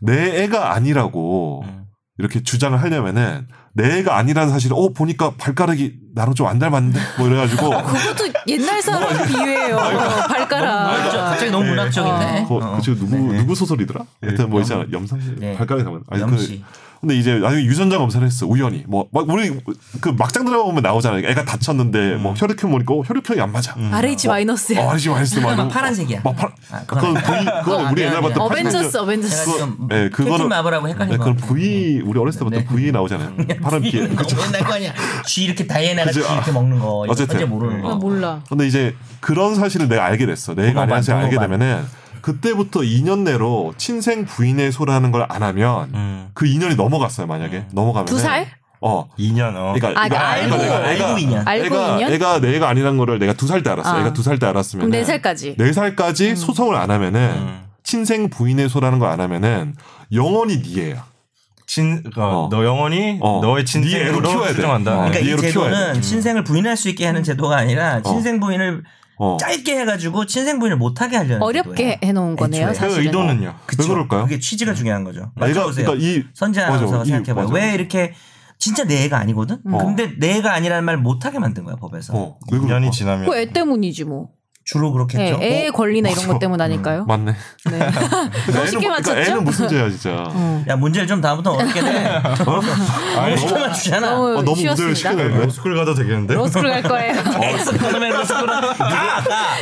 [SPEAKER 3] 내 애가 아니라고
[SPEAKER 1] 음.
[SPEAKER 3] 이렇게 주장을 하려면은 내 애가 아니라는 사실을 어 보니까 발가락이 나랑 좀 안 닮았는데 뭐 이래가지고
[SPEAKER 4] 그것도 옛날 사람 비유예요. 발가락.
[SPEAKER 2] 아, 갑자기 너무 문학적인데.
[SPEAKER 3] 그,
[SPEAKER 2] 어.
[SPEAKER 3] 그 지금 누구
[SPEAKER 2] 네, 네.
[SPEAKER 3] 누구 소설이더라? 하여튼 뭐
[SPEAKER 2] 염-
[SPEAKER 3] 있잖아 염상씨
[SPEAKER 2] 네.
[SPEAKER 3] 발가락이 닮았 아니 그
[SPEAKER 2] 염씨.
[SPEAKER 3] 근데 이제 나중에 유전자 검사를 했어 우연히 뭐 막 우리 그 막장 드라마 보면 나오잖아요 애가 다쳤는데
[SPEAKER 2] 음.
[SPEAKER 3] 뭐 혈액형 보니까 어, 혈액형이 안 맞아
[SPEAKER 4] RH 음. 마이너스.
[SPEAKER 3] 어 아니지 말했어
[SPEAKER 2] 막
[SPEAKER 3] 막
[SPEAKER 2] 파란색이야.
[SPEAKER 3] 막 파란
[SPEAKER 2] 아,
[SPEAKER 3] 그건
[SPEAKER 2] 그건
[SPEAKER 3] V 그건
[SPEAKER 2] 아니야,
[SPEAKER 3] 우리 옛날
[SPEAKER 2] 아니야.
[SPEAKER 3] 봤던
[SPEAKER 4] 어벤져스,
[SPEAKER 2] 제가
[SPEAKER 4] 어벤져스.
[SPEAKER 2] 지금
[SPEAKER 3] 예, 그거는-
[SPEAKER 2] 캡틴 마블하고 헷갈린
[SPEAKER 3] 네,
[SPEAKER 2] 거
[SPEAKER 3] 그럼 V 우리 어렸을 때부터 V 나오잖아요. 파란 피.
[SPEAKER 2] 이거 너무 옛날 거 아니야. 쥐 이렇게 다이애나가 쥐
[SPEAKER 3] 그죠.
[SPEAKER 2] 이렇게 먹는 거. 이거
[SPEAKER 3] 아, 어쨌든.
[SPEAKER 2] 현재 모르는
[SPEAKER 4] 나
[SPEAKER 2] 거.
[SPEAKER 4] 몰라.
[SPEAKER 3] 근데 이제 그런 사실을 내가 알게 됐어. 내가
[SPEAKER 2] 분노만,
[SPEAKER 3] 안녕하세요 알게
[SPEAKER 2] 분노만.
[SPEAKER 3] 되면은 그때부터 2년 내로 친생 부인의 소라는 걸 안 하면
[SPEAKER 1] 음.
[SPEAKER 3] 그 2년이 넘어갔어요 만약에 넘어가면
[SPEAKER 4] 두 살?
[SPEAKER 3] 어.
[SPEAKER 1] 2년 어.
[SPEAKER 3] 그러니까
[SPEAKER 4] 아, 그러니까 알고,
[SPEAKER 2] 알고 인연.
[SPEAKER 3] 아,
[SPEAKER 4] 알고
[SPEAKER 3] 애가,
[SPEAKER 4] 인연?
[SPEAKER 3] 애가 내 애가 아니란 거를 내가 두 살 때 알았어.
[SPEAKER 4] 아.
[SPEAKER 3] 애가 두 살 때 알았으면
[SPEAKER 4] 그럼 네 살까지. 음.
[SPEAKER 3] 네 살까지 소송을 안 하면은
[SPEAKER 1] 음.
[SPEAKER 3] 친생 부인의 소라는 걸 안 하면은 영원히 네 애야.
[SPEAKER 1] 친, 어,
[SPEAKER 3] 어.
[SPEAKER 1] 너 영원히
[SPEAKER 3] 어.
[SPEAKER 1] 너의
[SPEAKER 3] 네 애로
[SPEAKER 1] 친생으로
[SPEAKER 3] 키워야 돼.
[SPEAKER 1] 추정한다.
[SPEAKER 3] 어.
[SPEAKER 2] 그러니까 이
[SPEAKER 3] 이해로 키워야
[SPEAKER 2] 제도는 친생을 부인할 수 있게 하는 제도가 아니라 친생 부인을
[SPEAKER 3] 어.
[SPEAKER 2] 짧게 해가지고 친생 부인을 못하게 하려는
[SPEAKER 4] 어렵게
[SPEAKER 2] 제도예요.
[SPEAKER 4] 해놓은 거네요,
[SPEAKER 1] 그
[SPEAKER 2] 애초에.
[SPEAKER 4] 사실은.
[SPEAKER 1] 의도는요.
[SPEAKER 3] 왜 그럴까요?
[SPEAKER 2] 그게 취지가 중요한 거죠.
[SPEAKER 3] 애가
[SPEAKER 2] 맞춰보세요.
[SPEAKER 3] 그러니까 이
[SPEAKER 2] 선재 아나운서가
[SPEAKER 3] 맞아, 이-
[SPEAKER 2] 생각해봐요.
[SPEAKER 3] 맞아.
[SPEAKER 2] 왜 이렇게 진짜 내 애가 아니거든?
[SPEAKER 4] 음.
[SPEAKER 2] 근데 내 애가 아니라는 말 못하게 만든 거야 법에서.
[SPEAKER 3] 어, 왜 그럴까?
[SPEAKER 1] 2년이 지나면
[SPEAKER 4] 그애 때문이지 뭐.
[SPEAKER 2] 주로
[SPEAKER 4] 네,
[SPEAKER 2] 그렇겠죠. 어?
[SPEAKER 4] 애의 권리나 이런 것
[SPEAKER 3] 맞아. 음.
[SPEAKER 4] 때문 아닐까요?
[SPEAKER 3] 맞네.
[SPEAKER 4] 네. 너무 쉽게
[SPEAKER 3] 어? 그러니까
[SPEAKER 4] 맞췄죠? 어.
[SPEAKER 3] 애는 무슨 죄야 진짜.
[SPEAKER 2] 야 문제를 좀 다음부터 어렵게 내.
[SPEAKER 1] 아니, 뭐,
[SPEAKER 2] 시켜만 주잖아.
[SPEAKER 4] 너무,
[SPEAKER 3] 어, 너무 무대를
[SPEAKER 4] 쉬웠습니다.
[SPEAKER 3] 시키네.
[SPEAKER 1] 로스쿨 가도 되겠는데?
[SPEAKER 2] 뭐.
[SPEAKER 4] 로스쿨 갈 거예요.
[SPEAKER 2] 어.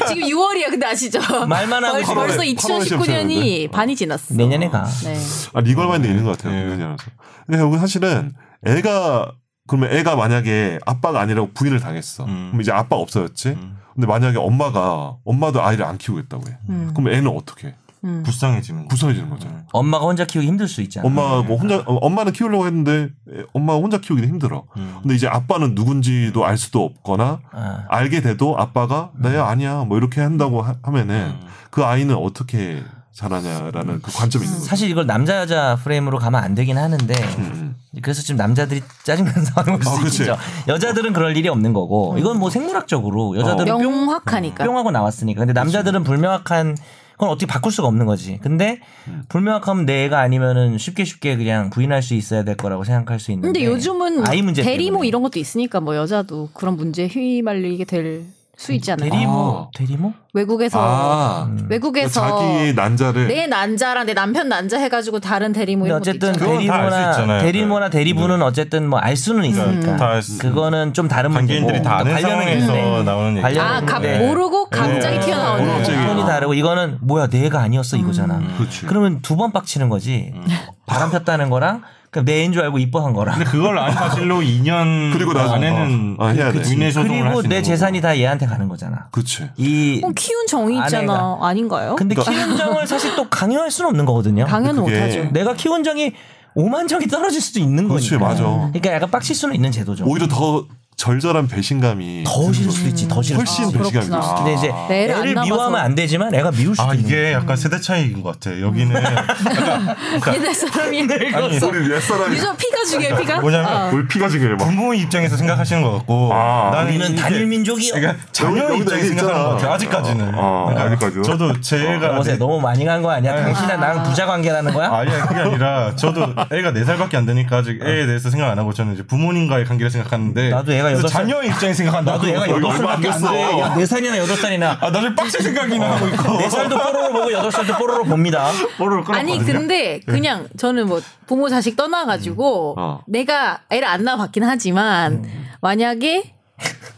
[SPEAKER 4] 지금 6월이야, 근데 아시죠?
[SPEAKER 2] 말만 하고
[SPEAKER 4] 벌써,
[SPEAKER 2] 팔월에-
[SPEAKER 4] 벌써
[SPEAKER 3] 팔월에 시작하는데.
[SPEAKER 4] 2019년이 반이 지났어.
[SPEAKER 2] 내년에 가.
[SPEAKER 4] 네.
[SPEAKER 3] 아 리걸만도 있는 것 같아요.
[SPEAKER 1] 예.
[SPEAKER 3] 유현이 아나운서. 근데 결국 사실은 애가 그러면 애가 만약에 아빠가 아니라고 부인을 당했어.
[SPEAKER 1] 음.
[SPEAKER 3] 그럼 이제 아빠 없어졌지.
[SPEAKER 1] 음.
[SPEAKER 3] 근데 만약에 엄마가 엄마도 아이를 안 키우겠다고 해.
[SPEAKER 4] 음.
[SPEAKER 3] 그럼 애는 어떻게? 해?
[SPEAKER 4] 음.
[SPEAKER 1] 불쌍해지는 거죠.
[SPEAKER 3] 불쌍해지는 거죠.
[SPEAKER 1] 음.
[SPEAKER 2] 엄마가 혼자 키우기 힘들 수 있잖아.
[SPEAKER 3] 엄마 뭐 혼자 어, 엄마는 키우려고 했는데 에, 엄마가 혼자 키우기는 힘들어.
[SPEAKER 1] 음.
[SPEAKER 3] 근데 이제 아빠는 누군지도 알 수도 없거나
[SPEAKER 2] 아, 음.
[SPEAKER 3] 알게 돼도 아빠가 나야 아니야 뭐 이렇게 한다고 하, 면은그 아이는 어떻게 자라냐라는 그 관점이 있는 거죠.
[SPEAKER 2] 사실 이걸 남자자 프레임으로 가면 안 되긴 하는데
[SPEAKER 3] 음, 음.
[SPEAKER 2] 그래서 지금 남자들이 짜증나서 하는 걸
[SPEAKER 3] 아,
[SPEAKER 2] 수도
[SPEAKER 3] 그치.
[SPEAKER 2] 있죠. 여자들은 그럴 일이 없는 거고 이건 뭐 생물학적으로 여자들은
[SPEAKER 4] 어.
[SPEAKER 2] 뿅
[SPEAKER 1] 그러니까
[SPEAKER 4] 명확하니까.
[SPEAKER 2] 뿅하고 나왔으니까. 근데 남자들은
[SPEAKER 1] 그렇죠.
[SPEAKER 2] 불명확한 건 어떻게 바꿀 수가 없는 거지. 근데
[SPEAKER 1] 음.
[SPEAKER 2] 불명확하면 내 애가 아니면은 쉽게 쉽게 그냥 부인할 수 있어야 될 거라고 생각할 수 있는데.
[SPEAKER 4] 근데 요즘은
[SPEAKER 2] 네. 아이 문제
[SPEAKER 4] 대리모
[SPEAKER 2] 때문에.
[SPEAKER 4] 이런 것도 있으니까 뭐 여자도 그런 문제에 휘말리게 될 수 있잖아요.
[SPEAKER 2] 대리모 대리모? 음.
[SPEAKER 4] 외국에서
[SPEAKER 3] 아
[SPEAKER 4] 외국에서
[SPEAKER 2] 뭐
[SPEAKER 4] 네.
[SPEAKER 3] 자기의 난자를
[SPEAKER 4] 내 난자랑 내 남편 난자 해가지고 다른 대리모
[SPEAKER 2] 근데
[SPEAKER 4] 뭐 이런 것도
[SPEAKER 2] 어쨌든
[SPEAKER 4] 있잖아요.
[SPEAKER 1] 그건 다알수
[SPEAKER 2] 대리모나
[SPEAKER 1] 있잖아요. 네. 그러니까
[SPEAKER 2] 대리모나 대리부는 어쨌든 뭐 알 수는 있으니까.
[SPEAKER 1] 다알수 있어요.
[SPEAKER 2] 그거는 좀 다른 문제고.
[SPEAKER 1] 관계인들이
[SPEAKER 2] 그러니까
[SPEAKER 1] 다 아는
[SPEAKER 2] 관련은
[SPEAKER 1] 상황에서
[SPEAKER 2] 있는데.
[SPEAKER 1] 나오는 얘기.
[SPEAKER 2] 관련은
[SPEAKER 4] 아,
[SPEAKER 2] 네.
[SPEAKER 4] 갑
[SPEAKER 2] 네.
[SPEAKER 4] 모르고 갑자기
[SPEAKER 1] 네.
[SPEAKER 4] 튀어나오는.
[SPEAKER 3] 모르고 갑자기.
[SPEAKER 2] 차원이 다르고 이거는 뭐야 내 애가
[SPEAKER 4] 음.
[SPEAKER 2] 아니었어 이거잖아.
[SPEAKER 3] 그렇지.
[SPEAKER 2] 그러면 두 번 빡치는 거지.
[SPEAKER 1] 음.
[SPEAKER 2] 바람 폈다는 거랑 그럼 내 애인 줄 알고 이뻐한 거랑.
[SPEAKER 1] 근데 그걸 안 사실로 2년
[SPEAKER 3] 그리고 나서-
[SPEAKER 1] 안에는
[SPEAKER 3] 어, 어, 해야 돼.
[SPEAKER 1] 위내 소송을
[SPEAKER 2] 그리고
[SPEAKER 1] 할수
[SPEAKER 2] 내
[SPEAKER 1] 있는
[SPEAKER 2] 재산이 다 얘한테 가는 거잖아.
[SPEAKER 3] 그치.
[SPEAKER 2] 이
[SPEAKER 4] 어, 키운 정이 있잖아.
[SPEAKER 2] 아내가.
[SPEAKER 4] 아닌가요?
[SPEAKER 2] 근데 키운 정을 사실 또 강요할 수는 없는 거거든요.
[SPEAKER 4] 당연히
[SPEAKER 3] 그게-
[SPEAKER 4] 못하죠.
[SPEAKER 2] 내가 키운 정이 오만 정이 떨어질 수도 있는
[SPEAKER 3] 그렇지,
[SPEAKER 2] 거니까.
[SPEAKER 3] 맞아.
[SPEAKER 2] 그러니까 약간 빡칠 수는 있는 제도죠.
[SPEAKER 3] 오히려 더 절절한 배신감이
[SPEAKER 2] 더 싫을 수도 있지. 더 싫을 수도
[SPEAKER 3] 훨씬
[SPEAKER 4] 아,
[SPEAKER 2] 있지.
[SPEAKER 3] 배신감이
[SPEAKER 4] 그렇구나.
[SPEAKER 3] 있을 수도
[SPEAKER 2] 근데 이제
[SPEAKER 4] 애를 안
[SPEAKER 2] 애를
[SPEAKER 4] 낳아서.
[SPEAKER 2] 미워하면 안 되지만 애가 미울 수도
[SPEAKER 1] 아
[SPEAKER 2] 있는
[SPEAKER 1] 이게 약간 세대 차이인 것 같아. 여기는
[SPEAKER 2] 그러니까
[SPEAKER 4] 옛날 사람이 늙었어.
[SPEAKER 3] 우리 옛사람이
[SPEAKER 4] 유저 피가 중요해 피가.
[SPEAKER 1] 뭐냐면
[SPEAKER 4] 어.
[SPEAKER 3] 우리 피가 지길 막
[SPEAKER 1] 부모 입장에서 생각하시는 것 같고
[SPEAKER 3] 아,
[SPEAKER 1] 나는
[SPEAKER 2] 우리는
[SPEAKER 1] 이게-
[SPEAKER 2] 단일 민족이요.
[SPEAKER 1] 그러니까 자녀
[SPEAKER 3] 여기도
[SPEAKER 1] 입장에서
[SPEAKER 3] 여기
[SPEAKER 1] 생각하는
[SPEAKER 3] 있잖아.
[SPEAKER 1] 것 같아요. 아직까지는.
[SPEAKER 3] 어,
[SPEAKER 1] 그러니까
[SPEAKER 3] 아직까지도?
[SPEAKER 1] 저도 제가
[SPEAKER 2] 어제 너무 많이 간 거 아니야? 당신이랑 나랑 부자 관계라는 거야?
[SPEAKER 1] 네. 아니 그게 아니라 저도 애가 네 살밖에 안 되니까 아직 애에 대해서 생각 안 하고 저는 이제 부모님과의 관계를 생각하는데
[SPEAKER 2] 나도 애가
[SPEAKER 1] 그래서
[SPEAKER 2] 여덟 살-
[SPEAKER 1] 자녀의 입장에 생각한다.
[SPEAKER 2] 나도 애가
[SPEAKER 1] 그거
[SPEAKER 2] 아, 여덟
[SPEAKER 1] 얼마 안
[SPEAKER 2] 살밖에 안 돼.
[SPEAKER 1] 됐어.
[SPEAKER 2] 야, 네 살이나 여덟 살이나.
[SPEAKER 1] 아 나중에 빡칠 생각이나 하고 있고.
[SPEAKER 2] 네 살도 뽀로로 보고 여덟 살도 뽀로로 봅니다.
[SPEAKER 1] 뽀로로 끊었거든요.
[SPEAKER 4] 아니
[SPEAKER 2] 예.
[SPEAKER 4] 근데 그냥 저는 뭐 부모 자식
[SPEAKER 2] 음.
[SPEAKER 4] 떠나가지고
[SPEAKER 3] 어.
[SPEAKER 4] 내가 애를 안 낳아봤긴 하지만 만약에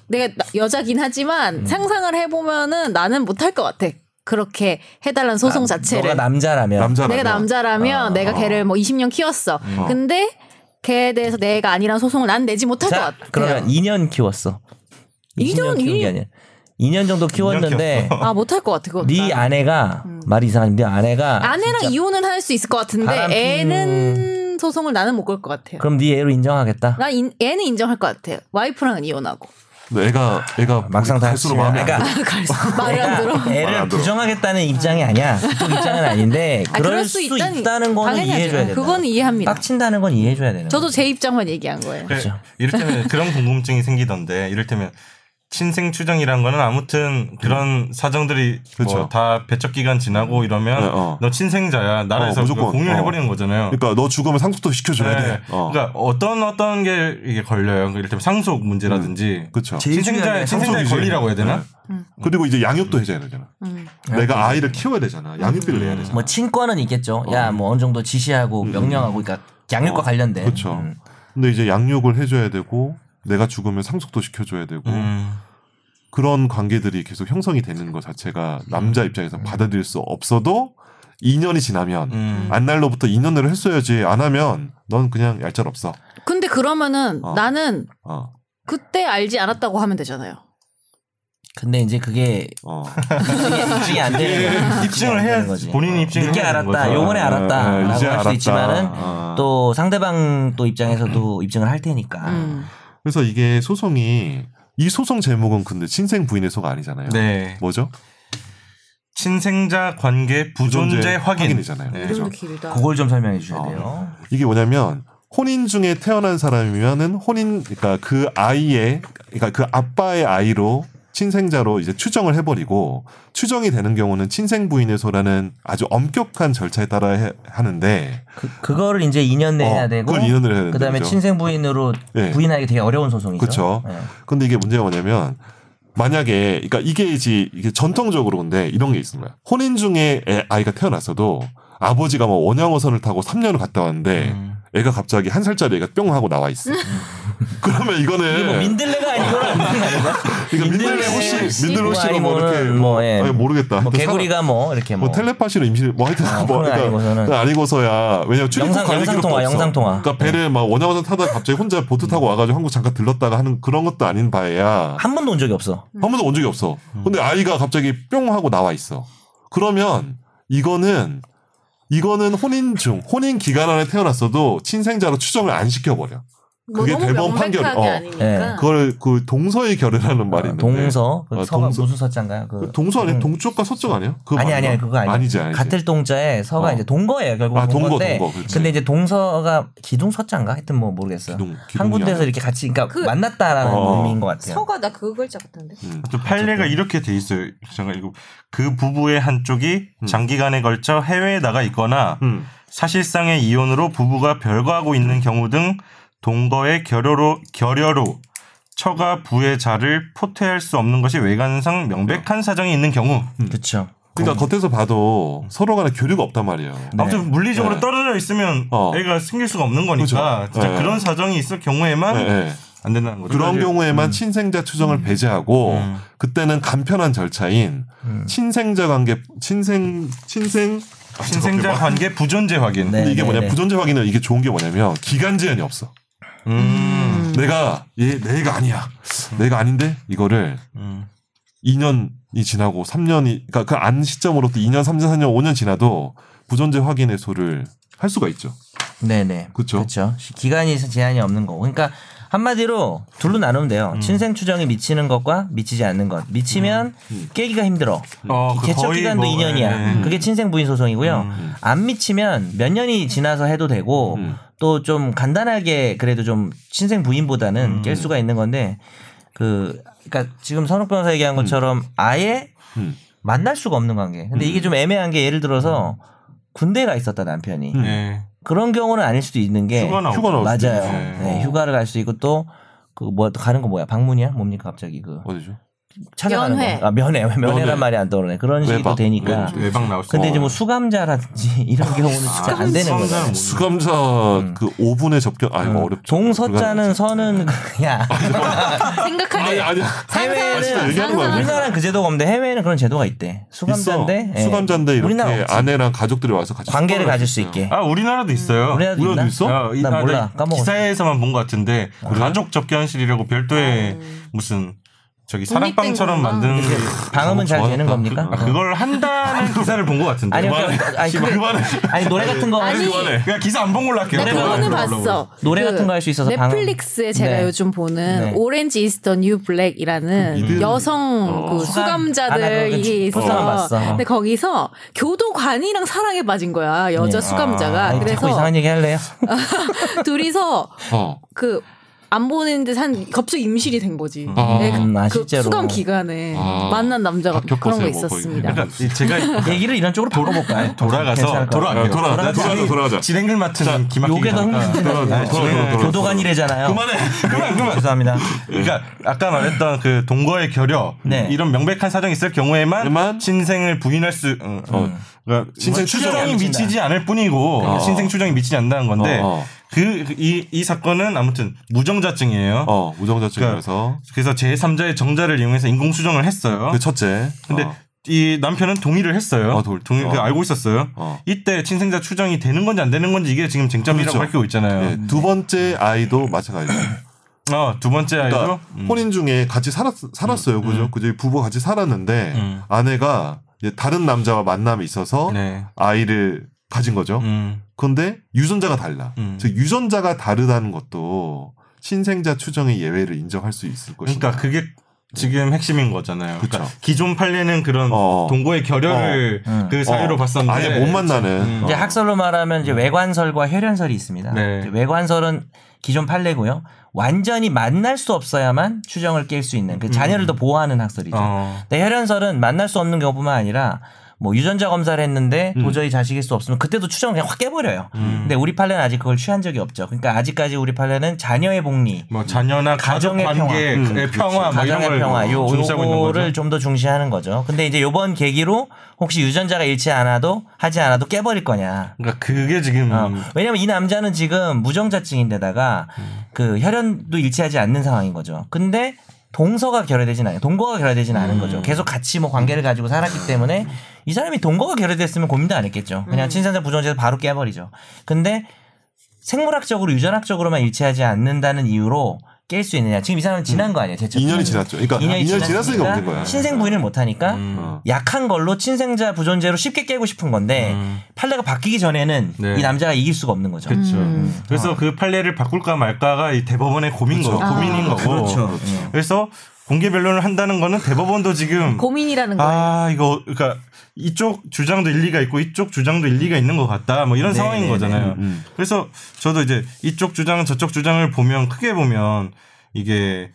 [SPEAKER 4] 내가 나- 여자긴 하지만
[SPEAKER 2] 음.
[SPEAKER 4] 상상을 해보면은 나는 못할 것 같아 그렇게 해달라는 소송
[SPEAKER 2] 아, 너가
[SPEAKER 4] 자체를
[SPEAKER 2] 남자라면 아. 음.
[SPEAKER 3] 남자라
[SPEAKER 4] 내가 남자라면 내가 걔를 뭐 20년 키웠어 근데 걔에 대해서 내가 아니란 소송을 난 내지 못할
[SPEAKER 2] 자,
[SPEAKER 4] 것 같아
[SPEAKER 3] 네.
[SPEAKER 2] 그러면 2년 키웠어.
[SPEAKER 4] 2년
[SPEAKER 2] 20년 키운 게 아니야. 2년 정도 키웠는데
[SPEAKER 4] 아 못할 것 같아 그거
[SPEAKER 2] 네 아내가 말이 이상한데 네 아내가
[SPEAKER 4] 음. 아내랑 이혼은 할 수 있을 것 같은데
[SPEAKER 2] 바람 피우-
[SPEAKER 4] 애는 소송을 나는 못 걸 것 같아요.
[SPEAKER 2] 그럼 네 애로 인정하겠다.
[SPEAKER 4] 난 인- 애는 인정할 것 같아요. 와이프랑은 이혼하고
[SPEAKER 3] 네, 애가 애가
[SPEAKER 2] 막상 다
[SPEAKER 3] 갈수록
[SPEAKER 2] 합치면.
[SPEAKER 3] 마음에 안 들어.
[SPEAKER 2] 그러니까
[SPEAKER 4] 갈수 말이 안 들어.
[SPEAKER 3] 말이
[SPEAKER 2] 애를
[SPEAKER 3] 안 들어.
[SPEAKER 2] 부정하겠다는 입장이 아니야. 그쪽 입장은 아닌데
[SPEAKER 4] 아,
[SPEAKER 2] 그럴 수
[SPEAKER 4] 있다니-
[SPEAKER 2] 있다는 거는
[SPEAKER 4] 당연히
[SPEAKER 2] 이해해줘야
[SPEAKER 4] 하죠.
[SPEAKER 2] 된다.
[SPEAKER 4] 그건 이해합니다.
[SPEAKER 2] 빡친다는 건 이해해줘야 되는.
[SPEAKER 4] 저도 제 입장만 얘기한 거예요.
[SPEAKER 1] 그래, 네, 이를테면 그런 궁금증이 생기던데 이를테면 친생 추정이란 거는 아무튼 그런 사정들이
[SPEAKER 3] 그쵸.
[SPEAKER 1] 뭐다 배척 기간 지나고 이러면
[SPEAKER 3] 네, 어.
[SPEAKER 1] 너 친생자야 나라에서 그
[SPEAKER 3] 어, 무조건.
[SPEAKER 1] 공유해 버리는 거잖아요.
[SPEAKER 3] 그러니까 너 죽으면 상속도
[SPEAKER 1] 네.
[SPEAKER 3] 시켜줘야 돼. 어.
[SPEAKER 1] 그러니까 어떤 어떤 게 이게 걸려요. 그 이를테면 상속 음. 문제라든지
[SPEAKER 3] 그쵸.
[SPEAKER 1] 친생자 친생자의
[SPEAKER 3] 상속이지.
[SPEAKER 1] 권리라고 해야 되나?
[SPEAKER 3] 네.
[SPEAKER 2] 음.
[SPEAKER 3] 그리고 이제 양육도 해줘야 되잖아.
[SPEAKER 4] 음.
[SPEAKER 3] 내가 아이를 키워야 되잖아. 양육비를 내야 되잖아.
[SPEAKER 2] 뭐 친권은 있겠죠. 야 뭐 어느 정도 지시하고 명령하고 그러니까 양육과 관련된.
[SPEAKER 3] 음. 그렇죠.
[SPEAKER 2] 음.
[SPEAKER 3] 근데 이제 양육을 해줘야 되고 내가 죽으면 상속도 시켜줘야 되고
[SPEAKER 1] 음.
[SPEAKER 3] 그런 관계들이 계속 형성이 되는 것 자체가 남자
[SPEAKER 2] 음.
[SPEAKER 3] 입장에서 받아들일 수 없어도 2년이 지나면
[SPEAKER 1] 음.
[SPEAKER 3] 안 날로부터 2년으로 했어야지 안 하면 넌 그냥 얄짤 없어.
[SPEAKER 4] 근데 그러면은
[SPEAKER 3] 어.
[SPEAKER 4] 나는
[SPEAKER 3] 어.
[SPEAKER 4] 그때 알지 않았다고 하면 되잖아요.
[SPEAKER 2] 근데 이제 그게
[SPEAKER 3] 어.
[SPEAKER 2] 입증이 안 되는
[SPEAKER 3] 예,
[SPEAKER 2] 거지.
[SPEAKER 1] 입증을 해야
[SPEAKER 2] 거지. 어.
[SPEAKER 1] 본인이 입증을
[SPEAKER 2] 늦게
[SPEAKER 1] 해야 되는
[SPEAKER 2] 알았다.
[SPEAKER 1] 거죠.
[SPEAKER 2] 요번에 알았다.
[SPEAKER 3] 아,
[SPEAKER 2] 라고
[SPEAKER 3] 이제
[SPEAKER 2] 할 수도
[SPEAKER 3] 알았다.
[SPEAKER 2] 있지만은
[SPEAKER 3] 아.
[SPEAKER 2] 또 상대방 또 입장에서도 입증을 할 테니까.
[SPEAKER 4] 음.
[SPEAKER 3] 그래서 이게 소송이 이 소송 제목은 근데 친생 부인의 소가 아니잖아요.
[SPEAKER 1] 네.
[SPEAKER 3] 뭐죠?
[SPEAKER 1] 친생자 관계 부존재,
[SPEAKER 3] 부존재
[SPEAKER 1] 확인.
[SPEAKER 3] 확인이잖아요.
[SPEAKER 1] 네.
[SPEAKER 4] 이름도 길다.
[SPEAKER 2] 그렇죠. 그걸 좀 설명해 주셔야
[SPEAKER 3] 어.
[SPEAKER 2] 돼요.
[SPEAKER 3] 이게 뭐냐면 혼인 중에 태어난 사람이면은 혼인 그러니까 그 아이의 그러니까 그 아빠의 아이로 친생자로 이제 추정을 해버리고 추정이 되는 경우는 친생 부인의 소라는 아주 엄격한 절차에 따라 해- 하는데
[SPEAKER 2] 그 그거를 이제 2년 내에 네, 해야
[SPEAKER 3] 어,
[SPEAKER 2] 되고
[SPEAKER 3] 그걸 인연을 해야 되는
[SPEAKER 2] 그다음에
[SPEAKER 3] 거죠.
[SPEAKER 2] 친생 부인으로
[SPEAKER 3] 예.
[SPEAKER 2] 부인하기 되게 어려운 소송이죠.
[SPEAKER 3] 그쵸.
[SPEAKER 2] 예.
[SPEAKER 3] 근데 이게 문제가 뭐냐면 만약에 그러니까 이게 이제 이게 전통적으로 근데 이런 게 있습니다. 혼인 중에 애, 아이가 태어났어도 아버지가 뭐 원양어선을 타고 3년을 갔다 왔는데
[SPEAKER 1] 음.
[SPEAKER 3] 애가 갑자기 한 살짜리 애가 뿅 하고 나와 있어. 그러면 이거는
[SPEAKER 2] 음. 이게 뭐 민들레가 아니거나
[SPEAKER 3] 그러니까 민들레
[SPEAKER 4] 민들레
[SPEAKER 3] 호씨,
[SPEAKER 4] 호씨,
[SPEAKER 3] 민들레 호씨로 뭐
[SPEAKER 2] 아니면은
[SPEAKER 3] 이렇게
[SPEAKER 2] 뭐,
[SPEAKER 3] 뭐,
[SPEAKER 2] 예.
[SPEAKER 3] 아니, 모르겠다.
[SPEAKER 2] 뭐
[SPEAKER 3] 또 사람-
[SPEAKER 2] 개구리가 뭐 이렇게 뭐,
[SPEAKER 3] 뭐 텔레파시로 임신을 뭐 하여튼
[SPEAKER 2] 아,
[SPEAKER 3] 뭐
[SPEAKER 2] 그건
[SPEAKER 3] 그러니까
[SPEAKER 2] 아니고서는.
[SPEAKER 3] 그건 아니고서야 왜냐면 출입국
[SPEAKER 2] 영상-
[SPEAKER 3] 관리 기록도
[SPEAKER 2] 영상통화,
[SPEAKER 3] 없어.
[SPEAKER 2] 영상통화. 네.
[SPEAKER 3] 그러니까 배를 막 원양어선 타다가 갑자기 혼자 보트 타고 와가지고 한국 잠깐 들렀다가 하는 그런 것도 아닌 바에야
[SPEAKER 2] 한 번도 온 적이 없어.
[SPEAKER 3] 한 번도 온 적이 없어. 근데 아이가 갑자기 뿅 하고 나와 있어. 그러면 이거는 이거는 혼인 중 혼인 기간 안에 태어났어도 친생자로 추정을 안 시켜버려. 그게
[SPEAKER 4] 뭐
[SPEAKER 5] 너무
[SPEAKER 3] 대법원 판결이-
[SPEAKER 5] 명백하게
[SPEAKER 3] 어.
[SPEAKER 5] 아니니까.
[SPEAKER 3] 그걸 그 동서의 결의라는 말이 있는데
[SPEAKER 2] 아, 동서 그
[SPEAKER 3] 아,
[SPEAKER 2] 서가
[SPEAKER 3] 동서.
[SPEAKER 2] 무슨 서자인가요? 그
[SPEAKER 3] 동서 아니야?
[SPEAKER 2] 동-
[SPEAKER 3] 동쪽과 서쪽 아니야? 그거
[SPEAKER 2] 아니
[SPEAKER 3] 맞나?
[SPEAKER 2] 아니 아니, 그거 아니야.
[SPEAKER 3] 아니지 아니지.
[SPEAKER 2] 같을 동자에 서가
[SPEAKER 3] 어.
[SPEAKER 2] 이제 동거예요 결국
[SPEAKER 3] 아,
[SPEAKER 2] 은
[SPEAKER 3] 동거,
[SPEAKER 2] 동거인데
[SPEAKER 3] 동거, 그렇지.
[SPEAKER 2] 근데 이제 동서가 기둥 서자인가 하여튼 뭐 모르겠어요.
[SPEAKER 3] 기둥,
[SPEAKER 2] 한
[SPEAKER 3] 기둥이
[SPEAKER 2] 군데서
[SPEAKER 3] 아니야.
[SPEAKER 2] 이렇게 같이 그러니까
[SPEAKER 5] 그-
[SPEAKER 2] 만났다라는
[SPEAKER 3] 어.
[SPEAKER 2] 의미인 것 같아요.
[SPEAKER 5] 서가 나 그 글자 같은데.
[SPEAKER 3] 음.
[SPEAKER 1] 또 판례가 이렇게 돼 있어요. 잠깐 이거 그 부부의 한쪽이 장기간에 걸쳐 해외에 나가 있거나
[SPEAKER 3] 음.
[SPEAKER 1] 사실상의 이혼으로 부부가 별거하고 있는 경우 등 동거의 결여로 결여로 처가 부의 자를 포태할 수 없는 것이 외관상 명백한 사정이 있는 경우
[SPEAKER 2] 그렇죠.
[SPEAKER 3] 그러니까 겉에서 봐도
[SPEAKER 2] 음.
[SPEAKER 3] 서로 간에 교류가 없단 말이에요.
[SPEAKER 1] 아무튼 물리적으로
[SPEAKER 3] 네.
[SPEAKER 1] 떨어져 있으면
[SPEAKER 3] 어.
[SPEAKER 1] 애가 생길 수가 없는 거니까
[SPEAKER 3] 그죠.
[SPEAKER 1] 진짜
[SPEAKER 3] 네.
[SPEAKER 1] 그런 사정이 있을 경우에만
[SPEAKER 3] 네, 네.
[SPEAKER 1] 안 된다는 거죠.
[SPEAKER 2] 음.
[SPEAKER 3] 그런 경우에만 친생자 추정을 배제하고
[SPEAKER 1] 음.
[SPEAKER 3] 그때는 간편한 절차인
[SPEAKER 2] 음.
[SPEAKER 3] 친생자 관계 친생 친생
[SPEAKER 1] 아, 신생자 관계 부존재 확인.
[SPEAKER 2] 네.
[SPEAKER 3] 근데 이게 뭐냐
[SPEAKER 2] 네.
[SPEAKER 3] 부존재 확인은 이게 좋은 게 뭐냐면 기간 제한이 없어.
[SPEAKER 1] 음.
[SPEAKER 3] 내가 얘 내가 아니야. 내가 아닌데 이거를
[SPEAKER 1] 음.
[SPEAKER 3] 2년이 지나고 3년이 그러니까 그 안 시점으로부터 2년, 3년, 4년, 5년 지나도 부존재 확인 해소를 할 수가 있죠.
[SPEAKER 2] 네네.
[SPEAKER 3] 그쵸.
[SPEAKER 2] 그렇죠. 기간이 제한이 없는 거고. 그러니까 한마디로 둘로 나누면 돼요.
[SPEAKER 3] 음.
[SPEAKER 2] 친생 추정이 미치는 것과 미치지 않는 것. 미치면
[SPEAKER 3] 음.
[SPEAKER 2] 깨기가 힘들어.
[SPEAKER 3] 아,
[SPEAKER 1] 어, 그
[SPEAKER 2] 개척
[SPEAKER 1] 거의
[SPEAKER 2] 음. 기간도
[SPEAKER 1] 뭐,
[SPEAKER 2] 2년이야. 음, 그렇죠.
[SPEAKER 1] 예,
[SPEAKER 3] 네.
[SPEAKER 1] 예.
[SPEAKER 2] 그게 친생 부인 소송이고요.
[SPEAKER 1] 음.
[SPEAKER 2] 안 미치면 몇 년이 지나서 해도 되고
[SPEAKER 3] 음.
[SPEAKER 2] 또 좀 간단하게 그래도 좀 친생
[SPEAKER 3] 음.
[SPEAKER 2] 부인보다는 깰 수가 있는 건데 그 그러니까 지금 선욱 변호사 얘기한 것처럼 아예
[SPEAKER 3] 음.
[SPEAKER 2] 만날 수가 없는 관계. 근데 이게 좀 애매한 게 예를 들어서 군대가 있었다 남편이
[SPEAKER 3] 음.
[SPEAKER 1] 네.
[SPEAKER 2] 그런 경우는 아닐 수도 있는 게
[SPEAKER 1] 휴가 나오
[SPEAKER 3] 휴가 나올 수도
[SPEAKER 2] 맞아요.
[SPEAKER 1] 있지.
[SPEAKER 2] 네, 휴가를 갈 수 있고 또 그 뭐 가는 거 뭐야? 방문이야? 뭡니까 갑자기 그
[SPEAKER 3] 어디죠?
[SPEAKER 2] 찾아가는
[SPEAKER 5] 면회.
[SPEAKER 2] 거. 아, 면회.
[SPEAKER 3] 면회.
[SPEAKER 2] 면회란 말이 안 떠오르네. 그런 식으로
[SPEAKER 3] 외박.
[SPEAKER 2] 되니까.
[SPEAKER 3] 외박.
[SPEAKER 1] 외박 네, 나올 수.
[SPEAKER 2] 근데 이제 뭐
[SPEAKER 1] 있어요.
[SPEAKER 2] 수감자라든지
[SPEAKER 3] 아,
[SPEAKER 2] 이런 경우는 진짜 안 되는
[SPEAKER 1] 성장
[SPEAKER 2] 거예요.
[SPEAKER 1] 못
[SPEAKER 3] 수감자
[SPEAKER 2] 음.
[SPEAKER 3] 그 5분의 접견 아 이거 어렵죠. 아,
[SPEAKER 2] 동서자는 서는 그냥
[SPEAKER 5] 생각하게
[SPEAKER 2] 예,
[SPEAKER 3] 아니 아니야. 아, 진짜
[SPEAKER 2] 해외는
[SPEAKER 3] 얘기하는 거야.
[SPEAKER 2] 우리나라는 그 제도가 없는데 해외에는 그런 제도가 있대. 수감자인데
[SPEAKER 3] 있어.
[SPEAKER 2] 예.
[SPEAKER 3] 수감자인데
[SPEAKER 2] 우리나라
[SPEAKER 3] 이렇게
[SPEAKER 2] 없지.
[SPEAKER 3] 아내랑 가족들이 와서 같이
[SPEAKER 2] 관계를
[SPEAKER 3] 숙박을
[SPEAKER 2] 가질 수
[SPEAKER 3] 했어요.
[SPEAKER 2] 있게.
[SPEAKER 1] 아 우리나라도 있어요.
[SPEAKER 2] 우리나라도
[SPEAKER 3] 우리나라도
[SPEAKER 2] 있나?
[SPEAKER 3] 있어?
[SPEAKER 1] 아, 이-
[SPEAKER 2] 난
[SPEAKER 1] 아,
[SPEAKER 2] 몰라. 까먹었어. 아,
[SPEAKER 1] 기사에서만 본 것 같은데 가족 접견실이라고 별도의 무슨 저기 사랑방처럼
[SPEAKER 5] 음. 독립된
[SPEAKER 1] 만드는 게
[SPEAKER 2] 방음은 잘
[SPEAKER 3] 좋아졌다.
[SPEAKER 2] 되는 겁니까?
[SPEAKER 1] 아, 그걸 한다는 기사를 본 것 같은데.
[SPEAKER 2] 아니, 그러니까- 아니, 그게- 아니, 노래 같은 거
[SPEAKER 5] 아니,
[SPEAKER 1] 그만해. 그냥 기사 안 본 걸로 할게요.
[SPEAKER 5] 나 네, 그거는
[SPEAKER 1] 그냥
[SPEAKER 5] 봤어.
[SPEAKER 2] 노래
[SPEAKER 5] 그
[SPEAKER 2] 같은 거 할수 있어서 방음.
[SPEAKER 5] 넷플릭스에 제가
[SPEAKER 2] 네.
[SPEAKER 5] 요즘 보는
[SPEAKER 2] 네. 그
[SPEAKER 5] 오렌지 이스터 뉴 블랙이라는
[SPEAKER 3] 미드-
[SPEAKER 5] 여성 그
[SPEAKER 2] 어, 수감. 아, 나
[SPEAKER 5] 수감자들
[SPEAKER 2] 그거
[SPEAKER 5] 이게 있어.
[SPEAKER 2] 불쌍한 봤어.
[SPEAKER 5] 근데 거기서 교도관이랑 사랑에 빠진 거야 여자
[SPEAKER 2] 예.
[SPEAKER 5] 수감자가.
[SPEAKER 2] 아니, 자꾸
[SPEAKER 5] 그래서
[SPEAKER 2] 이상한 얘기 할래요?
[SPEAKER 5] 둘이서
[SPEAKER 3] 어.
[SPEAKER 5] 그 안 보는 듯 한 갑자기 임실이 된 거지.
[SPEAKER 3] 아.
[SPEAKER 5] 네, 그-
[SPEAKER 2] 음, 아,
[SPEAKER 5] 그
[SPEAKER 2] 실제로.
[SPEAKER 5] 수감 기간에
[SPEAKER 3] 아.
[SPEAKER 5] 만난 남자가 그런 거
[SPEAKER 3] 박혁거세요, 뭐 거의.
[SPEAKER 5] 있었습니다.
[SPEAKER 1] 그러니까 이- 제가
[SPEAKER 2] 얘기를 이런 쪽으로 돌아볼까요?
[SPEAKER 1] 돌아가서
[SPEAKER 2] 괜찮을 것 같아요. 어,
[SPEAKER 1] 돌아갈게요.
[SPEAKER 3] 돌아 돌아 돌아가자 돌아가자.
[SPEAKER 1] 진행을 맡은 김학기
[SPEAKER 2] 요게 더
[SPEAKER 1] 기자니까.
[SPEAKER 2] 흥분된다.
[SPEAKER 3] 돌아가자,
[SPEAKER 2] 네,
[SPEAKER 3] 돌아가자,
[SPEAKER 2] 지금
[SPEAKER 3] 돌아가자.
[SPEAKER 2] 교도관이래잖아요.
[SPEAKER 1] 그만해. 그만 그만.
[SPEAKER 2] 죄송합니다.
[SPEAKER 1] 그러니까 아까 말했던 그 동거의 결여
[SPEAKER 2] 네.
[SPEAKER 1] 이런 명백한 사정이 있을 경우에만
[SPEAKER 3] 하지만-
[SPEAKER 1] 친생을 부인할 수 어, 어. 그러니까
[SPEAKER 3] 친생
[SPEAKER 1] 추정이
[SPEAKER 2] 추정이
[SPEAKER 1] 미치지 않을 뿐이고 친생 추정이 미치지 않는다는 건데
[SPEAKER 3] 어, 어.
[SPEAKER 1] 그 이 이 사건은 아무튼 무정자증이에요.
[SPEAKER 3] 어 무정자증이라서
[SPEAKER 1] 그래서 제3자의 정자를 이용해서 인공 수정을 했어요.
[SPEAKER 3] 그 첫째.
[SPEAKER 1] 그러니까 근데
[SPEAKER 3] 어.
[SPEAKER 1] 이 남편은 동의를 했어요.
[SPEAKER 3] 아, 돌-
[SPEAKER 1] 동의 그
[SPEAKER 3] 어.
[SPEAKER 1] 알고 있었어요.
[SPEAKER 3] 어.
[SPEAKER 1] 이때 친생자 추정이 되는 건지 안 되는 건지 이게 지금 쟁점이라고
[SPEAKER 3] 그렇죠.
[SPEAKER 1] 밝히고 있잖아요.
[SPEAKER 3] 네, 두 번째 아이도 마찬가지예요.
[SPEAKER 1] 어, 두 번째 아이도
[SPEAKER 3] 그러니까
[SPEAKER 1] 음.
[SPEAKER 3] 혼인 중에 같이 살았 살았어요, 그죠? 그죠? 부부 같이 살았는데
[SPEAKER 1] 음.
[SPEAKER 3] 아내가 이제 다른 남자와 만남이 있어서
[SPEAKER 1] 네.
[SPEAKER 3] 아이를 가진 거죠.
[SPEAKER 1] 음.
[SPEAKER 3] 그런데 유전자가 달라.
[SPEAKER 1] 음.
[SPEAKER 3] 즉 유전자가 다르다는 것도 신생자 추정의 예외를 인정할 수 있을 것이다.
[SPEAKER 1] 그러니까 그게 지금 핵심인 거잖아요.
[SPEAKER 3] 네. 그쵸.
[SPEAKER 1] 그러니까 기존 판례는 그런
[SPEAKER 3] 그렇죠. 어.
[SPEAKER 1] 그러니까 동거의 결여를
[SPEAKER 2] 어. 음.
[SPEAKER 1] 그 사유로 봤었는데
[SPEAKER 3] 아예 못 만나는.
[SPEAKER 1] 음.
[SPEAKER 2] 이제
[SPEAKER 3] 어.
[SPEAKER 2] 학설로 말하면 이제 외관설과 혈연설이 있습니다.
[SPEAKER 1] 네.
[SPEAKER 2] 이제 외관설은 기존 판례고요. 완전히 만날 수 없어야만 추정을 깰 수 있는 그 자녀를 더 보호하는 학설이죠.
[SPEAKER 1] 어.
[SPEAKER 2] 근데 네, 혈연설은 만날 수 없는 경우뿐만 아니라 뭐 유전자 검사를 했는데
[SPEAKER 1] 음.
[SPEAKER 2] 도저히 자식일 수 없으면 그때도 추정을 그냥 확 깨버려요. 근데 우리 판례는 아직 그걸 취한 적이 없죠. 그러니까 아직까지 우리 판례는 자녀의 복리,
[SPEAKER 1] 뭐 자녀나 가족
[SPEAKER 2] 가정의
[SPEAKER 1] 관계
[SPEAKER 3] 평화.
[SPEAKER 1] 의
[SPEAKER 3] 음,
[SPEAKER 1] 평화 뭐 이런
[SPEAKER 2] 가정의
[SPEAKER 1] 걸
[SPEAKER 2] 평화 요
[SPEAKER 1] 중시하고 있는 거죠.
[SPEAKER 2] 요거를 좀 더 중시하는 거죠. 근데 이제 요번 계기로 혹시 유전자가 일치 않아도 하지 않아도 깨버릴 거냐.
[SPEAKER 1] 그러니까 그게 지금
[SPEAKER 2] 어,
[SPEAKER 3] 음.
[SPEAKER 2] 왜냐면 이 남자는 지금 무정자증인데다가
[SPEAKER 3] 음.
[SPEAKER 2] 그 혈연도 일치하지 않는 상황인 거죠. 근데 동서가 결여되진 않아요. 동거가 결여되진 않은
[SPEAKER 3] 음.
[SPEAKER 2] 거죠. 계속 같이 뭐 관계를 가지고 살았기 때문에 이 사람이 동거가 결여됐으면 고민도 안 했겠죠. 그냥 친선자 부정자에서 바로 깨버리죠. 근데 생물학적으로 유전학적으로만 일치하지 않는다는 이유로 깰 수 있느냐. 지금 이 사람은 지난 거 아니에요. 제처.
[SPEAKER 3] 음. 2년이 지났죠. 그러니까 2년이, 지났으니까 없는 거야.
[SPEAKER 2] 신생 부인을 못하니까
[SPEAKER 1] 음.
[SPEAKER 3] 어.
[SPEAKER 2] 약한 걸로 친생자 부존재로 쉽게 깨고 싶은 건데
[SPEAKER 1] 음.
[SPEAKER 2] 판례가 바뀌기 전에는
[SPEAKER 1] 네.
[SPEAKER 2] 이 남자가 이길 수가 없는 거죠.
[SPEAKER 1] 그렇죠.
[SPEAKER 4] 음.
[SPEAKER 1] 그래서 그 판례를 바꿀까 말까가 이 대법원의 고민 거,
[SPEAKER 3] 아. 그렇죠.
[SPEAKER 1] 고민인 거고.
[SPEAKER 2] 예.
[SPEAKER 1] 그래서 공개 변론을 한다는 거는 대법원도 지금
[SPEAKER 5] 고민이라는 거예요.
[SPEAKER 1] 아 이거 그러니까 이쪽 주장도 일리가 있고 이쪽 주장도 일리가 있는 것 같다 뭐 이런
[SPEAKER 2] 네,
[SPEAKER 1] 상황인
[SPEAKER 2] 네,
[SPEAKER 1] 거잖아요.
[SPEAKER 3] 음.
[SPEAKER 1] 그래서 저도 이제 이쪽 주장 저쪽 주장을 보면 크게 보면 이게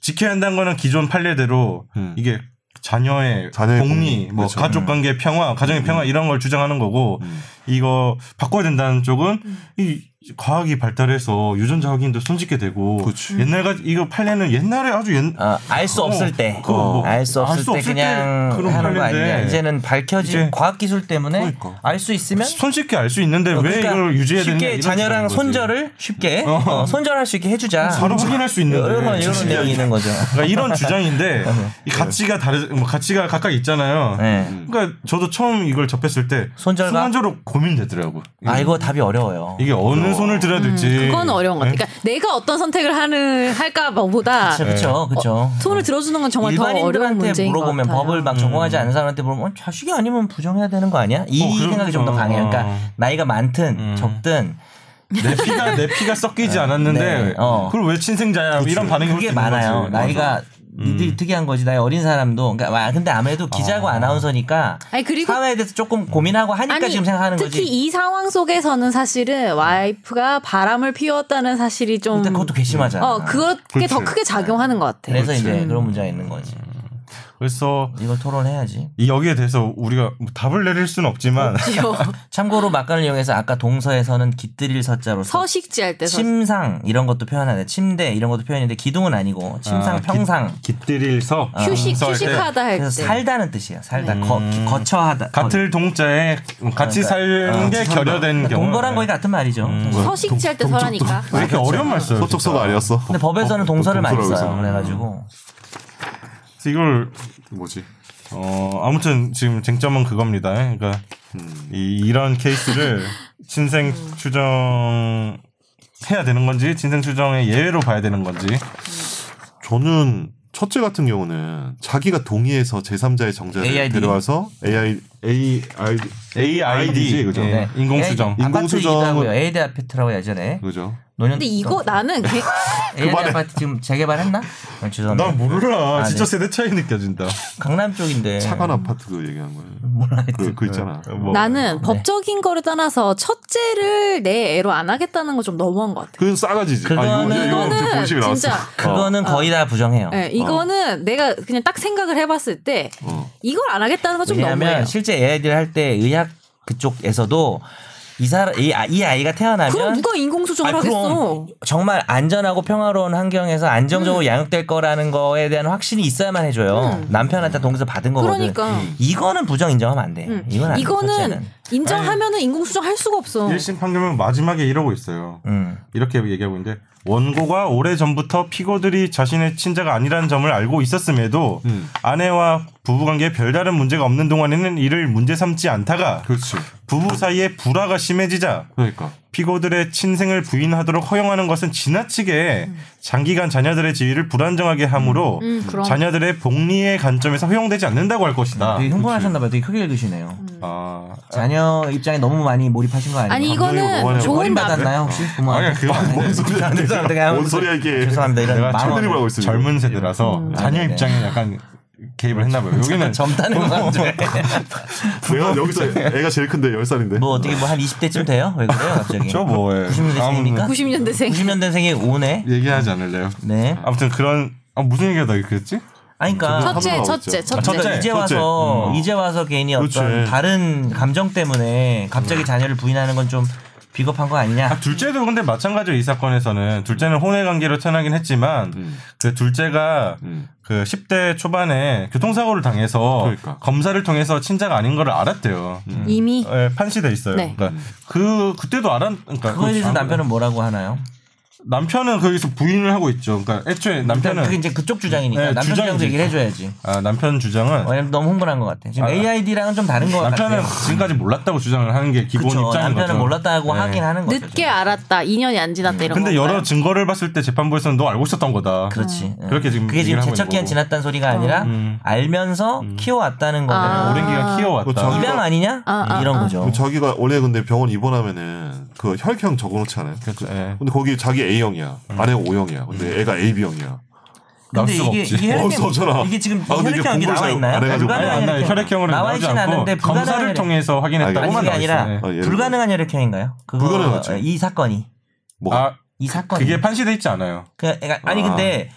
[SPEAKER 1] 지켜야 한다는 거는 기존 판례대로
[SPEAKER 3] 음.
[SPEAKER 1] 이게 자녀의,
[SPEAKER 3] 자녀의
[SPEAKER 1] 공리,
[SPEAKER 3] 공리,
[SPEAKER 1] 뭐
[SPEAKER 3] 그렇죠.
[SPEAKER 1] 가족 관계 평화, 가정의 평화 이런 걸 주장하는 거고
[SPEAKER 3] 음.
[SPEAKER 1] 이거 바꿔야 된다는 쪽은
[SPEAKER 2] 음.
[SPEAKER 1] 이 과학이 발달해서 유전자 확인도 손쉽게 되고
[SPEAKER 3] 그렇지.
[SPEAKER 1] 옛날 같 이거 판례는 옛날에 아주 옛
[SPEAKER 2] 아, 알 수
[SPEAKER 1] 어,
[SPEAKER 2] 없을 때,
[SPEAKER 1] 그거 뭐,
[SPEAKER 2] 알 수 없을
[SPEAKER 1] 알수
[SPEAKER 2] 때
[SPEAKER 1] 없을
[SPEAKER 2] 그냥
[SPEAKER 1] 때 그런
[SPEAKER 2] 하는 거
[SPEAKER 1] 판례인데.
[SPEAKER 2] 아니냐. 이제는 밝혀진
[SPEAKER 1] 이제-
[SPEAKER 2] 과학 기술 때문에
[SPEAKER 3] 그러니까.
[SPEAKER 2] 알 수 있으면
[SPEAKER 1] 손쉽게 알 수 있는데 왜
[SPEAKER 2] 그러니까
[SPEAKER 1] 이걸 유지해야 되냐
[SPEAKER 2] 쉽게 자녀랑 손절을 쉽게 어, 손절할 수 있게 해주자.
[SPEAKER 1] 바로 확인할 수 있는데
[SPEAKER 2] 이런 이런
[SPEAKER 1] 진짜
[SPEAKER 2] 내용이 있는 거죠.
[SPEAKER 1] 그러니까 이런 주장인데 이 가치가 다르 뭐 가치가 각각 있잖아요.
[SPEAKER 2] 네.
[SPEAKER 1] 그러니까 저도 처음 이걸 접했을 때
[SPEAKER 2] 손절과?
[SPEAKER 1] 순간적으로 고민되더라고.
[SPEAKER 2] 아
[SPEAKER 1] 음.
[SPEAKER 2] 이거 답이 어려워요.
[SPEAKER 1] 이게 어느 손을 들어야 될지.
[SPEAKER 5] 그건 어려운 것 같아요.
[SPEAKER 1] 네?
[SPEAKER 5] 그러니까 내가 어떤 선택을 하는 할까 뭐 보다
[SPEAKER 2] 그렇죠, 그렇죠.
[SPEAKER 5] 손을 들어주는 건 정말 더 어려운
[SPEAKER 2] 일반인들한테
[SPEAKER 5] 문제인 것
[SPEAKER 2] 물어보면
[SPEAKER 5] 같아요.
[SPEAKER 2] 법을 막 전공하지 않은 사람한테 물어보면 어, 자식이 아니면 부정해야 되는 거 아니야? 이
[SPEAKER 1] 음. 어, 그럼-
[SPEAKER 2] 생각이 좀 더 강해요. 그러니까
[SPEAKER 1] 어. 음.
[SPEAKER 2] 나이가 많든 적든
[SPEAKER 1] 내 피가 내 피가 섞이지 않았는데
[SPEAKER 2] 네, 어.
[SPEAKER 1] 그걸 왜 친생자야? 뭐 이런 반응이 올
[SPEAKER 2] 그게
[SPEAKER 1] 수 있는
[SPEAKER 2] 많아요.
[SPEAKER 1] 거지. 음.
[SPEAKER 2] 나이가 이 특이한 거지. 나이 어린 사람도. 그러니까 와, 근데 아무래도 기자고 아나운서니까
[SPEAKER 5] 아니, 그리고-
[SPEAKER 2] 사회에 대해서 조금 고민하고 하니까 지금 생각하는
[SPEAKER 5] 특히
[SPEAKER 2] 거지.
[SPEAKER 5] 이 상황 속에서는 사실은 와이프가 바람을 피웠다는 사실이 좀
[SPEAKER 2] 근데 그것도 괘씸하잖아.
[SPEAKER 5] 어 그게 더
[SPEAKER 1] 그렇지.
[SPEAKER 5] 크게 작용하는 것 같아.
[SPEAKER 2] 그래서 이제 그런 문제가 있는 거지.
[SPEAKER 1] 그래서
[SPEAKER 2] 이걸 토론해야지.
[SPEAKER 1] 이 여기에 대해서 우리가 뭐 답을 내릴 수는
[SPEAKER 2] 어.
[SPEAKER 1] 없지만
[SPEAKER 2] 참고로 막간을 이용해서 아까 동서에서는 깃들일 서자로 서
[SPEAKER 5] 서식지 할 때 서.
[SPEAKER 2] 침상 이런 것도 표현하네. 침대 이런 것도 표현인데 기둥은 아니고 침상
[SPEAKER 1] 아, 깃-
[SPEAKER 2] 평상.
[SPEAKER 1] 깃들일서
[SPEAKER 2] 어.
[SPEAKER 1] 음,
[SPEAKER 5] 휴식
[SPEAKER 1] 썰 때.
[SPEAKER 5] 휴식하다 할 때.
[SPEAKER 2] 아, 그래서 살다는 뜻이야. 살다 거, 거처하다.
[SPEAKER 1] 같은 동자에 같이
[SPEAKER 2] 아,
[SPEAKER 1] 사는 네. 게 결여된 경우.
[SPEAKER 2] 그러니까. 동거란 그렇죠. 거의 같은 말이죠. 사실.
[SPEAKER 5] 서식지 할 때 서라니까.
[SPEAKER 1] 왜 이렇게 어려운 말 써요?
[SPEAKER 3] 소속서가 아니었어.
[SPEAKER 2] 근데 법에서는 동서를 많이
[SPEAKER 3] 동서라고
[SPEAKER 2] 써요.
[SPEAKER 3] 해서.
[SPEAKER 2] 그래가지고
[SPEAKER 1] 그래서 이걸
[SPEAKER 3] 뭐지?
[SPEAKER 1] 어 아무튼 지금 쟁점은 그겁니다. 그러니까
[SPEAKER 3] 음.
[SPEAKER 1] 이 이런 케이스를 친생
[SPEAKER 5] 음.
[SPEAKER 1] 추정 해야 되는 건지 친생 추정의 예외로 봐야 되는 건지
[SPEAKER 3] 저는 첫째 같은 경우는 자기가 동의해서 제3자의 정자를
[SPEAKER 2] AID.
[SPEAKER 3] 데려와서 AI AI AID지, 그죠?
[SPEAKER 1] 예,
[SPEAKER 2] 네.
[SPEAKER 1] 인공 추정.
[SPEAKER 3] 인공
[SPEAKER 2] 아파트
[SPEAKER 3] 수정은-
[SPEAKER 2] 이다고요. 에이드 아파트라고 예전에
[SPEAKER 3] 그죠?
[SPEAKER 2] 노년. 어,
[SPEAKER 5] 근데 이거 나는 개-
[SPEAKER 2] 에이드 아파트 지금 재개발했나? 어, 죄송합니다.
[SPEAKER 1] 난 모르라.
[SPEAKER 2] 아,
[SPEAKER 1] 진짜
[SPEAKER 2] 네.
[SPEAKER 1] 세대 차이 느껴진다.
[SPEAKER 2] 강남 쪽인데.
[SPEAKER 3] 차관 아파트 그 얘기한 거예요.
[SPEAKER 2] 몰라.
[SPEAKER 3] 그, 그 있잖아.
[SPEAKER 1] 뭐.
[SPEAKER 2] 네.
[SPEAKER 5] 나는 법적인 거를 떠나서 첫째를 내 애로 안 하겠다는 건 좀 너무한 것 같아.
[SPEAKER 3] 그건 싸가지지.
[SPEAKER 2] 그거는-
[SPEAKER 3] 아, 이거, 이거, 이거
[SPEAKER 5] 그거는
[SPEAKER 3] 본식이 나왔어.
[SPEAKER 5] 진짜-
[SPEAKER 2] 그거는 거의 다 부정해요.
[SPEAKER 5] 예, 이거는 내가 그냥 딱 생각을 해봤을 때
[SPEAKER 3] 어.
[SPEAKER 5] 이걸 안 하겠다는 건 좀 너무해요.
[SPEAKER 2] 왜냐하면 실제 AID를 할 때 의학 그쪽에서도 이 사람 이, 아- 이 아이가 태어나면
[SPEAKER 5] 그럼 누가 인공수정을
[SPEAKER 2] 아니, 그럼
[SPEAKER 5] 하겠어? 음.
[SPEAKER 2] 정말 안전하고 평화로운 환경에서 안정적으로 양육될 거라는 거에 대한 확신이 있어야만 해줘요. 남편한테 동의서 받은 거거든.
[SPEAKER 5] 그러니까. 음.
[SPEAKER 2] 이거는 부정 인정하면 안 돼. 이건 안 돼, 첫째는.
[SPEAKER 5] 이거는
[SPEAKER 2] 네.
[SPEAKER 5] 인정하면은 인공수정 할 수가 없어.
[SPEAKER 1] 1심 판결문 마지막에 이러고 있어요.
[SPEAKER 2] 음.
[SPEAKER 1] 이렇게 얘기하고 있는데 원고가 오래 전부터 피고들이 자신의 친자가 아니라는 점을 알고 있었음에도 아내와 부부관계에 별다른 문제가 없는 동안에는 이를 문제 삼지 않다가
[SPEAKER 3] 그렇지.
[SPEAKER 1] 부부 사이에 불화가 심해지자
[SPEAKER 3] 그러니까.
[SPEAKER 1] 피고들의 친생을 부인하도록 허용하는 것은 지나치게 장기간 자녀들의 지위를 불안정하게 함으로
[SPEAKER 5] 음, 그럼.
[SPEAKER 1] 자녀들의 복리의 관점에서 허용되지 않는다고 할 것이다.
[SPEAKER 2] 되게 흥분하셨나봐요. 되게 크게 읽으시네요.
[SPEAKER 1] 아,
[SPEAKER 2] 자녀 입장에 너무 많이 몰입하신 거 아니에요?
[SPEAKER 5] 음. 아니 이거는
[SPEAKER 3] 뭐하냐고.
[SPEAKER 5] 좋은
[SPEAKER 2] 어린
[SPEAKER 5] 남
[SPEAKER 2] 받았나요 네. 혹시? 고마워.
[SPEAKER 1] 아니야 그건
[SPEAKER 3] 뭔 소리야. 이게.
[SPEAKER 2] 죄송합니다. 그냥
[SPEAKER 3] 뭔 소리야 이게.
[SPEAKER 2] 죄송합니다. 이런
[SPEAKER 1] 내가
[SPEAKER 2] 만
[SPEAKER 3] 참
[SPEAKER 2] 원.
[SPEAKER 3] 드립을 하고 있습니다.
[SPEAKER 1] 젊은 세대라서 자녀
[SPEAKER 2] 네, 네.
[SPEAKER 1] 입장에 약간 개입을 했나봐요. 여기는
[SPEAKER 2] 젊다는 건 안 돼.
[SPEAKER 3] 내가 여기서 애가 제일 큰데 10살인데.
[SPEAKER 2] 뭐 어떻게 뭐 한 20대쯤 돼요? 왜 그래요 갑자기?
[SPEAKER 1] 저 뭐예요?
[SPEAKER 2] 90년대생입니까?
[SPEAKER 5] 90년대생.
[SPEAKER 2] 90년대생이 오네.
[SPEAKER 1] 얘기하지 않을래요?
[SPEAKER 2] 네.
[SPEAKER 1] 아무튼 그런 아, 무슨 얘기가 더 있겠지?
[SPEAKER 2] 아니 그러니까
[SPEAKER 5] 첫째,
[SPEAKER 3] 하루가
[SPEAKER 5] 첫째,
[SPEAKER 3] 없죠.
[SPEAKER 5] 첫째.
[SPEAKER 1] 첫째. 음.
[SPEAKER 2] 그러니까 이제 와서 이제 와서 괜히 어떤
[SPEAKER 3] 그렇지.
[SPEAKER 2] 다른 감정 때문에 갑자기 자녀를 부인하는 건 좀 비겁한 거 아니냐?
[SPEAKER 1] 음. 아, 둘째도 근데 마찬가지로 이 사건에서는 둘째는 혼외 관계로 태어나긴 했지만 그 둘째가
[SPEAKER 3] 음.
[SPEAKER 1] 그 10대 초반에 교통사고를 당해서
[SPEAKER 3] 그러니까.
[SPEAKER 1] 검사를 통해서 친자가 아닌 걸 알았대요.
[SPEAKER 2] 음.
[SPEAKER 1] 음.
[SPEAKER 5] 이미
[SPEAKER 2] 아,
[SPEAKER 1] 예, 판시돼 있어요.
[SPEAKER 5] 네.
[SPEAKER 1] 그러니까 그 그때도 알았 그러니까
[SPEAKER 2] 그거에 대해서
[SPEAKER 1] 그-
[SPEAKER 2] 남편은 뭐라고 하나요?
[SPEAKER 1] 남편은 거기서 부인을 하고 있죠. 그러니까 애초에
[SPEAKER 2] 일단 그게
[SPEAKER 1] 남편은
[SPEAKER 2] 이제 그쪽 주장이니까
[SPEAKER 1] 네,
[SPEAKER 2] 남편 주장도
[SPEAKER 1] 주장이지.
[SPEAKER 2] 얘기를 해줘야지.
[SPEAKER 1] 아, 남편 주장은
[SPEAKER 2] 왜냐면 너무 흥분한 것 같아. 지금
[SPEAKER 1] 아,
[SPEAKER 2] AID랑은 좀 다른 것
[SPEAKER 1] 남편은
[SPEAKER 2] 같아요.
[SPEAKER 1] 지금까지 몰랐다고 주장을 하는 게 기본
[SPEAKER 2] 그쵸.
[SPEAKER 1] 입장인
[SPEAKER 2] 남편은
[SPEAKER 1] 거죠.
[SPEAKER 2] 몰랐다고
[SPEAKER 1] 네.
[SPEAKER 2] 하긴 하는 거죠.
[SPEAKER 5] 늦게 알았다. 2년이 안 지났다 이런
[SPEAKER 1] 근데
[SPEAKER 5] 건가요?
[SPEAKER 1] 여러 증거를 봤을 때 재판부에서는 너 알고 있었던 거다.
[SPEAKER 2] 그렇지.
[SPEAKER 5] 음.
[SPEAKER 2] 응.
[SPEAKER 1] 음. 그렇게 지금
[SPEAKER 2] 그게 지금
[SPEAKER 1] 얘기를 하고
[SPEAKER 2] 제척 기한
[SPEAKER 1] 있는 거고.
[SPEAKER 2] 지났다는 소리가 아니라
[SPEAKER 1] 음.
[SPEAKER 2] 알면서 키워왔다는 거예요.
[SPEAKER 5] 아.
[SPEAKER 1] 오랜 기간 키워왔다.
[SPEAKER 3] 그렇죠.
[SPEAKER 1] 그렇죠.
[SPEAKER 2] 입양 아니냐?
[SPEAKER 5] 아,
[SPEAKER 2] 이런
[SPEAKER 5] 아.
[SPEAKER 3] 어.
[SPEAKER 2] 거죠.
[SPEAKER 3] 자기가 원래 근데 병원 입원하면은 그 혈형 적어놓지 않아요?
[SPEAKER 1] 예.
[SPEAKER 3] 근데 거기 자기 A형이야. 아내가 O형이야. 근데 애가 AB형이야.
[SPEAKER 1] 나올
[SPEAKER 2] 근데
[SPEAKER 1] 수가
[SPEAKER 2] 이게
[SPEAKER 1] 없지.
[SPEAKER 2] 이게 혈액형-
[SPEAKER 3] 어디서 전화?
[SPEAKER 2] 이게 지금
[SPEAKER 3] 아, 근데 이게
[SPEAKER 2] 혈액형이
[SPEAKER 3] 공부를
[SPEAKER 2] 나와
[SPEAKER 3] 잘
[SPEAKER 2] 있나요?
[SPEAKER 3] 안 해가지고.
[SPEAKER 1] 아니,
[SPEAKER 2] 불가능한
[SPEAKER 1] 아니, 아니, 혈액형으로
[SPEAKER 2] 나와
[SPEAKER 1] 나오지
[SPEAKER 2] 있진
[SPEAKER 1] 않고
[SPEAKER 2] 않는데 불가능한
[SPEAKER 1] 검사를
[SPEAKER 2] 혈액형.
[SPEAKER 1] 통해서 확인했다고
[SPEAKER 2] 아니
[SPEAKER 1] 만
[SPEAKER 2] 그게
[SPEAKER 1] 나와
[SPEAKER 2] 아니라
[SPEAKER 1] 있어요. 예.
[SPEAKER 3] 아, 예.
[SPEAKER 2] 불가능한 혈액형인가요? 그거
[SPEAKER 3] 불가능하죠.
[SPEAKER 2] 어, 이 사건이
[SPEAKER 3] 뭐가?
[SPEAKER 1] 아,
[SPEAKER 2] 이 사건이
[SPEAKER 1] 그게 판시돼 있지 않아요.
[SPEAKER 2] 그, 그러니까 아니
[SPEAKER 3] 아.
[SPEAKER 2] 근데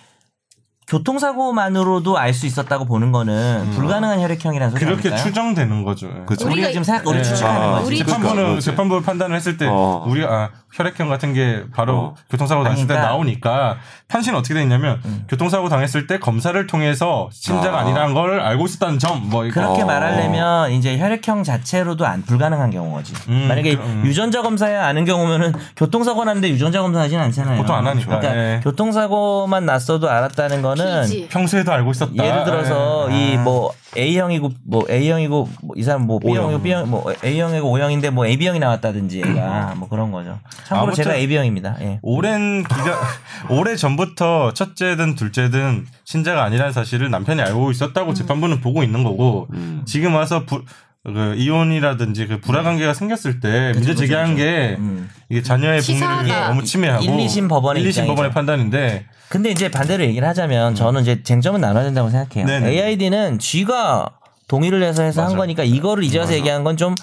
[SPEAKER 2] 교통사고만으로도 알 수 있었다고 보는 거는 불가능한 혈액형이라는 소리
[SPEAKER 1] 음. 그렇게
[SPEAKER 2] 아닐까요?
[SPEAKER 1] 추정되는 거죠. 예.
[SPEAKER 3] 그렇죠.
[SPEAKER 2] 우리가 지금 생각 우리
[SPEAKER 1] 예.
[SPEAKER 2] 추측하는
[SPEAKER 3] 아,
[SPEAKER 2] 거지.
[SPEAKER 3] 우리-
[SPEAKER 1] 재판부는
[SPEAKER 3] 그러니까, 그렇지.
[SPEAKER 1] 재판부 판단을 했을 때
[SPEAKER 3] 어.
[SPEAKER 1] 우리가 아, 혈액형 같은 게 바로
[SPEAKER 3] 어.
[SPEAKER 1] 교통사고 당했을 때
[SPEAKER 2] 그러니까.
[SPEAKER 1] 나오니까 판시는 어떻게 됐냐면
[SPEAKER 2] 음.
[SPEAKER 1] 교통사고 당했을 때 검사를 통해서 심자가
[SPEAKER 3] 아.
[SPEAKER 1] 아. 니라는걸 알고 있었다는 점뭐 이거
[SPEAKER 2] 그렇게
[SPEAKER 3] 어.
[SPEAKER 2] 말하려면 이제 혈액형 자체로도 안 불가능한 경우지.
[SPEAKER 1] 음,
[SPEAKER 2] 만약에
[SPEAKER 1] 그, 음.
[SPEAKER 2] 유전자 검사야 아는 경우면은 교통사고 났는데 유전자 검사하진 않잖아요.
[SPEAKER 1] 보통 안 하니까.
[SPEAKER 2] 그러니까
[SPEAKER 1] 예.
[SPEAKER 2] 교통사고만 났어도 알았다는 거는
[SPEAKER 5] 피지.
[SPEAKER 1] 평소에도 알고 있었다.
[SPEAKER 2] 예를 들어서
[SPEAKER 1] 아, 예.
[SPEAKER 2] 이 뭐 A형이고 뭐 A형이고 뭐이 사람 뭐 B형이고
[SPEAKER 1] O형.
[SPEAKER 2] B형 뭐 A형이고 O형인데 뭐 AB형이 나왔다든지 얘가 뭐 그런 거죠.
[SPEAKER 1] 음.
[SPEAKER 2] 참고로
[SPEAKER 1] 아무튼
[SPEAKER 2] 제가 AB형입니다. 예.
[SPEAKER 1] 오랜 기간 오래 전부터 첫째든 둘째든 신자가 아니라는 사실을 남편이 알고
[SPEAKER 2] 음.
[SPEAKER 1] 있었다고 재판부는 보고 있는 거고
[SPEAKER 3] 음.
[SPEAKER 1] 지금 와서 부- 그 이혼이라든지 그 불화 관계가 생겼을 때 문제
[SPEAKER 2] 음. 그죠,
[SPEAKER 1] 제기한 게
[SPEAKER 2] 음.
[SPEAKER 1] 이게 자녀의
[SPEAKER 5] 치사하다.
[SPEAKER 1] 복리를 너무 침해하고
[SPEAKER 2] 일, 이심 법원의
[SPEAKER 1] 1, 2심
[SPEAKER 2] 입장이죠.
[SPEAKER 1] 법원의 판단인데
[SPEAKER 2] 근데 이제 반대로 얘기를 하자면 저는 이제 쟁점은 나눠야 된다고 생각해요.
[SPEAKER 1] 네네.
[SPEAKER 2] AID는 쥐가 동의를 해서 해서 한
[SPEAKER 1] 맞아. 음.
[SPEAKER 2] 거니까 이거를 이제 와서 얘기한 건 좀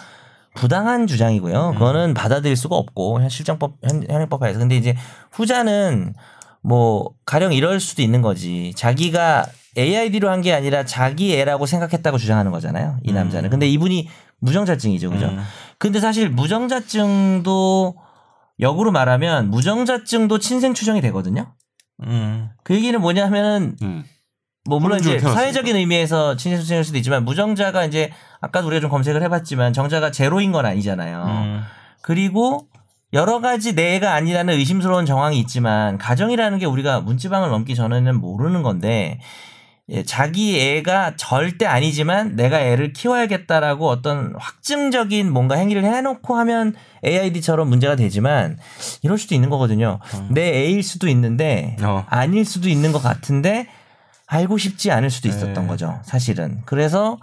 [SPEAKER 2] 부당한 주장이고요. 그거는 받아들일 수가 없고 현- 실정법 현- 현행법화에서 근데 이제 후자는 뭐 가령 이럴 수도 있는 거지. 자기가 AID로 한 게 아니라 자기 애라고 생각했다고 주장하는 거잖아요.
[SPEAKER 1] 음.
[SPEAKER 2] 이 남자는. 근데 이분이 무정자증이죠, 그죠? 근데 사실 무정자증도 역으로 말하면 무정자증도 친생 추정이 되거든요.
[SPEAKER 1] 음.
[SPEAKER 2] 그 얘기는 뭐냐면은
[SPEAKER 3] 음.
[SPEAKER 2] 뭐 물론
[SPEAKER 3] 혼주를
[SPEAKER 2] 이제
[SPEAKER 3] 태웠으니까.
[SPEAKER 2] 사회적인 의미에서 친일수생일 수도 있지만 무정자가 이제 아까 우리가 좀 검색을 해봤지만 정자가 제로인 건 아니잖아요.
[SPEAKER 1] 음. 그리고
[SPEAKER 2] 여러 가지 내가 아니라는 의심스러운 정황이 있지만 가정이라는 게 우리가 문지방을 넘기 전에는 모르는 건데 예, 자기 애가 절대 아니지만 내가 애를 키워야겠다라고 어떤 확증적인 뭔가 행위를 해놓고 하면 AID처럼 문제가 되지만 이럴 수도 있는 거거든요.
[SPEAKER 3] 음.
[SPEAKER 2] 내 애일 수도 있는데
[SPEAKER 1] 어.
[SPEAKER 2] 아닐 수도 있는 것 같은데 알고 싶지 않을 수도 있었던
[SPEAKER 1] 네.
[SPEAKER 2] 거죠. 사실은 그래서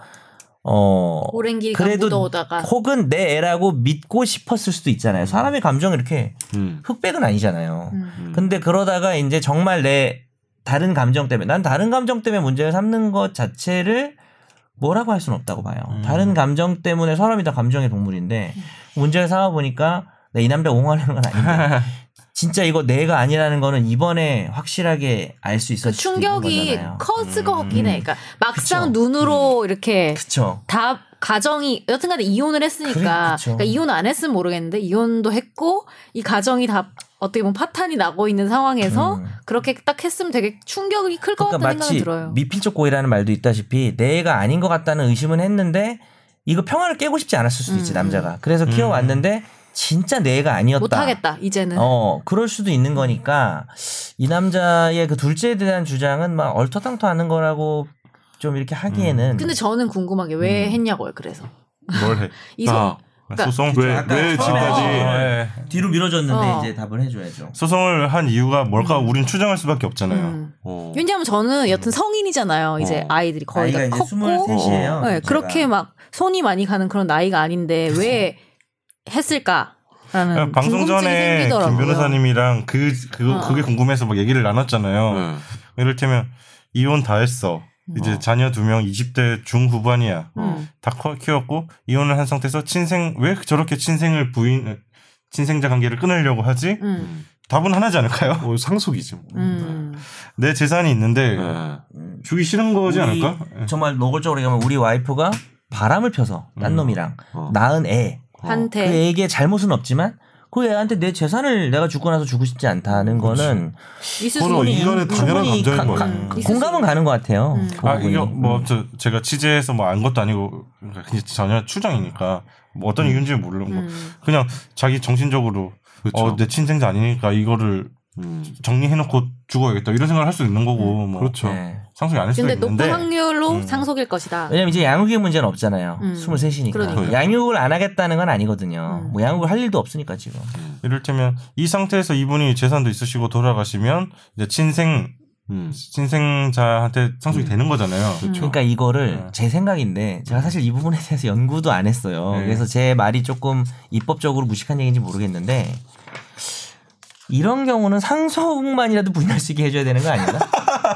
[SPEAKER 2] 어
[SPEAKER 5] 오랜 길
[SPEAKER 2] 그래도
[SPEAKER 5] 묻어오다가
[SPEAKER 2] 혹은 내 애라고 믿고 싶었을 수도 있잖아요. 사람의 감정이 이렇게
[SPEAKER 3] 음.
[SPEAKER 2] 흑백은 아니잖아요.
[SPEAKER 5] 음.
[SPEAKER 2] 근데 그러다가 이제 정말 내 다른 감정 때문에 난 다른 감정 때문에 문제를 삼는 것 자체를 뭐라고 할 수는 없다고 봐요.
[SPEAKER 1] 음.
[SPEAKER 2] 다른 감정 때문에 사람이 다 감정의 동물인데
[SPEAKER 5] 음.
[SPEAKER 2] 문제를 삼아 보니까 내 이 남자 옹호하려는 건 아닌데 진짜 이거 내가 아니라는 거는 이번에 확실하게 알 수 있었을 수도 있는
[SPEAKER 5] 그 충격이
[SPEAKER 2] 거잖아요. 음.
[SPEAKER 5] 컸을 것 같긴 해. 그러니까 막상
[SPEAKER 2] 그쵸. 음.
[SPEAKER 5] 눈으로 이렇게
[SPEAKER 2] 그쵸.
[SPEAKER 5] 다 가정이 여튼간에 이혼을 했으니까
[SPEAKER 2] 그래, 그쵸.
[SPEAKER 5] 그러니까 이혼을 안 했으면 모르겠는데 이혼도 했고 이 가정이 다 어떻게 보면 파탄이 나고 있는 상황에서
[SPEAKER 2] 음.
[SPEAKER 5] 그렇게 딱 했으면 되게 충격이 클 것
[SPEAKER 2] 그러니까
[SPEAKER 5] 같다는 생각이
[SPEAKER 2] 마치
[SPEAKER 5] 들어요.
[SPEAKER 2] 미필적 고의라는 말도 있다시피 내가 아닌 것 같다는 의심은 했는데 이거 평화를 깨고 싶지 않았을 수도
[SPEAKER 5] 음.
[SPEAKER 2] 있지 남자가 그래서 키워왔는데 진짜 내가 아니었다
[SPEAKER 5] 못하겠다 이제는.
[SPEAKER 2] 어 그럴 수도 있는 거니까 이 남자의 그 둘째에 대한 주장은 막 얼터당터하는 거라고 좀 이렇게 하기에는
[SPEAKER 5] 근데 저는 궁금한 게
[SPEAKER 2] 음.
[SPEAKER 5] 왜 했냐고요. 그래서
[SPEAKER 1] 뭘 해?
[SPEAKER 5] 이소
[SPEAKER 3] 아,
[SPEAKER 5] 그러니까
[SPEAKER 1] 소송
[SPEAKER 3] 왜, 왜 지금까지
[SPEAKER 1] 어, 예.
[SPEAKER 2] 뒤로 밀어줬는데
[SPEAKER 5] 어.
[SPEAKER 2] 이제 답을 해줘야죠
[SPEAKER 1] 소송을 한 이유가 뭘까
[SPEAKER 2] 음.
[SPEAKER 1] 우린 추정할 수밖에 없잖아요.
[SPEAKER 5] 음.
[SPEAKER 3] 어.
[SPEAKER 5] 왜냐하면 저는 여튼 성인이잖아요. 이제
[SPEAKER 3] 어.
[SPEAKER 5] 아이들이 거의 다
[SPEAKER 2] 아이가
[SPEAKER 5] 컸고
[SPEAKER 2] 이제 23이에요
[SPEAKER 5] 네, 그렇게 막 손이 많이 가는 그런 나이가 아닌데 왜 했을까라는 네,
[SPEAKER 1] 네, 방송
[SPEAKER 5] 궁금증이
[SPEAKER 1] 전에 김
[SPEAKER 5] 생기더라고요.
[SPEAKER 1] 변호사님이랑 그, 그
[SPEAKER 5] 어.
[SPEAKER 1] 그게 궁금해서 막 얘기를 나눴잖아요.
[SPEAKER 3] 네.
[SPEAKER 1] 이를테면 이혼 다 했어. 이제 자녀 두 명 20대 중후반이야.
[SPEAKER 5] 음.
[SPEAKER 1] 다 커- 키웠고 이혼을 한 상태에서 친생 왜 저렇게 친생을 부인 친생자 관계를 끊으려고 하지?
[SPEAKER 5] 음.
[SPEAKER 3] 음.
[SPEAKER 1] 답은 하나지 않을까요?
[SPEAKER 3] 어, 상속이지. 뭐.
[SPEAKER 5] 음.
[SPEAKER 1] 내 재산이 있는데
[SPEAKER 3] 네.
[SPEAKER 1] 주기 싫은 거지
[SPEAKER 2] 우리-
[SPEAKER 1] 않을까? 예.
[SPEAKER 2] 정말 노골적으로 얘기하면 우리 와이프가 바람을 펴서 딴
[SPEAKER 1] 음.
[SPEAKER 2] 놈이랑
[SPEAKER 3] 어.
[SPEAKER 2] 낳은 애 그
[SPEAKER 5] 한테
[SPEAKER 2] 애에게 잘못은 없지만 그 애한테 내 재산을 내가 죽고 나서 주고 싶지 않다는 거는
[SPEAKER 3] 그건
[SPEAKER 5] 이수순이 음.
[SPEAKER 3] 인간의 당연한
[SPEAKER 2] 충분히
[SPEAKER 3] 감정인
[SPEAKER 2] 가-
[SPEAKER 3] 거예요.
[SPEAKER 5] 가-
[SPEAKER 2] 공감은 가는 것 같아요.
[SPEAKER 5] 음.
[SPEAKER 2] 그
[SPEAKER 1] 아
[SPEAKER 2] 부분이.
[SPEAKER 1] 이거 뭐저 제가 취재해서 뭐 안 것도 아니고 그러니까 그냥 전혀 추정이니까 뭐 어떤 이유인지 모르고
[SPEAKER 5] 음.
[SPEAKER 1] 그냥 자기 정신적으로
[SPEAKER 3] 그렇죠.
[SPEAKER 2] 네.
[SPEAKER 1] 어 내 친생자 아니니까 이거를
[SPEAKER 3] 음,
[SPEAKER 1] 정리해놓고 죽어야겠다 이런 생각을 할 수 있는 거고 뭐
[SPEAKER 3] 그렇죠.
[SPEAKER 2] 네.
[SPEAKER 1] 상속이 아닐 수도
[SPEAKER 5] 근데
[SPEAKER 1] 있는데
[SPEAKER 5] 높은 확률로
[SPEAKER 1] 음.
[SPEAKER 5] 상속일 것이다.
[SPEAKER 2] 왜냐면 이제 양육의 문제는 없잖아요.
[SPEAKER 5] 음.
[SPEAKER 2] 23이니까.
[SPEAKER 5] 그러니까요.
[SPEAKER 2] 양육을 안 하겠다는 건 아니거든요.
[SPEAKER 5] 음.
[SPEAKER 2] 뭐 양육을 할 일도 없으니까 지금.
[SPEAKER 3] 음.
[SPEAKER 1] 이를테면 이 상태에서 이분이 재산도 있으시고 돌아가시면 이제 친생
[SPEAKER 3] 음.
[SPEAKER 1] 친생자한테 상속이
[SPEAKER 3] 음.
[SPEAKER 1] 되는 거잖아요.
[SPEAKER 5] 그렇죠.
[SPEAKER 2] 그러니까 이거를
[SPEAKER 1] 네.
[SPEAKER 2] 제 생각인데 제가 사실 이 부분에 대해서 연구도 안 했어요.
[SPEAKER 1] 네.
[SPEAKER 2] 그래서 제 말이 조금 입법적으로 무식한 얘기인지 모르겠는데 이런 경우는 상속만이라도 부인할 수 있게 해줘야 되는 거 아닌가?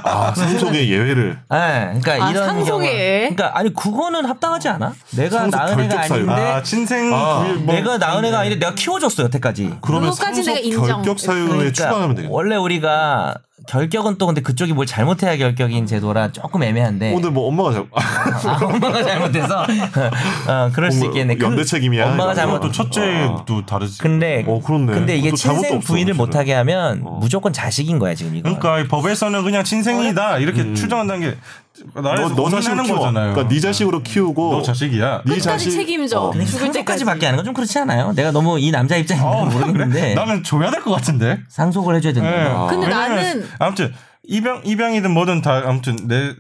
[SPEAKER 3] 아 상속의 예외를
[SPEAKER 2] 예, 그러니까
[SPEAKER 5] 아,
[SPEAKER 2] 이런
[SPEAKER 5] 상속에?
[SPEAKER 2] 경우, 그러니까 아니 그거는 합당하지 않아? 내가
[SPEAKER 3] 상속
[SPEAKER 2] 낳은 애가
[SPEAKER 3] 결격 사유.
[SPEAKER 2] 아닌데
[SPEAKER 1] 아 친생
[SPEAKER 3] 아,
[SPEAKER 1] 부일- 뭐-
[SPEAKER 2] 내가 낳은 애가 아닌데 내가 키워줬어 여태까지.
[SPEAKER 3] 그러면
[SPEAKER 5] 그거까지
[SPEAKER 3] 상속
[SPEAKER 5] 내가 인정.
[SPEAKER 3] 결격 사유에
[SPEAKER 2] 그러니까
[SPEAKER 3] 아, 추가하면 되겠다.
[SPEAKER 2] 원래 우리가 결격은 또 근데 그쪽이 뭘 잘못해야 결격인 제도라 조금 애매한데
[SPEAKER 3] 오늘 뭐 엄마가 잘 아,
[SPEAKER 2] 아, 엄마가 잘못해서 어, 그럴 수
[SPEAKER 3] 엄마,
[SPEAKER 2] 있겠네. 그-
[SPEAKER 3] 뭐 연대 책임이야.
[SPEAKER 2] 엄마가
[SPEAKER 3] 이런
[SPEAKER 2] 잘못-
[SPEAKER 3] 거.
[SPEAKER 1] 또
[SPEAKER 3] 아.
[SPEAKER 1] 첫째도 다르지.
[SPEAKER 2] 근데
[SPEAKER 3] 어 그렇네.
[SPEAKER 2] 근데 이게
[SPEAKER 3] 그것도 잘못도
[SPEAKER 2] 친생
[SPEAKER 3] 없어,
[SPEAKER 2] 부인을
[SPEAKER 3] 사실은.
[SPEAKER 2] 못하게 하면
[SPEAKER 3] 어.
[SPEAKER 2] 무조건 자식인 거야 지금 이거.
[SPEAKER 1] 그러니까 이 법에서는 그냥 친생이다 이렇게
[SPEAKER 3] 음.
[SPEAKER 1] 추정한다는 게
[SPEAKER 3] 너,
[SPEAKER 1] 나라에서
[SPEAKER 3] 너 자식을
[SPEAKER 1] 고민하는
[SPEAKER 3] 키워.
[SPEAKER 1] 거잖아요.
[SPEAKER 3] 그러니까 네 자식으로 키우고
[SPEAKER 1] 너 자식이야.
[SPEAKER 3] 네
[SPEAKER 5] 끝까지
[SPEAKER 3] 자식
[SPEAKER 5] 책임져.
[SPEAKER 3] 어.
[SPEAKER 2] 근데
[SPEAKER 5] 죽을 때까지.
[SPEAKER 2] 상속까지밖에 안 하는 건 좀 그렇지 않아요? 내가 너무 이 남자 입장인가
[SPEAKER 3] 아,
[SPEAKER 1] 어,
[SPEAKER 2] 모르겠는데
[SPEAKER 1] 나는 줘야 될 것 같은데.
[SPEAKER 2] 상속을 해줘야
[SPEAKER 3] 네.
[SPEAKER 1] 예.
[SPEAKER 2] 된다.
[SPEAKER 5] 근데
[SPEAKER 1] 왜냐면
[SPEAKER 5] 나는-
[SPEAKER 1] 아무튼 입양 입양이든 뭐든 다 아무튼 내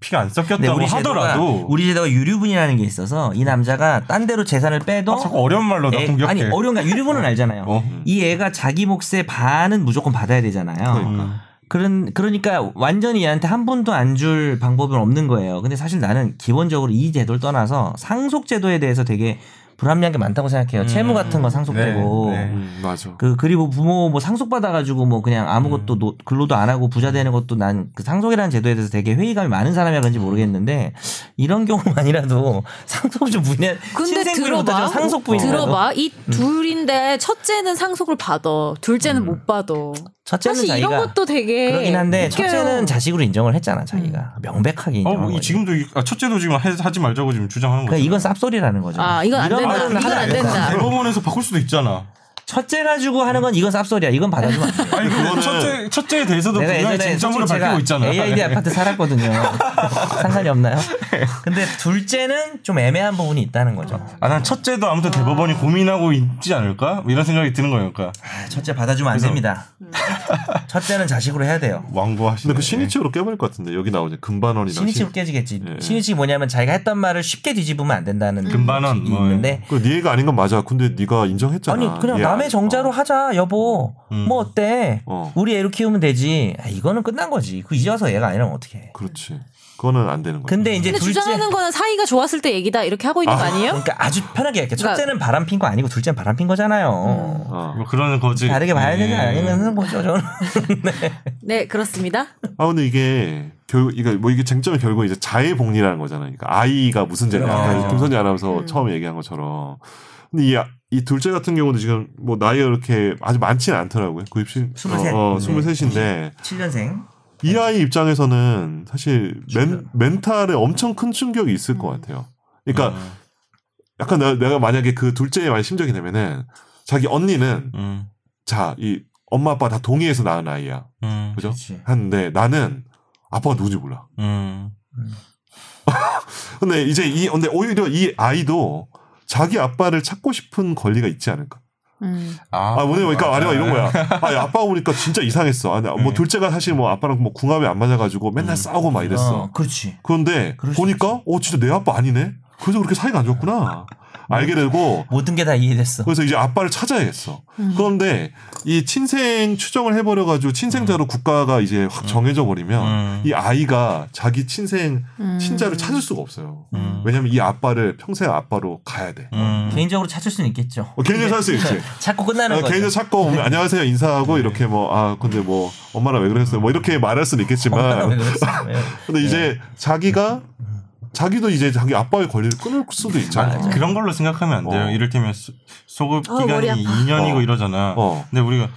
[SPEAKER 1] 피가 안
[SPEAKER 2] 근데
[SPEAKER 1] 섞였다고
[SPEAKER 2] 네, 우리 제도가
[SPEAKER 1] 하더라도
[SPEAKER 2] 우리 제도가 유류분이라는 게 있어서 이 남자가 딴 데로 재산을 빼도
[SPEAKER 1] 아, 자꾸 어려운 말로 나
[SPEAKER 2] 애-
[SPEAKER 1] 공격해.
[SPEAKER 2] 아니 어려운 게 아니라 유류분은 알잖아요.
[SPEAKER 1] 어.
[SPEAKER 2] 이 애가 자기 몫의 반은 무조건 받아야 되잖아요.
[SPEAKER 1] 음.
[SPEAKER 2] 그런 그러니까 완전히 얘한테 한 분도 안 줄 방법은 없는 거예요. 근데 사실 나는 기본적으로 이 제도를 떠나서 상속 제도에 대해서 되게 불합리한 게 많다고 생각해요. 채무 같은 건 상속되고
[SPEAKER 1] 음. 네, 네.
[SPEAKER 3] 음, 맞아.
[SPEAKER 2] 그 그리고 부모 뭐 상속 받아가지고 뭐 그냥
[SPEAKER 1] 음.
[SPEAKER 2] 아무것도 노- 근로도 안 하고 부자 되는 것도 난 그 상속이라는 제도에 대해서 되게 회의감이 많은 사람이라 그런지 모르겠는데 이런 경우만이라도 상속 좀 부인
[SPEAKER 5] 근데
[SPEAKER 2] 신생 부인보다
[SPEAKER 5] 들어봐.
[SPEAKER 2] 좀 상속 부인이라도 음.
[SPEAKER 5] 들어봐. 이 둘인데 첫째는 상속을 받아. 둘째는 못 받아.
[SPEAKER 2] 첫째는
[SPEAKER 5] 사실 이런
[SPEAKER 2] 자기가
[SPEAKER 5] 것도 되게
[SPEAKER 2] 그러긴 한데
[SPEAKER 5] 웃겨요. 음.
[SPEAKER 2] 첫째는 자식으로 인정을 했잖아 자기가
[SPEAKER 1] 어,
[SPEAKER 2] 명백하게 인정한
[SPEAKER 1] 뭐, 이
[SPEAKER 2] 거지.
[SPEAKER 1] 지금도 이- 아, 첫째도 지금 하, 하지 말자고 지금 주장하는 거죠.
[SPEAKER 2] 그러니까 이건 쌉소리라는 거죠.
[SPEAKER 5] 아, 이건 안
[SPEAKER 2] 이런
[SPEAKER 5] 된다.
[SPEAKER 2] 말은
[SPEAKER 5] 이건
[SPEAKER 2] 하나
[SPEAKER 5] 안
[SPEAKER 2] 안 된다.
[SPEAKER 5] 된다.
[SPEAKER 1] 대법원에서 바꿀 수도 있잖아.
[SPEAKER 2] 첫째 가지고 하는 건 이건 쌉소리야. 이건 받아주면 안 돼.
[SPEAKER 1] 아니 그거는 첫째 첫째에 대해서도
[SPEAKER 2] 내가
[SPEAKER 1] 분명히
[SPEAKER 2] 예전에
[SPEAKER 1] 쟁점으로
[SPEAKER 2] 솔직히 제가
[SPEAKER 1] 밝히고 있잖아.
[SPEAKER 2] AID
[SPEAKER 1] 예.
[SPEAKER 2] 아파트 살았거든요. 상관이 없나요? 근데 둘째는 좀 애매한 부분이 있다는 거죠.
[SPEAKER 1] 네. 아, 난 첫째도 아무튼 대법원이 고민하고 있지 않을까? 뭐 이런 생각이 드는 거예요. 그러니까
[SPEAKER 2] 아, 첫째 받아주면 안 됩니다.
[SPEAKER 5] 음.
[SPEAKER 2] 첫째는 자식으로 해야 돼요.
[SPEAKER 1] 왕고하시네.
[SPEAKER 3] 근데 그 신의치로 깨버릴 것 같은데 여기 나오죠 금반원이랑
[SPEAKER 2] 신입치로 깨지겠지.
[SPEAKER 3] 예.
[SPEAKER 2] 신입치 뭐냐면 자기가 했던 말을 쉽게 뒤집으면 안 된다는
[SPEAKER 1] 네. 금반원,
[SPEAKER 2] 식이
[SPEAKER 1] 뭐.
[SPEAKER 2] 있는데
[SPEAKER 3] 그네 애가 아닌 건 맞아. 근데 네가 인정했잖아.
[SPEAKER 2] 아니 그냥
[SPEAKER 3] 얘
[SPEAKER 2] 남의
[SPEAKER 3] 아니-
[SPEAKER 2] 정자로
[SPEAKER 3] 어.
[SPEAKER 2] 하자 여보
[SPEAKER 1] 예. 음.
[SPEAKER 2] 뭐 어때
[SPEAKER 3] 어.
[SPEAKER 2] 우리 애로 키우면 되지 아, 이거는 끝난 거지 그 이제 와서 얘가 아니라면 어떡해
[SPEAKER 3] 그렇지. 그거는 안 되는
[SPEAKER 1] 음.
[SPEAKER 3] 거야.
[SPEAKER 2] 근데 이제
[SPEAKER 5] 근데
[SPEAKER 2] 둘째
[SPEAKER 5] 주장하는 거는 사이가 좋았을 때 얘기다 이렇게 하고 있는 거 아니에요?
[SPEAKER 2] 그러니까 아주 편하게 할게요 첫째는 바람 핀 거 아니고 둘째는 바람 핀
[SPEAKER 5] 음.
[SPEAKER 2] 거잖아요
[SPEAKER 3] 아.
[SPEAKER 1] 뭐 그런 거지.
[SPEAKER 2] 다르게 봐야 되지
[SPEAKER 1] 예.
[SPEAKER 2] 않는 거죠 저는
[SPEAKER 5] 네, 그렇습니다.
[SPEAKER 3] 아 근데 이게 결국 이거 뭐 이게 쟁점이 결국 이제 자해 복리라는 거잖아요. 그러니까 아이가 무슨 죄냐?
[SPEAKER 2] 그렇죠.
[SPEAKER 3] 아까 김선재 아나운서 처음 얘기한 것처럼. 근데 이, 아- 이 둘째 같은 경우도 지금 뭐 나이가 이렇게 아주 많지는 않더라고요. 구입신
[SPEAKER 2] 스물셋.
[SPEAKER 3] 어, 어,
[SPEAKER 2] 네.
[SPEAKER 3] 23인데
[SPEAKER 2] 7년생
[SPEAKER 3] 이 아이 입장에서는 사실 멘, 멘탈에 엄청 큰 충격이 있을 것
[SPEAKER 2] 음.
[SPEAKER 3] 같아요. 그러니까
[SPEAKER 1] 음.
[SPEAKER 3] 약간 나- 내가 만약에 그 둘째의 말 심정이 되면은 자기 언니는
[SPEAKER 1] 음.
[SPEAKER 3] 자 이 엄마 아빠 다 동의해서 낳은 아이야.
[SPEAKER 1] 음.
[SPEAKER 3] 그죠?
[SPEAKER 2] 그렇지.
[SPEAKER 3] 하는데 나는 아빠가 누군지 몰라.
[SPEAKER 1] 음.
[SPEAKER 3] 근데 이제 이 근데 오히려 이 아이도 자기 아빠를 찾고 싶은 권리가 있지 않을까?
[SPEAKER 5] 음.
[SPEAKER 3] 아, 뭐냐면 그러니까 아니가 이런 거야. 아, 야, 아빠 오니까 진짜 이상했어. 아니, 뭐
[SPEAKER 1] 음.
[SPEAKER 3] 둘째가 사실 뭐 아빠랑 뭐 궁합이 안 맞아가지고 맨날 싸우고 막 이랬어.
[SPEAKER 2] 어, 그렇지
[SPEAKER 3] 그런데
[SPEAKER 2] 그럴 수
[SPEAKER 3] 보니까 어 진짜 내 아빠 아니네. 그래서 그렇게 사이가 안 좋구나. 알게 되고
[SPEAKER 2] 모든 게 다 이해됐어
[SPEAKER 3] 그래서 이제 아빠를 찾아야겠어.
[SPEAKER 5] 음.
[SPEAKER 3] 그런데 이 친생 추정을 해버려가지고 친생자로 국가가 이제 확 정해져 버리면
[SPEAKER 1] 음.
[SPEAKER 3] 이 아이가 자기 친생
[SPEAKER 5] 음.
[SPEAKER 3] 친자를 찾을 수가 없어요.
[SPEAKER 1] 음.
[SPEAKER 3] 왜냐면 이 아빠를 평생 아빠로 가야 돼.
[SPEAKER 1] 음.
[SPEAKER 2] 개인적으로 찾을 수는 있겠죠
[SPEAKER 3] 어, 개인적으로 찾을 수 있지.
[SPEAKER 2] 찾고 끝나는
[SPEAKER 3] 어,
[SPEAKER 2] 거죠
[SPEAKER 3] 개인적으로 찾고 오면 안녕하세요 인사하고 이렇게 뭐 아 근데 뭐 엄마랑 왜 그랬어요 뭐 이렇게 말할 수는
[SPEAKER 2] 왜
[SPEAKER 3] 있겠지만 음.
[SPEAKER 2] 그랬어? 예. 왜?
[SPEAKER 3] 근데 이제 자기가 자기도 이제 자기 아빠의 권리를 끊을 수도 있잖아.
[SPEAKER 1] 그런 걸로 생각하면 안 돼요.
[SPEAKER 3] 어.
[SPEAKER 1] 이를테면 수- 소급
[SPEAKER 5] 어, 머리
[SPEAKER 1] 기간이
[SPEAKER 5] 아파.
[SPEAKER 1] 2년이고
[SPEAKER 3] 어.
[SPEAKER 1] 이러잖아.
[SPEAKER 3] 어.
[SPEAKER 1] 근데 우리가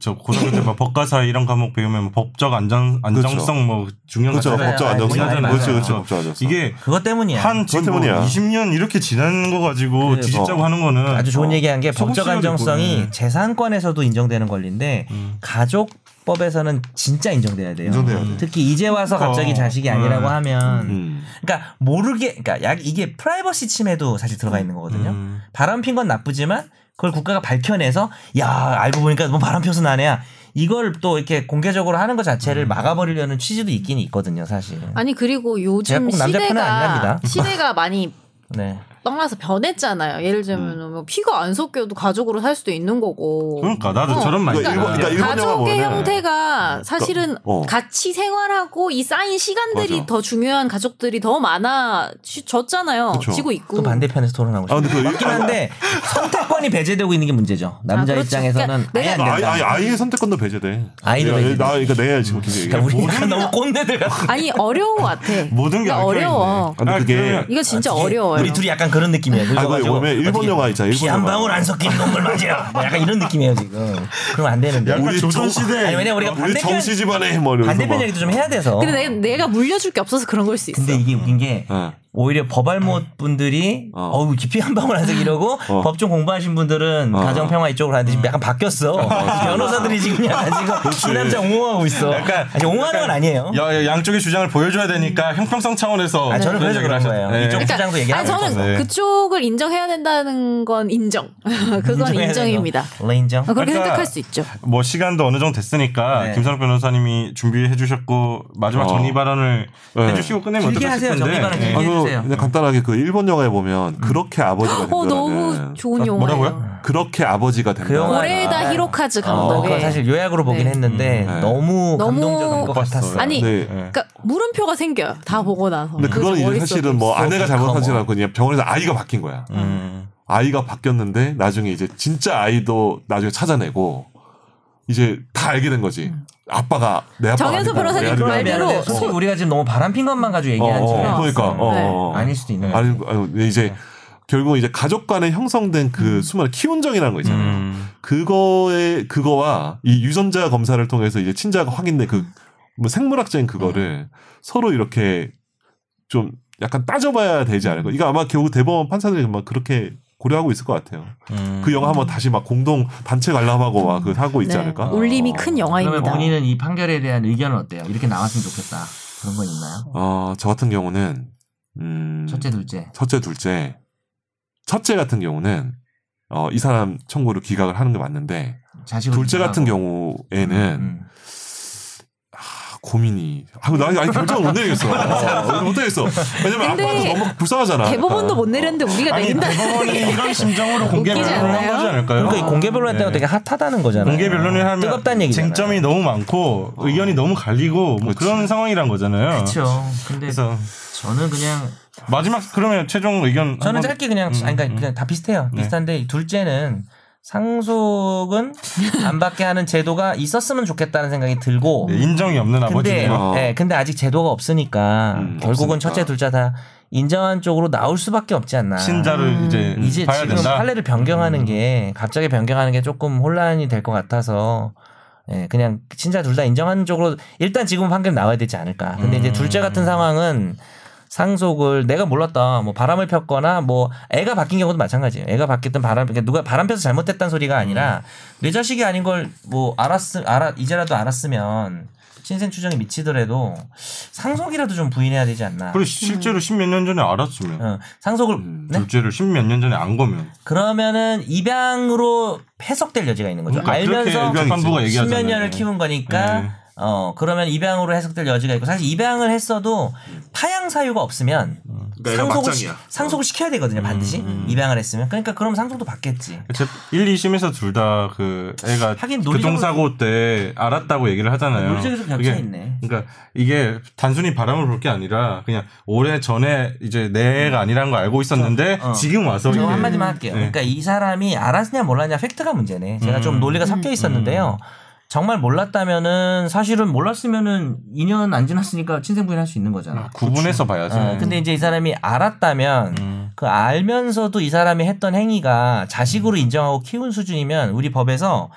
[SPEAKER 1] 저 고등학교 때 막 법과사 이런 과목 배우면 뭐 법적 안정 안정성 뭐 중요한
[SPEAKER 3] 그렇죠.
[SPEAKER 1] 같잖아요.
[SPEAKER 3] 법적 안정성.
[SPEAKER 1] 맞아요, 맞아요.
[SPEAKER 3] 그렇죠. 그렇죠. 법적 안정성.
[SPEAKER 1] 이게
[SPEAKER 2] 그것 때문이야
[SPEAKER 1] 한 지금 뭐
[SPEAKER 3] 때문이야. 뭐
[SPEAKER 1] 20년 이렇게 지난 거 가지고
[SPEAKER 2] 그래,
[SPEAKER 1] 뒤집자고 하는 거는
[SPEAKER 2] 아주 좋은 얘기한 게 법적
[SPEAKER 1] 소극적이고,
[SPEAKER 2] 안정성이
[SPEAKER 3] 예.
[SPEAKER 1] 네.
[SPEAKER 2] 재산권에서도 인정되는 권리인데
[SPEAKER 1] 음.
[SPEAKER 2] 가족법에서는 진짜 인정돼야 돼요.
[SPEAKER 3] 인정돼야 돼.
[SPEAKER 2] 특히 이제 와서
[SPEAKER 1] 그러니까.
[SPEAKER 2] 갑자기 자식이 아니라고
[SPEAKER 1] 음.
[SPEAKER 2] 하면,
[SPEAKER 3] 음.
[SPEAKER 2] 그러니까 모르게, 그러니까 약 이게 프라이버시 침해도 사실 들어가 있는 거거든요.
[SPEAKER 1] 음.
[SPEAKER 2] 바람 핀 건 나쁘지만 그걸 국가가 밝혀내서 야 알고 보니까 뭐 바람 펴서 난 애야 이걸 또 이렇게 공개적으로 하는 것 자체를
[SPEAKER 3] 음.
[SPEAKER 2] 막아버리려는 취지도 있긴 있거든요, 사실.
[SPEAKER 5] 아니 그리고
[SPEAKER 2] 제가
[SPEAKER 5] 요즘
[SPEAKER 2] 꼭 남자 편은
[SPEAKER 5] 시대가
[SPEAKER 2] 아니랍니다.
[SPEAKER 5] 시대가 많이
[SPEAKER 2] 네.
[SPEAKER 5] 떠나서 변했잖아요. 예를 들면
[SPEAKER 2] 음.
[SPEAKER 5] 뭐 피가 안 섞여도 가족으로 살 수도 있는 거고.
[SPEAKER 1] 그러니까 나도 저런 말이
[SPEAKER 3] 그러니까 일본- 그러니까 일본 영화
[SPEAKER 5] 어. 가족의
[SPEAKER 3] 보면은
[SPEAKER 5] 형태가 사실은
[SPEAKER 3] 어.
[SPEAKER 5] 같이 생활하고 이 쌓인 시간들이
[SPEAKER 3] 맞아.
[SPEAKER 5] 더 중요한 가족들이 더 많아졌잖아요.
[SPEAKER 3] 그쵸.
[SPEAKER 5] 지고 있고.
[SPEAKER 2] 또 반대편에서 토론하고
[SPEAKER 3] 아,
[SPEAKER 2] 싶어요.
[SPEAKER 3] 근데 그
[SPEAKER 2] 맞긴 한데 선택권이 배제되고 있는 게 문제죠. 남자
[SPEAKER 5] 아, 그렇죠.
[SPEAKER 2] 입장에서는
[SPEAKER 5] 그러니까
[SPEAKER 2] 아예 안
[SPEAKER 5] 내가-
[SPEAKER 2] 된다.
[SPEAKER 3] 아이, 아이, 의 선택권도 배제돼.
[SPEAKER 2] 아이도
[SPEAKER 3] 내가-
[SPEAKER 2] 배제돼.
[SPEAKER 3] 나 그러니까 내가 지금 계속 얘기해.
[SPEAKER 2] 그러니까 우리가 너무 꼰대들 같은.
[SPEAKER 5] 아니 어려운 것 같아.
[SPEAKER 1] 모든 게
[SPEAKER 5] 그러니까
[SPEAKER 1] 얽혀있네.
[SPEAKER 5] 어려워.
[SPEAKER 3] 근데
[SPEAKER 1] 아,
[SPEAKER 3] 그게-
[SPEAKER 1] 그러면
[SPEAKER 5] 이거 진짜
[SPEAKER 2] 아, 되게
[SPEAKER 5] 어려워요.
[SPEAKER 2] 우리 둘이 약간 그런 느낌이에요.
[SPEAKER 3] 아이고,
[SPEAKER 2] 그래가지고
[SPEAKER 3] 보면 일본
[SPEAKER 2] 어떻게
[SPEAKER 3] 영화 있잖아, 일본
[SPEAKER 2] 피한
[SPEAKER 3] 영화.
[SPEAKER 2] 방울 안 섞인 놈을 맞이라. 뭐 약간 이런 느낌이에요 지금. 그럼 안 되는데.
[SPEAKER 1] 약간
[SPEAKER 3] 우리
[SPEAKER 1] 조선시대
[SPEAKER 2] 아니 왜냐 우리가
[SPEAKER 3] 우리
[SPEAKER 2] 반대편
[SPEAKER 3] 정씨 집안에 뭐 이러면서
[SPEAKER 2] 반대편
[SPEAKER 3] 막.
[SPEAKER 2] 얘기도 좀 해야 돼서.
[SPEAKER 5] 근데 내가, 내가 물려줄 게 없어서 그런 걸 수 있어.
[SPEAKER 2] 근데 이게 웃긴 게
[SPEAKER 3] 예.
[SPEAKER 2] 오히려 법알못 분들이
[SPEAKER 3] 어.
[SPEAKER 2] 어. 우 깊이 한 방울 안색 이러고 법 좀 공부하신 분들은
[SPEAKER 3] 어.
[SPEAKER 2] 가정 평화 이쪽으로 하는데 지금 약간 바뀌었어. 변호사들이 지금 약간 지금 이 남자 옹호하고 있어. 약간 옹호하는 건 아니에요.
[SPEAKER 1] 야, 야, 양쪽의 주장을 보여줘야 되니까 형평성 차원에서
[SPEAKER 2] 아, 저는 그래서
[SPEAKER 1] 얘기를
[SPEAKER 2] 그런
[SPEAKER 1] 하셨-
[SPEAKER 2] 거예요.
[SPEAKER 1] 네.
[SPEAKER 2] 이쪽 주장도 얘기하는
[SPEAKER 5] 그러니까 아니 저는
[SPEAKER 1] 거죠. 네.
[SPEAKER 5] 그쪽을 인정해야 된다는 건 인정. 그건 인정입니다.
[SPEAKER 2] 원래 인정.
[SPEAKER 5] 어, 그렇게
[SPEAKER 1] 그러니까-
[SPEAKER 5] 생각할 수 있죠.
[SPEAKER 1] 뭐 시간도 어느 정도 됐으니까
[SPEAKER 2] 네.
[SPEAKER 1] 김선욱 변호사님이 준비해 주셨고 마지막
[SPEAKER 3] 어.
[SPEAKER 1] 정리 발언을
[SPEAKER 3] 네.
[SPEAKER 1] 해주시고 끝내면
[SPEAKER 2] 길게
[SPEAKER 1] 어떨까
[SPEAKER 2] 하세요,
[SPEAKER 1] 싶은데
[SPEAKER 2] 정리 발언 길게.
[SPEAKER 1] 예.
[SPEAKER 3] 아이고,
[SPEAKER 2] 해주세요.
[SPEAKER 3] 그냥 간단하게 그 일본 영화에 보면 그렇게 아버지가
[SPEAKER 5] 어 너무
[SPEAKER 3] 된다는 네.
[SPEAKER 5] 좋은
[SPEAKER 1] 아,
[SPEAKER 5] 영화예요.
[SPEAKER 1] 뭐라고요?
[SPEAKER 3] 그렇게 아버지가 된다.
[SPEAKER 2] 영화-
[SPEAKER 5] 고레다
[SPEAKER 2] 아.
[SPEAKER 5] 히로카즈
[SPEAKER 2] 어, 그건
[SPEAKER 5] 감독의
[SPEAKER 2] 사실 요약으로 보긴
[SPEAKER 5] 네.
[SPEAKER 2] 했는데
[SPEAKER 3] 네.
[SPEAKER 2] 너무
[SPEAKER 5] 너무
[SPEAKER 2] 감동적인 것
[SPEAKER 1] 봤어요.
[SPEAKER 2] 같았어요.
[SPEAKER 5] 아니
[SPEAKER 3] 네.
[SPEAKER 1] 음.
[SPEAKER 5] 그러니까 물음표가 생겨요. 다 보고 나서.
[SPEAKER 4] 음.
[SPEAKER 3] 근데 그거는 이제
[SPEAKER 5] 머릿속에.
[SPEAKER 3] 사실은 뭐
[SPEAKER 2] 있어.
[SPEAKER 3] 아내가 잘못하지 않고 그냥 병원에서 아이가 바뀐 거야.
[SPEAKER 2] 음.
[SPEAKER 3] 아이가 바뀌었는데 나중에 이제 진짜 아이도 나중에 찾아내고 이제 다 알게 된 거지. 아빠가 내 아빠
[SPEAKER 5] 정현석 변호사님
[SPEAKER 2] 그런
[SPEAKER 5] 말대로
[SPEAKER 2] 면에서 솔직히
[SPEAKER 5] 소-
[SPEAKER 2] 우리가 지금 너무 바람핀 것만 가지고
[SPEAKER 3] 어,
[SPEAKER 2] 얘기한 줄
[SPEAKER 3] 어,
[SPEAKER 5] 줄
[SPEAKER 3] 그러니까
[SPEAKER 5] 알았어요.
[SPEAKER 3] 어,
[SPEAKER 5] 네.
[SPEAKER 3] 어.
[SPEAKER 2] 아닐 수도 있는
[SPEAKER 3] 아니, 아니 근데 이제 결국 이제 가족 간에 형성된 그 수많은 키운정이라는 거 있잖아요.
[SPEAKER 1] 음.
[SPEAKER 3] 그거의 그거와 이 유전자 검사를 통해서 이제 친자가 확인된 그 뭐 생물학적인 그거를
[SPEAKER 2] 음.
[SPEAKER 3] 서로 이렇게 좀 약간 따져봐야 되지 않을까. 이거 아마 겨우 대법원 판사들이 막 그렇게 고려하고 있을 것 같아요.
[SPEAKER 2] 음. 음.
[SPEAKER 3] 그 영화 한번 다시 막 공동 단체 관람하고 막 그 하고 있지
[SPEAKER 5] 네.
[SPEAKER 3] 않을까.
[SPEAKER 5] 울림이 큰
[SPEAKER 2] 그러면
[SPEAKER 5] 영화입니다.
[SPEAKER 2] 본인은 이 판결에 대한 의견은 어때요? 이렇게 나왔으면 좋겠다. 그런 건 있나요?
[SPEAKER 3] 어저 같은 경우는 음
[SPEAKER 2] 첫째, 둘째.
[SPEAKER 3] 첫째, 둘째. 첫째 같은 경우는 어, 이 사람 청구를 기각을 하는 게 맞는데
[SPEAKER 2] 자식을 음.
[SPEAKER 3] 둘째
[SPEAKER 2] 위하고.
[SPEAKER 3] 같은
[SPEAKER 1] 네.
[SPEAKER 3] 경우에는
[SPEAKER 2] 음.
[SPEAKER 3] 아, 고민이 아, 나 아니 결정을 못 내리겠어. 어, 못 내리겠어. 왜냐면
[SPEAKER 5] 근데
[SPEAKER 3] 아빠도 너무 불쌍하잖아.
[SPEAKER 5] 대법원도
[SPEAKER 2] 어.
[SPEAKER 5] 못 내렸는데
[SPEAKER 2] 네,
[SPEAKER 5] 우리가
[SPEAKER 1] 아니
[SPEAKER 5] 내린다.
[SPEAKER 1] 대법원이 이런 심정으로 공개
[SPEAKER 5] 웃기지
[SPEAKER 1] 변론을 한
[SPEAKER 5] 않나요?
[SPEAKER 1] 거지 않을까요?
[SPEAKER 2] 그러니까 이 공개 변론 때가
[SPEAKER 1] 네.
[SPEAKER 2] 되게 핫하다는 거잖아요.
[SPEAKER 1] 공개 변론을 하면
[SPEAKER 2] 뜨겁다는 얘기잖아요. 어.
[SPEAKER 1] 쟁점이 너무 많고 의견이 너무 갈리고 뭐
[SPEAKER 3] 그치.
[SPEAKER 1] 그런 상황이란 거잖아요.
[SPEAKER 2] 그렇죠. 근데
[SPEAKER 1] 그래서
[SPEAKER 2] 저는 그냥
[SPEAKER 1] 마지막 그러면 최종 의견
[SPEAKER 2] 저는
[SPEAKER 1] 한번-
[SPEAKER 2] 짧게 그냥 아니, 그러니까 그냥 다 비슷해요.
[SPEAKER 1] 음, 네.
[SPEAKER 2] 비슷한데 이 둘째는 상속은 안 받게 하는 제도가 있었으면 좋겠다는 생각이 들고
[SPEAKER 1] 네, 인정이 없는
[SPEAKER 2] 근데
[SPEAKER 1] 아버지네요. 뭐
[SPEAKER 3] 아버지네요.
[SPEAKER 2] 예, 근데 아직 제도가 없으니까
[SPEAKER 3] 음,
[SPEAKER 2] 결국은
[SPEAKER 3] 없으니까.
[SPEAKER 2] 첫째 둘째 다 인정한 쪽으로 나올 수밖에 없지 않나.
[SPEAKER 1] 신자를 이제,
[SPEAKER 2] 아, 이제
[SPEAKER 1] 음, 봐야
[SPEAKER 2] 지금
[SPEAKER 1] 된다. 음.
[SPEAKER 2] 판례를 변경하는 게 갑자기 변경하는 게 조금 혼란이 될 것 같아서 예, 그냥 친자 둘 다 인정하는 쪽으로 일단 지금 판결 나와야 되지 않을까. 근데 이제 둘째 같은
[SPEAKER 1] 음.
[SPEAKER 2] 상황은 상속을 내가 몰랐다. 뭐 바람을 폈거나 뭐 애가 바뀐 경우도 마찬가지예요. 애가 바뀌든 바람 그러니까 누가 바람 펴서 잘못됐다는 소리가
[SPEAKER 1] 음.
[SPEAKER 2] 아니라 내 자식이 아닌 걸 뭐 알았음 알아 이제라도 알았으면 신생 추정이 미치더라도 상속이라도 좀 부인해야 되지 않나.
[SPEAKER 1] 그리고 실제로 십몇 년 전에 알았으면
[SPEAKER 2] 어, 상속을 음. 네?
[SPEAKER 1] 둘째를 십몇 년 전에 안 거면
[SPEAKER 2] 그러면은 입양으로 해석될 여지가 있는 거죠.
[SPEAKER 1] 그러니까
[SPEAKER 2] 알면서
[SPEAKER 1] 그렇게 재판부가 얘기하잖아요. 예.
[SPEAKER 2] 십몇 년을 키운 거니까
[SPEAKER 1] 네.
[SPEAKER 2] 어 그러면 입양으로 해석될 여지가 있고 사실 입양을 했어도 파양 사유가 없으면
[SPEAKER 1] 음. 그러니까
[SPEAKER 2] 상속을 시, 상속을 시켜야 되거든요 반드시 입양을 했으면 그러니까 그럼 상속도 받겠지.
[SPEAKER 1] 제 1, 2심에서 둘 다 그 애가
[SPEAKER 2] 하긴 논리적으로-
[SPEAKER 1] 교통사고 때 알았다고 얘기를 하잖아요.
[SPEAKER 2] 물질에서 겹쳐
[SPEAKER 1] 그게-
[SPEAKER 2] 있네.
[SPEAKER 1] 그러니까 이게 단순히 바람을 볼 게 아니라 그냥 오래 전에 이제 내가 아니라는 걸 알고 있었는데
[SPEAKER 2] 어.
[SPEAKER 1] 지금 와서
[SPEAKER 2] 저
[SPEAKER 1] 이게-
[SPEAKER 2] 한마디만 할게요.
[SPEAKER 1] 네. 음.
[SPEAKER 2] 그러니까 이 사람이 알았냐 몰랐냐 팩트가 문제네. 제가 좀 논리가 섞여 있었는데요. 정말 몰랐다면은 사실은 몰랐으면은 2년 안 지났으니까 친생 부인할 수 있는 거잖아.
[SPEAKER 3] 그러니까.
[SPEAKER 1] 구분해서 봐야지.
[SPEAKER 2] 어, 근데 이제 이 사람이 알았다면
[SPEAKER 1] 음.
[SPEAKER 2] 그 알면서도 이 사람이 했던 행위가 자식으로 인정하고 키운 수준이면 우리 법에서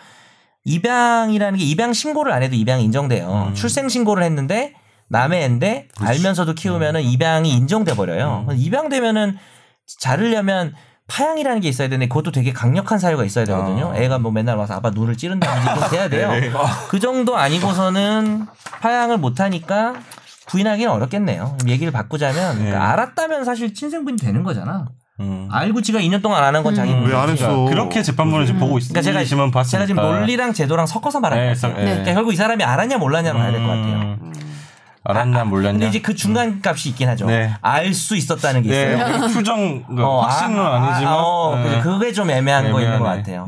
[SPEAKER 2] 입양이라는 게 입양 신고를 안 해도 입양이 인정돼요. 출생 신고를 했는데 남의 애인데 알면서도 키우면은 입양이 인정돼 버려요. 입양되면은 자르려면 파양이라는 게 있어야 되는데 그것도 되게 강력한 사유가 있어야 되거든요. 애가 뭐 맨날 와서 아빠 눈을 찌른다든지 이거 돼야 돼요. 그 정도 아니고서는 파양을 못 하니까
[SPEAKER 1] 네.
[SPEAKER 2] 부인하기는 어렵겠네요. 얘기를 바꾸자면 그러니까 알았다면 사실 친생분이 되는 거잖아.
[SPEAKER 1] 음.
[SPEAKER 2] 알고 지가 2년 동안 안 한 건 자기
[SPEAKER 3] 왜 안 했어?
[SPEAKER 1] 음. 그렇게 재판부는 지금 보고 있으니까
[SPEAKER 2] 그러니까 제가
[SPEAKER 1] 지금 봤으니까.
[SPEAKER 2] 제가 지금 논리랑 제도랑 섞어서
[SPEAKER 1] 네,
[SPEAKER 2] 말하는 것 같아요.
[SPEAKER 1] 네.
[SPEAKER 2] 그러니까 결국 이 사람이 알았냐 몰랐냐를 봐야 될 것 같아요.
[SPEAKER 1] 음. 알았냐 몰랐냐.
[SPEAKER 2] 근데 이제 그 중간 값이 있긴 하죠.
[SPEAKER 1] 네.
[SPEAKER 2] 알 수 있었다는 게 있어요.
[SPEAKER 1] 네, 추정 그러니까
[SPEAKER 2] 어,
[SPEAKER 1] 확신은
[SPEAKER 2] 아,
[SPEAKER 1] 니지만 네.
[SPEAKER 2] 아, 어, 그래서 그게 좀 애매한 거 있는 것
[SPEAKER 1] 애매하네.
[SPEAKER 2] 같아요.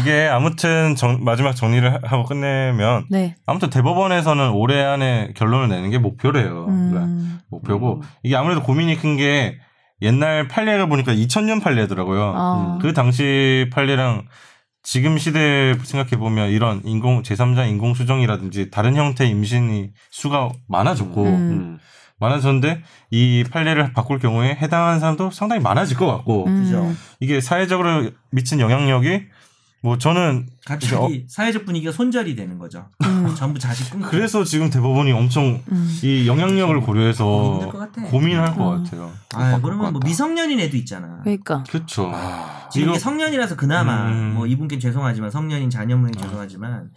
[SPEAKER 1] 이게 아무튼 정- 마지막 정리를 하- 하고 끝내면
[SPEAKER 4] 네.
[SPEAKER 1] 아무튼 대법원에서는 올해 안에 결론을 내는 게
[SPEAKER 2] 어,
[SPEAKER 1] 목표래요. 그러니까
[SPEAKER 4] 음.
[SPEAKER 1] 목표고 이게 아무래도 고민이 큰 게 옛날 판례를 보니까 2000년
[SPEAKER 2] 어,
[SPEAKER 1] 판례더라고요.
[SPEAKER 4] 아.
[SPEAKER 1] 그 당시 판례랑 지금 시대 생각해 보면 이런 인공 제3자 인공 수정이라든지 다른 형태의 임신이 수가 많아졌고
[SPEAKER 4] 음.
[SPEAKER 3] 음.
[SPEAKER 1] 많아졌는데 이 판례를 바꿀 경우에 해당하는 사람도 상당히 많아질 것 같고
[SPEAKER 4] 음.
[SPEAKER 1] 이게 사회적으로 미친 영향력이 뭐 저는
[SPEAKER 2] 갑자기 사회적 분위기가 손절이 되는 거죠.
[SPEAKER 5] 음.
[SPEAKER 2] 전부 자식 꿈.
[SPEAKER 1] 그래서 지금 대법원이 엄청
[SPEAKER 4] 음.
[SPEAKER 1] 이 영향력을
[SPEAKER 2] 어, 힘들
[SPEAKER 1] 고려해서
[SPEAKER 2] 것 같아.
[SPEAKER 1] 고민할 것
[SPEAKER 4] 어.
[SPEAKER 1] 같아요.
[SPEAKER 2] 아, 그러면 뭐 미성년인 애도 있잖아.
[SPEAKER 5] 네.
[SPEAKER 4] 그러니까.
[SPEAKER 1] 그렇죠.
[SPEAKER 3] 아.
[SPEAKER 5] 음.
[SPEAKER 2] 지금
[SPEAKER 1] 이거-
[SPEAKER 2] 이게 성년이라서 그나마
[SPEAKER 1] 음. 어.
[SPEAKER 2] 뭐 이분께 죄송하지만 성년인 자녀분께 죄송하지만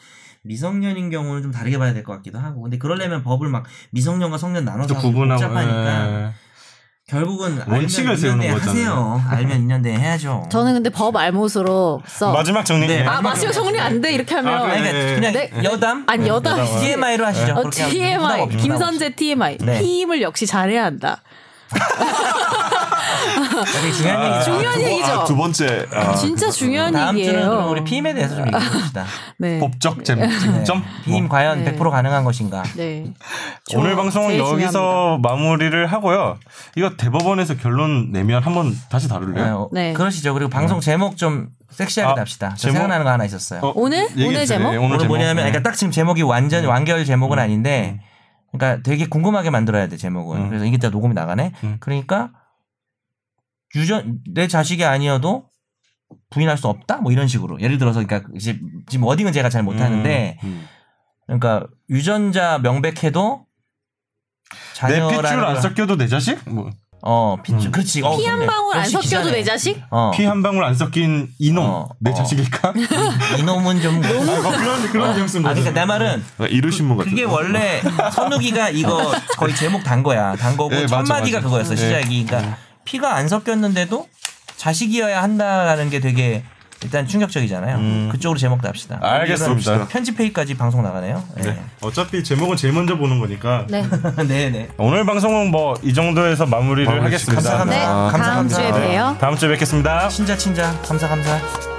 [SPEAKER 2] 미성년인 경우는 좀 다르게 봐야 될 것 같기도 하고 근데 그러려면 법을 막 미성년과 성년 나눠서 하기
[SPEAKER 1] 구분하고
[SPEAKER 2] 복잡하니까
[SPEAKER 1] 예.
[SPEAKER 2] 결국은
[SPEAKER 1] 원칙을
[SPEAKER 2] 알면 2년
[SPEAKER 1] 세우는
[SPEAKER 2] 내에 하세요. 알면 2년 내에 해야죠.
[SPEAKER 4] 저는 근데 법 알못으로 써.
[SPEAKER 1] 마지막 정리. 예.
[SPEAKER 2] 네.
[SPEAKER 5] 아 마지막 정리 안 돼 이렇게 하면
[SPEAKER 1] 아,
[SPEAKER 2] 아니,
[SPEAKER 1] 네.
[SPEAKER 2] 그러니까 그냥
[SPEAKER 4] 네.
[SPEAKER 2] 여담
[SPEAKER 5] 아니 여담
[SPEAKER 2] TMI로 하시죠.
[SPEAKER 5] 어,
[SPEAKER 2] 그렇게 하면 부담
[SPEAKER 5] TMI
[SPEAKER 2] 없이, 부담 없이.
[SPEAKER 5] 김선재 TMI
[SPEAKER 2] 네.
[SPEAKER 5] 피임을 역시 잘해야 한다.
[SPEAKER 2] 되게 중요한 얘기죠.
[SPEAKER 5] 중요한 얘기죠.
[SPEAKER 3] 아, 두 번째 아,
[SPEAKER 5] 진짜 중요한
[SPEAKER 2] 다음 주는
[SPEAKER 5] 얘기예요.
[SPEAKER 2] 그럼 우리 피임에 대해서 좀 얘기해 봅시다.
[SPEAKER 5] 네.
[SPEAKER 1] 법적 쟁- 쟁점. 뭐.
[SPEAKER 2] 피임 과연
[SPEAKER 5] 네.
[SPEAKER 2] 100% 가능한 것인가?
[SPEAKER 5] 네. 저-
[SPEAKER 1] 오늘 방송은
[SPEAKER 5] 제일
[SPEAKER 1] 여기서 마무리를 하고요. 이거 대법원에서 결론 내면 한번 다시
[SPEAKER 2] 네,
[SPEAKER 1] 다룰래요?
[SPEAKER 2] 어,
[SPEAKER 5] 네.
[SPEAKER 2] 그러니까 그리고 방송 제목 좀 섹시하게
[SPEAKER 1] 아,
[SPEAKER 2] 납시다. 저
[SPEAKER 1] 제목?
[SPEAKER 2] 생각나는 거 하나 있었어요.
[SPEAKER 1] 어,
[SPEAKER 5] 오늘?
[SPEAKER 1] 얘기해
[SPEAKER 5] 오늘
[SPEAKER 1] 주세요.
[SPEAKER 5] 제목?
[SPEAKER 1] 네,
[SPEAKER 2] 오늘,
[SPEAKER 1] 제목.
[SPEAKER 2] 뭐냐면
[SPEAKER 1] 네.
[SPEAKER 2] 그러니까 딱 지금 제목이 완전 완결 제목은 아닌데 그러니까 되게 궁금하게 만들어야 돼 제목은.
[SPEAKER 1] 음.
[SPEAKER 2] 그래서 이게 다 녹음이 나가네.
[SPEAKER 1] 음.
[SPEAKER 2] 그러니까 유전 내 자식이 아니어도 부인할 수 없다 뭐 이런 식으로 예를 들어서 그러니까 이제 지금 워딩은 제가 잘 못하는데
[SPEAKER 1] 음.
[SPEAKER 2] 그러니까 유전자 명백해도
[SPEAKER 1] 내
[SPEAKER 2] 자녀라는
[SPEAKER 1] 핏줄 안
[SPEAKER 2] 걸-
[SPEAKER 1] 섞여도 내 자식? 뭐.
[SPEAKER 2] 어 핏줄
[SPEAKER 1] 음.
[SPEAKER 2] 그렇지 어,
[SPEAKER 5] 피 한
[SPEAKER 2] 좋네.
[SPEAKER 5] 방울 안
[SPEAKER 2] 역시
[SPEAKER 5] 섞여도
[SPEAKER 2] 기자네.
[SPEAKER 5] 내 자식?
[SPEAKER 2] 어.
[SPEAKER 1] 피 한 방울 안 섞인 이놈
[SPEAKER 2] 어,
[SPEAKER 1] 내
[SPEAKER 2] 어.
[SPEAKER 1] 자식일까?
[SPEAKER 2] 이놈은 좀
[SPEAKER 1] 아, 뭐 그런 그런 뉘앙스인
[SPEAKER 2] 아,
[SPEAKER 1] 거죠.
[SPEAKER 2] 그러니까 내 말은
[SPEAKER 1] 음.
[SPEAKER 3] 이루신 분 같은.
[SPEAKER 2] 그게 원래 선욱이가 이거 거의 제목 단 거야. 단 거고
[SPEAKER 1] 예,
[SPEAKER 2] 첫
[SPEAKER 1] 맞아,
[SPEAKER 2] 마디가
[SPEAKER 1] 맞아.
[SPEAKER 2] 그거였어
[SPEAKER 1] 예.
[SPEAKER 2] 시작이. 그러니까 피가 안 섞였는데도 자식이어야 한다라는 게 되게 일단 충격적이잖아요. 그쪽으로 제목 납시다.
[SPEAKER 1] 음. 알겠습니다.
[SPEAKER 2] 오늘은 편집 회의까지 방송 나가네요.
[SPEAKER 1] 네. 어차피 제목은 제일 먼저 보는 거니까
[SPEAKER 5] 네.
[SPEAKER 2] 네, 네.
[SPEAKER 1] 오늘 방송은 뭐 이 정도에서 마무리를
[SPEAKER 3] 마무리
[SPEAKER 1] 하겠습니다.
[SPEAKER 3] 짓겠습니다.
[SPEAKER 2] 감사합니다.
[SPEAKER 5] 네.
[SPEAKER 2] 감사합니다.
[SPEAKER 5] 다음 주에 봬요.
[SPEAKER 1] 다음 주에 뵙겠습니다.
[SPEAKER 2] 친자 친자 감사 감사.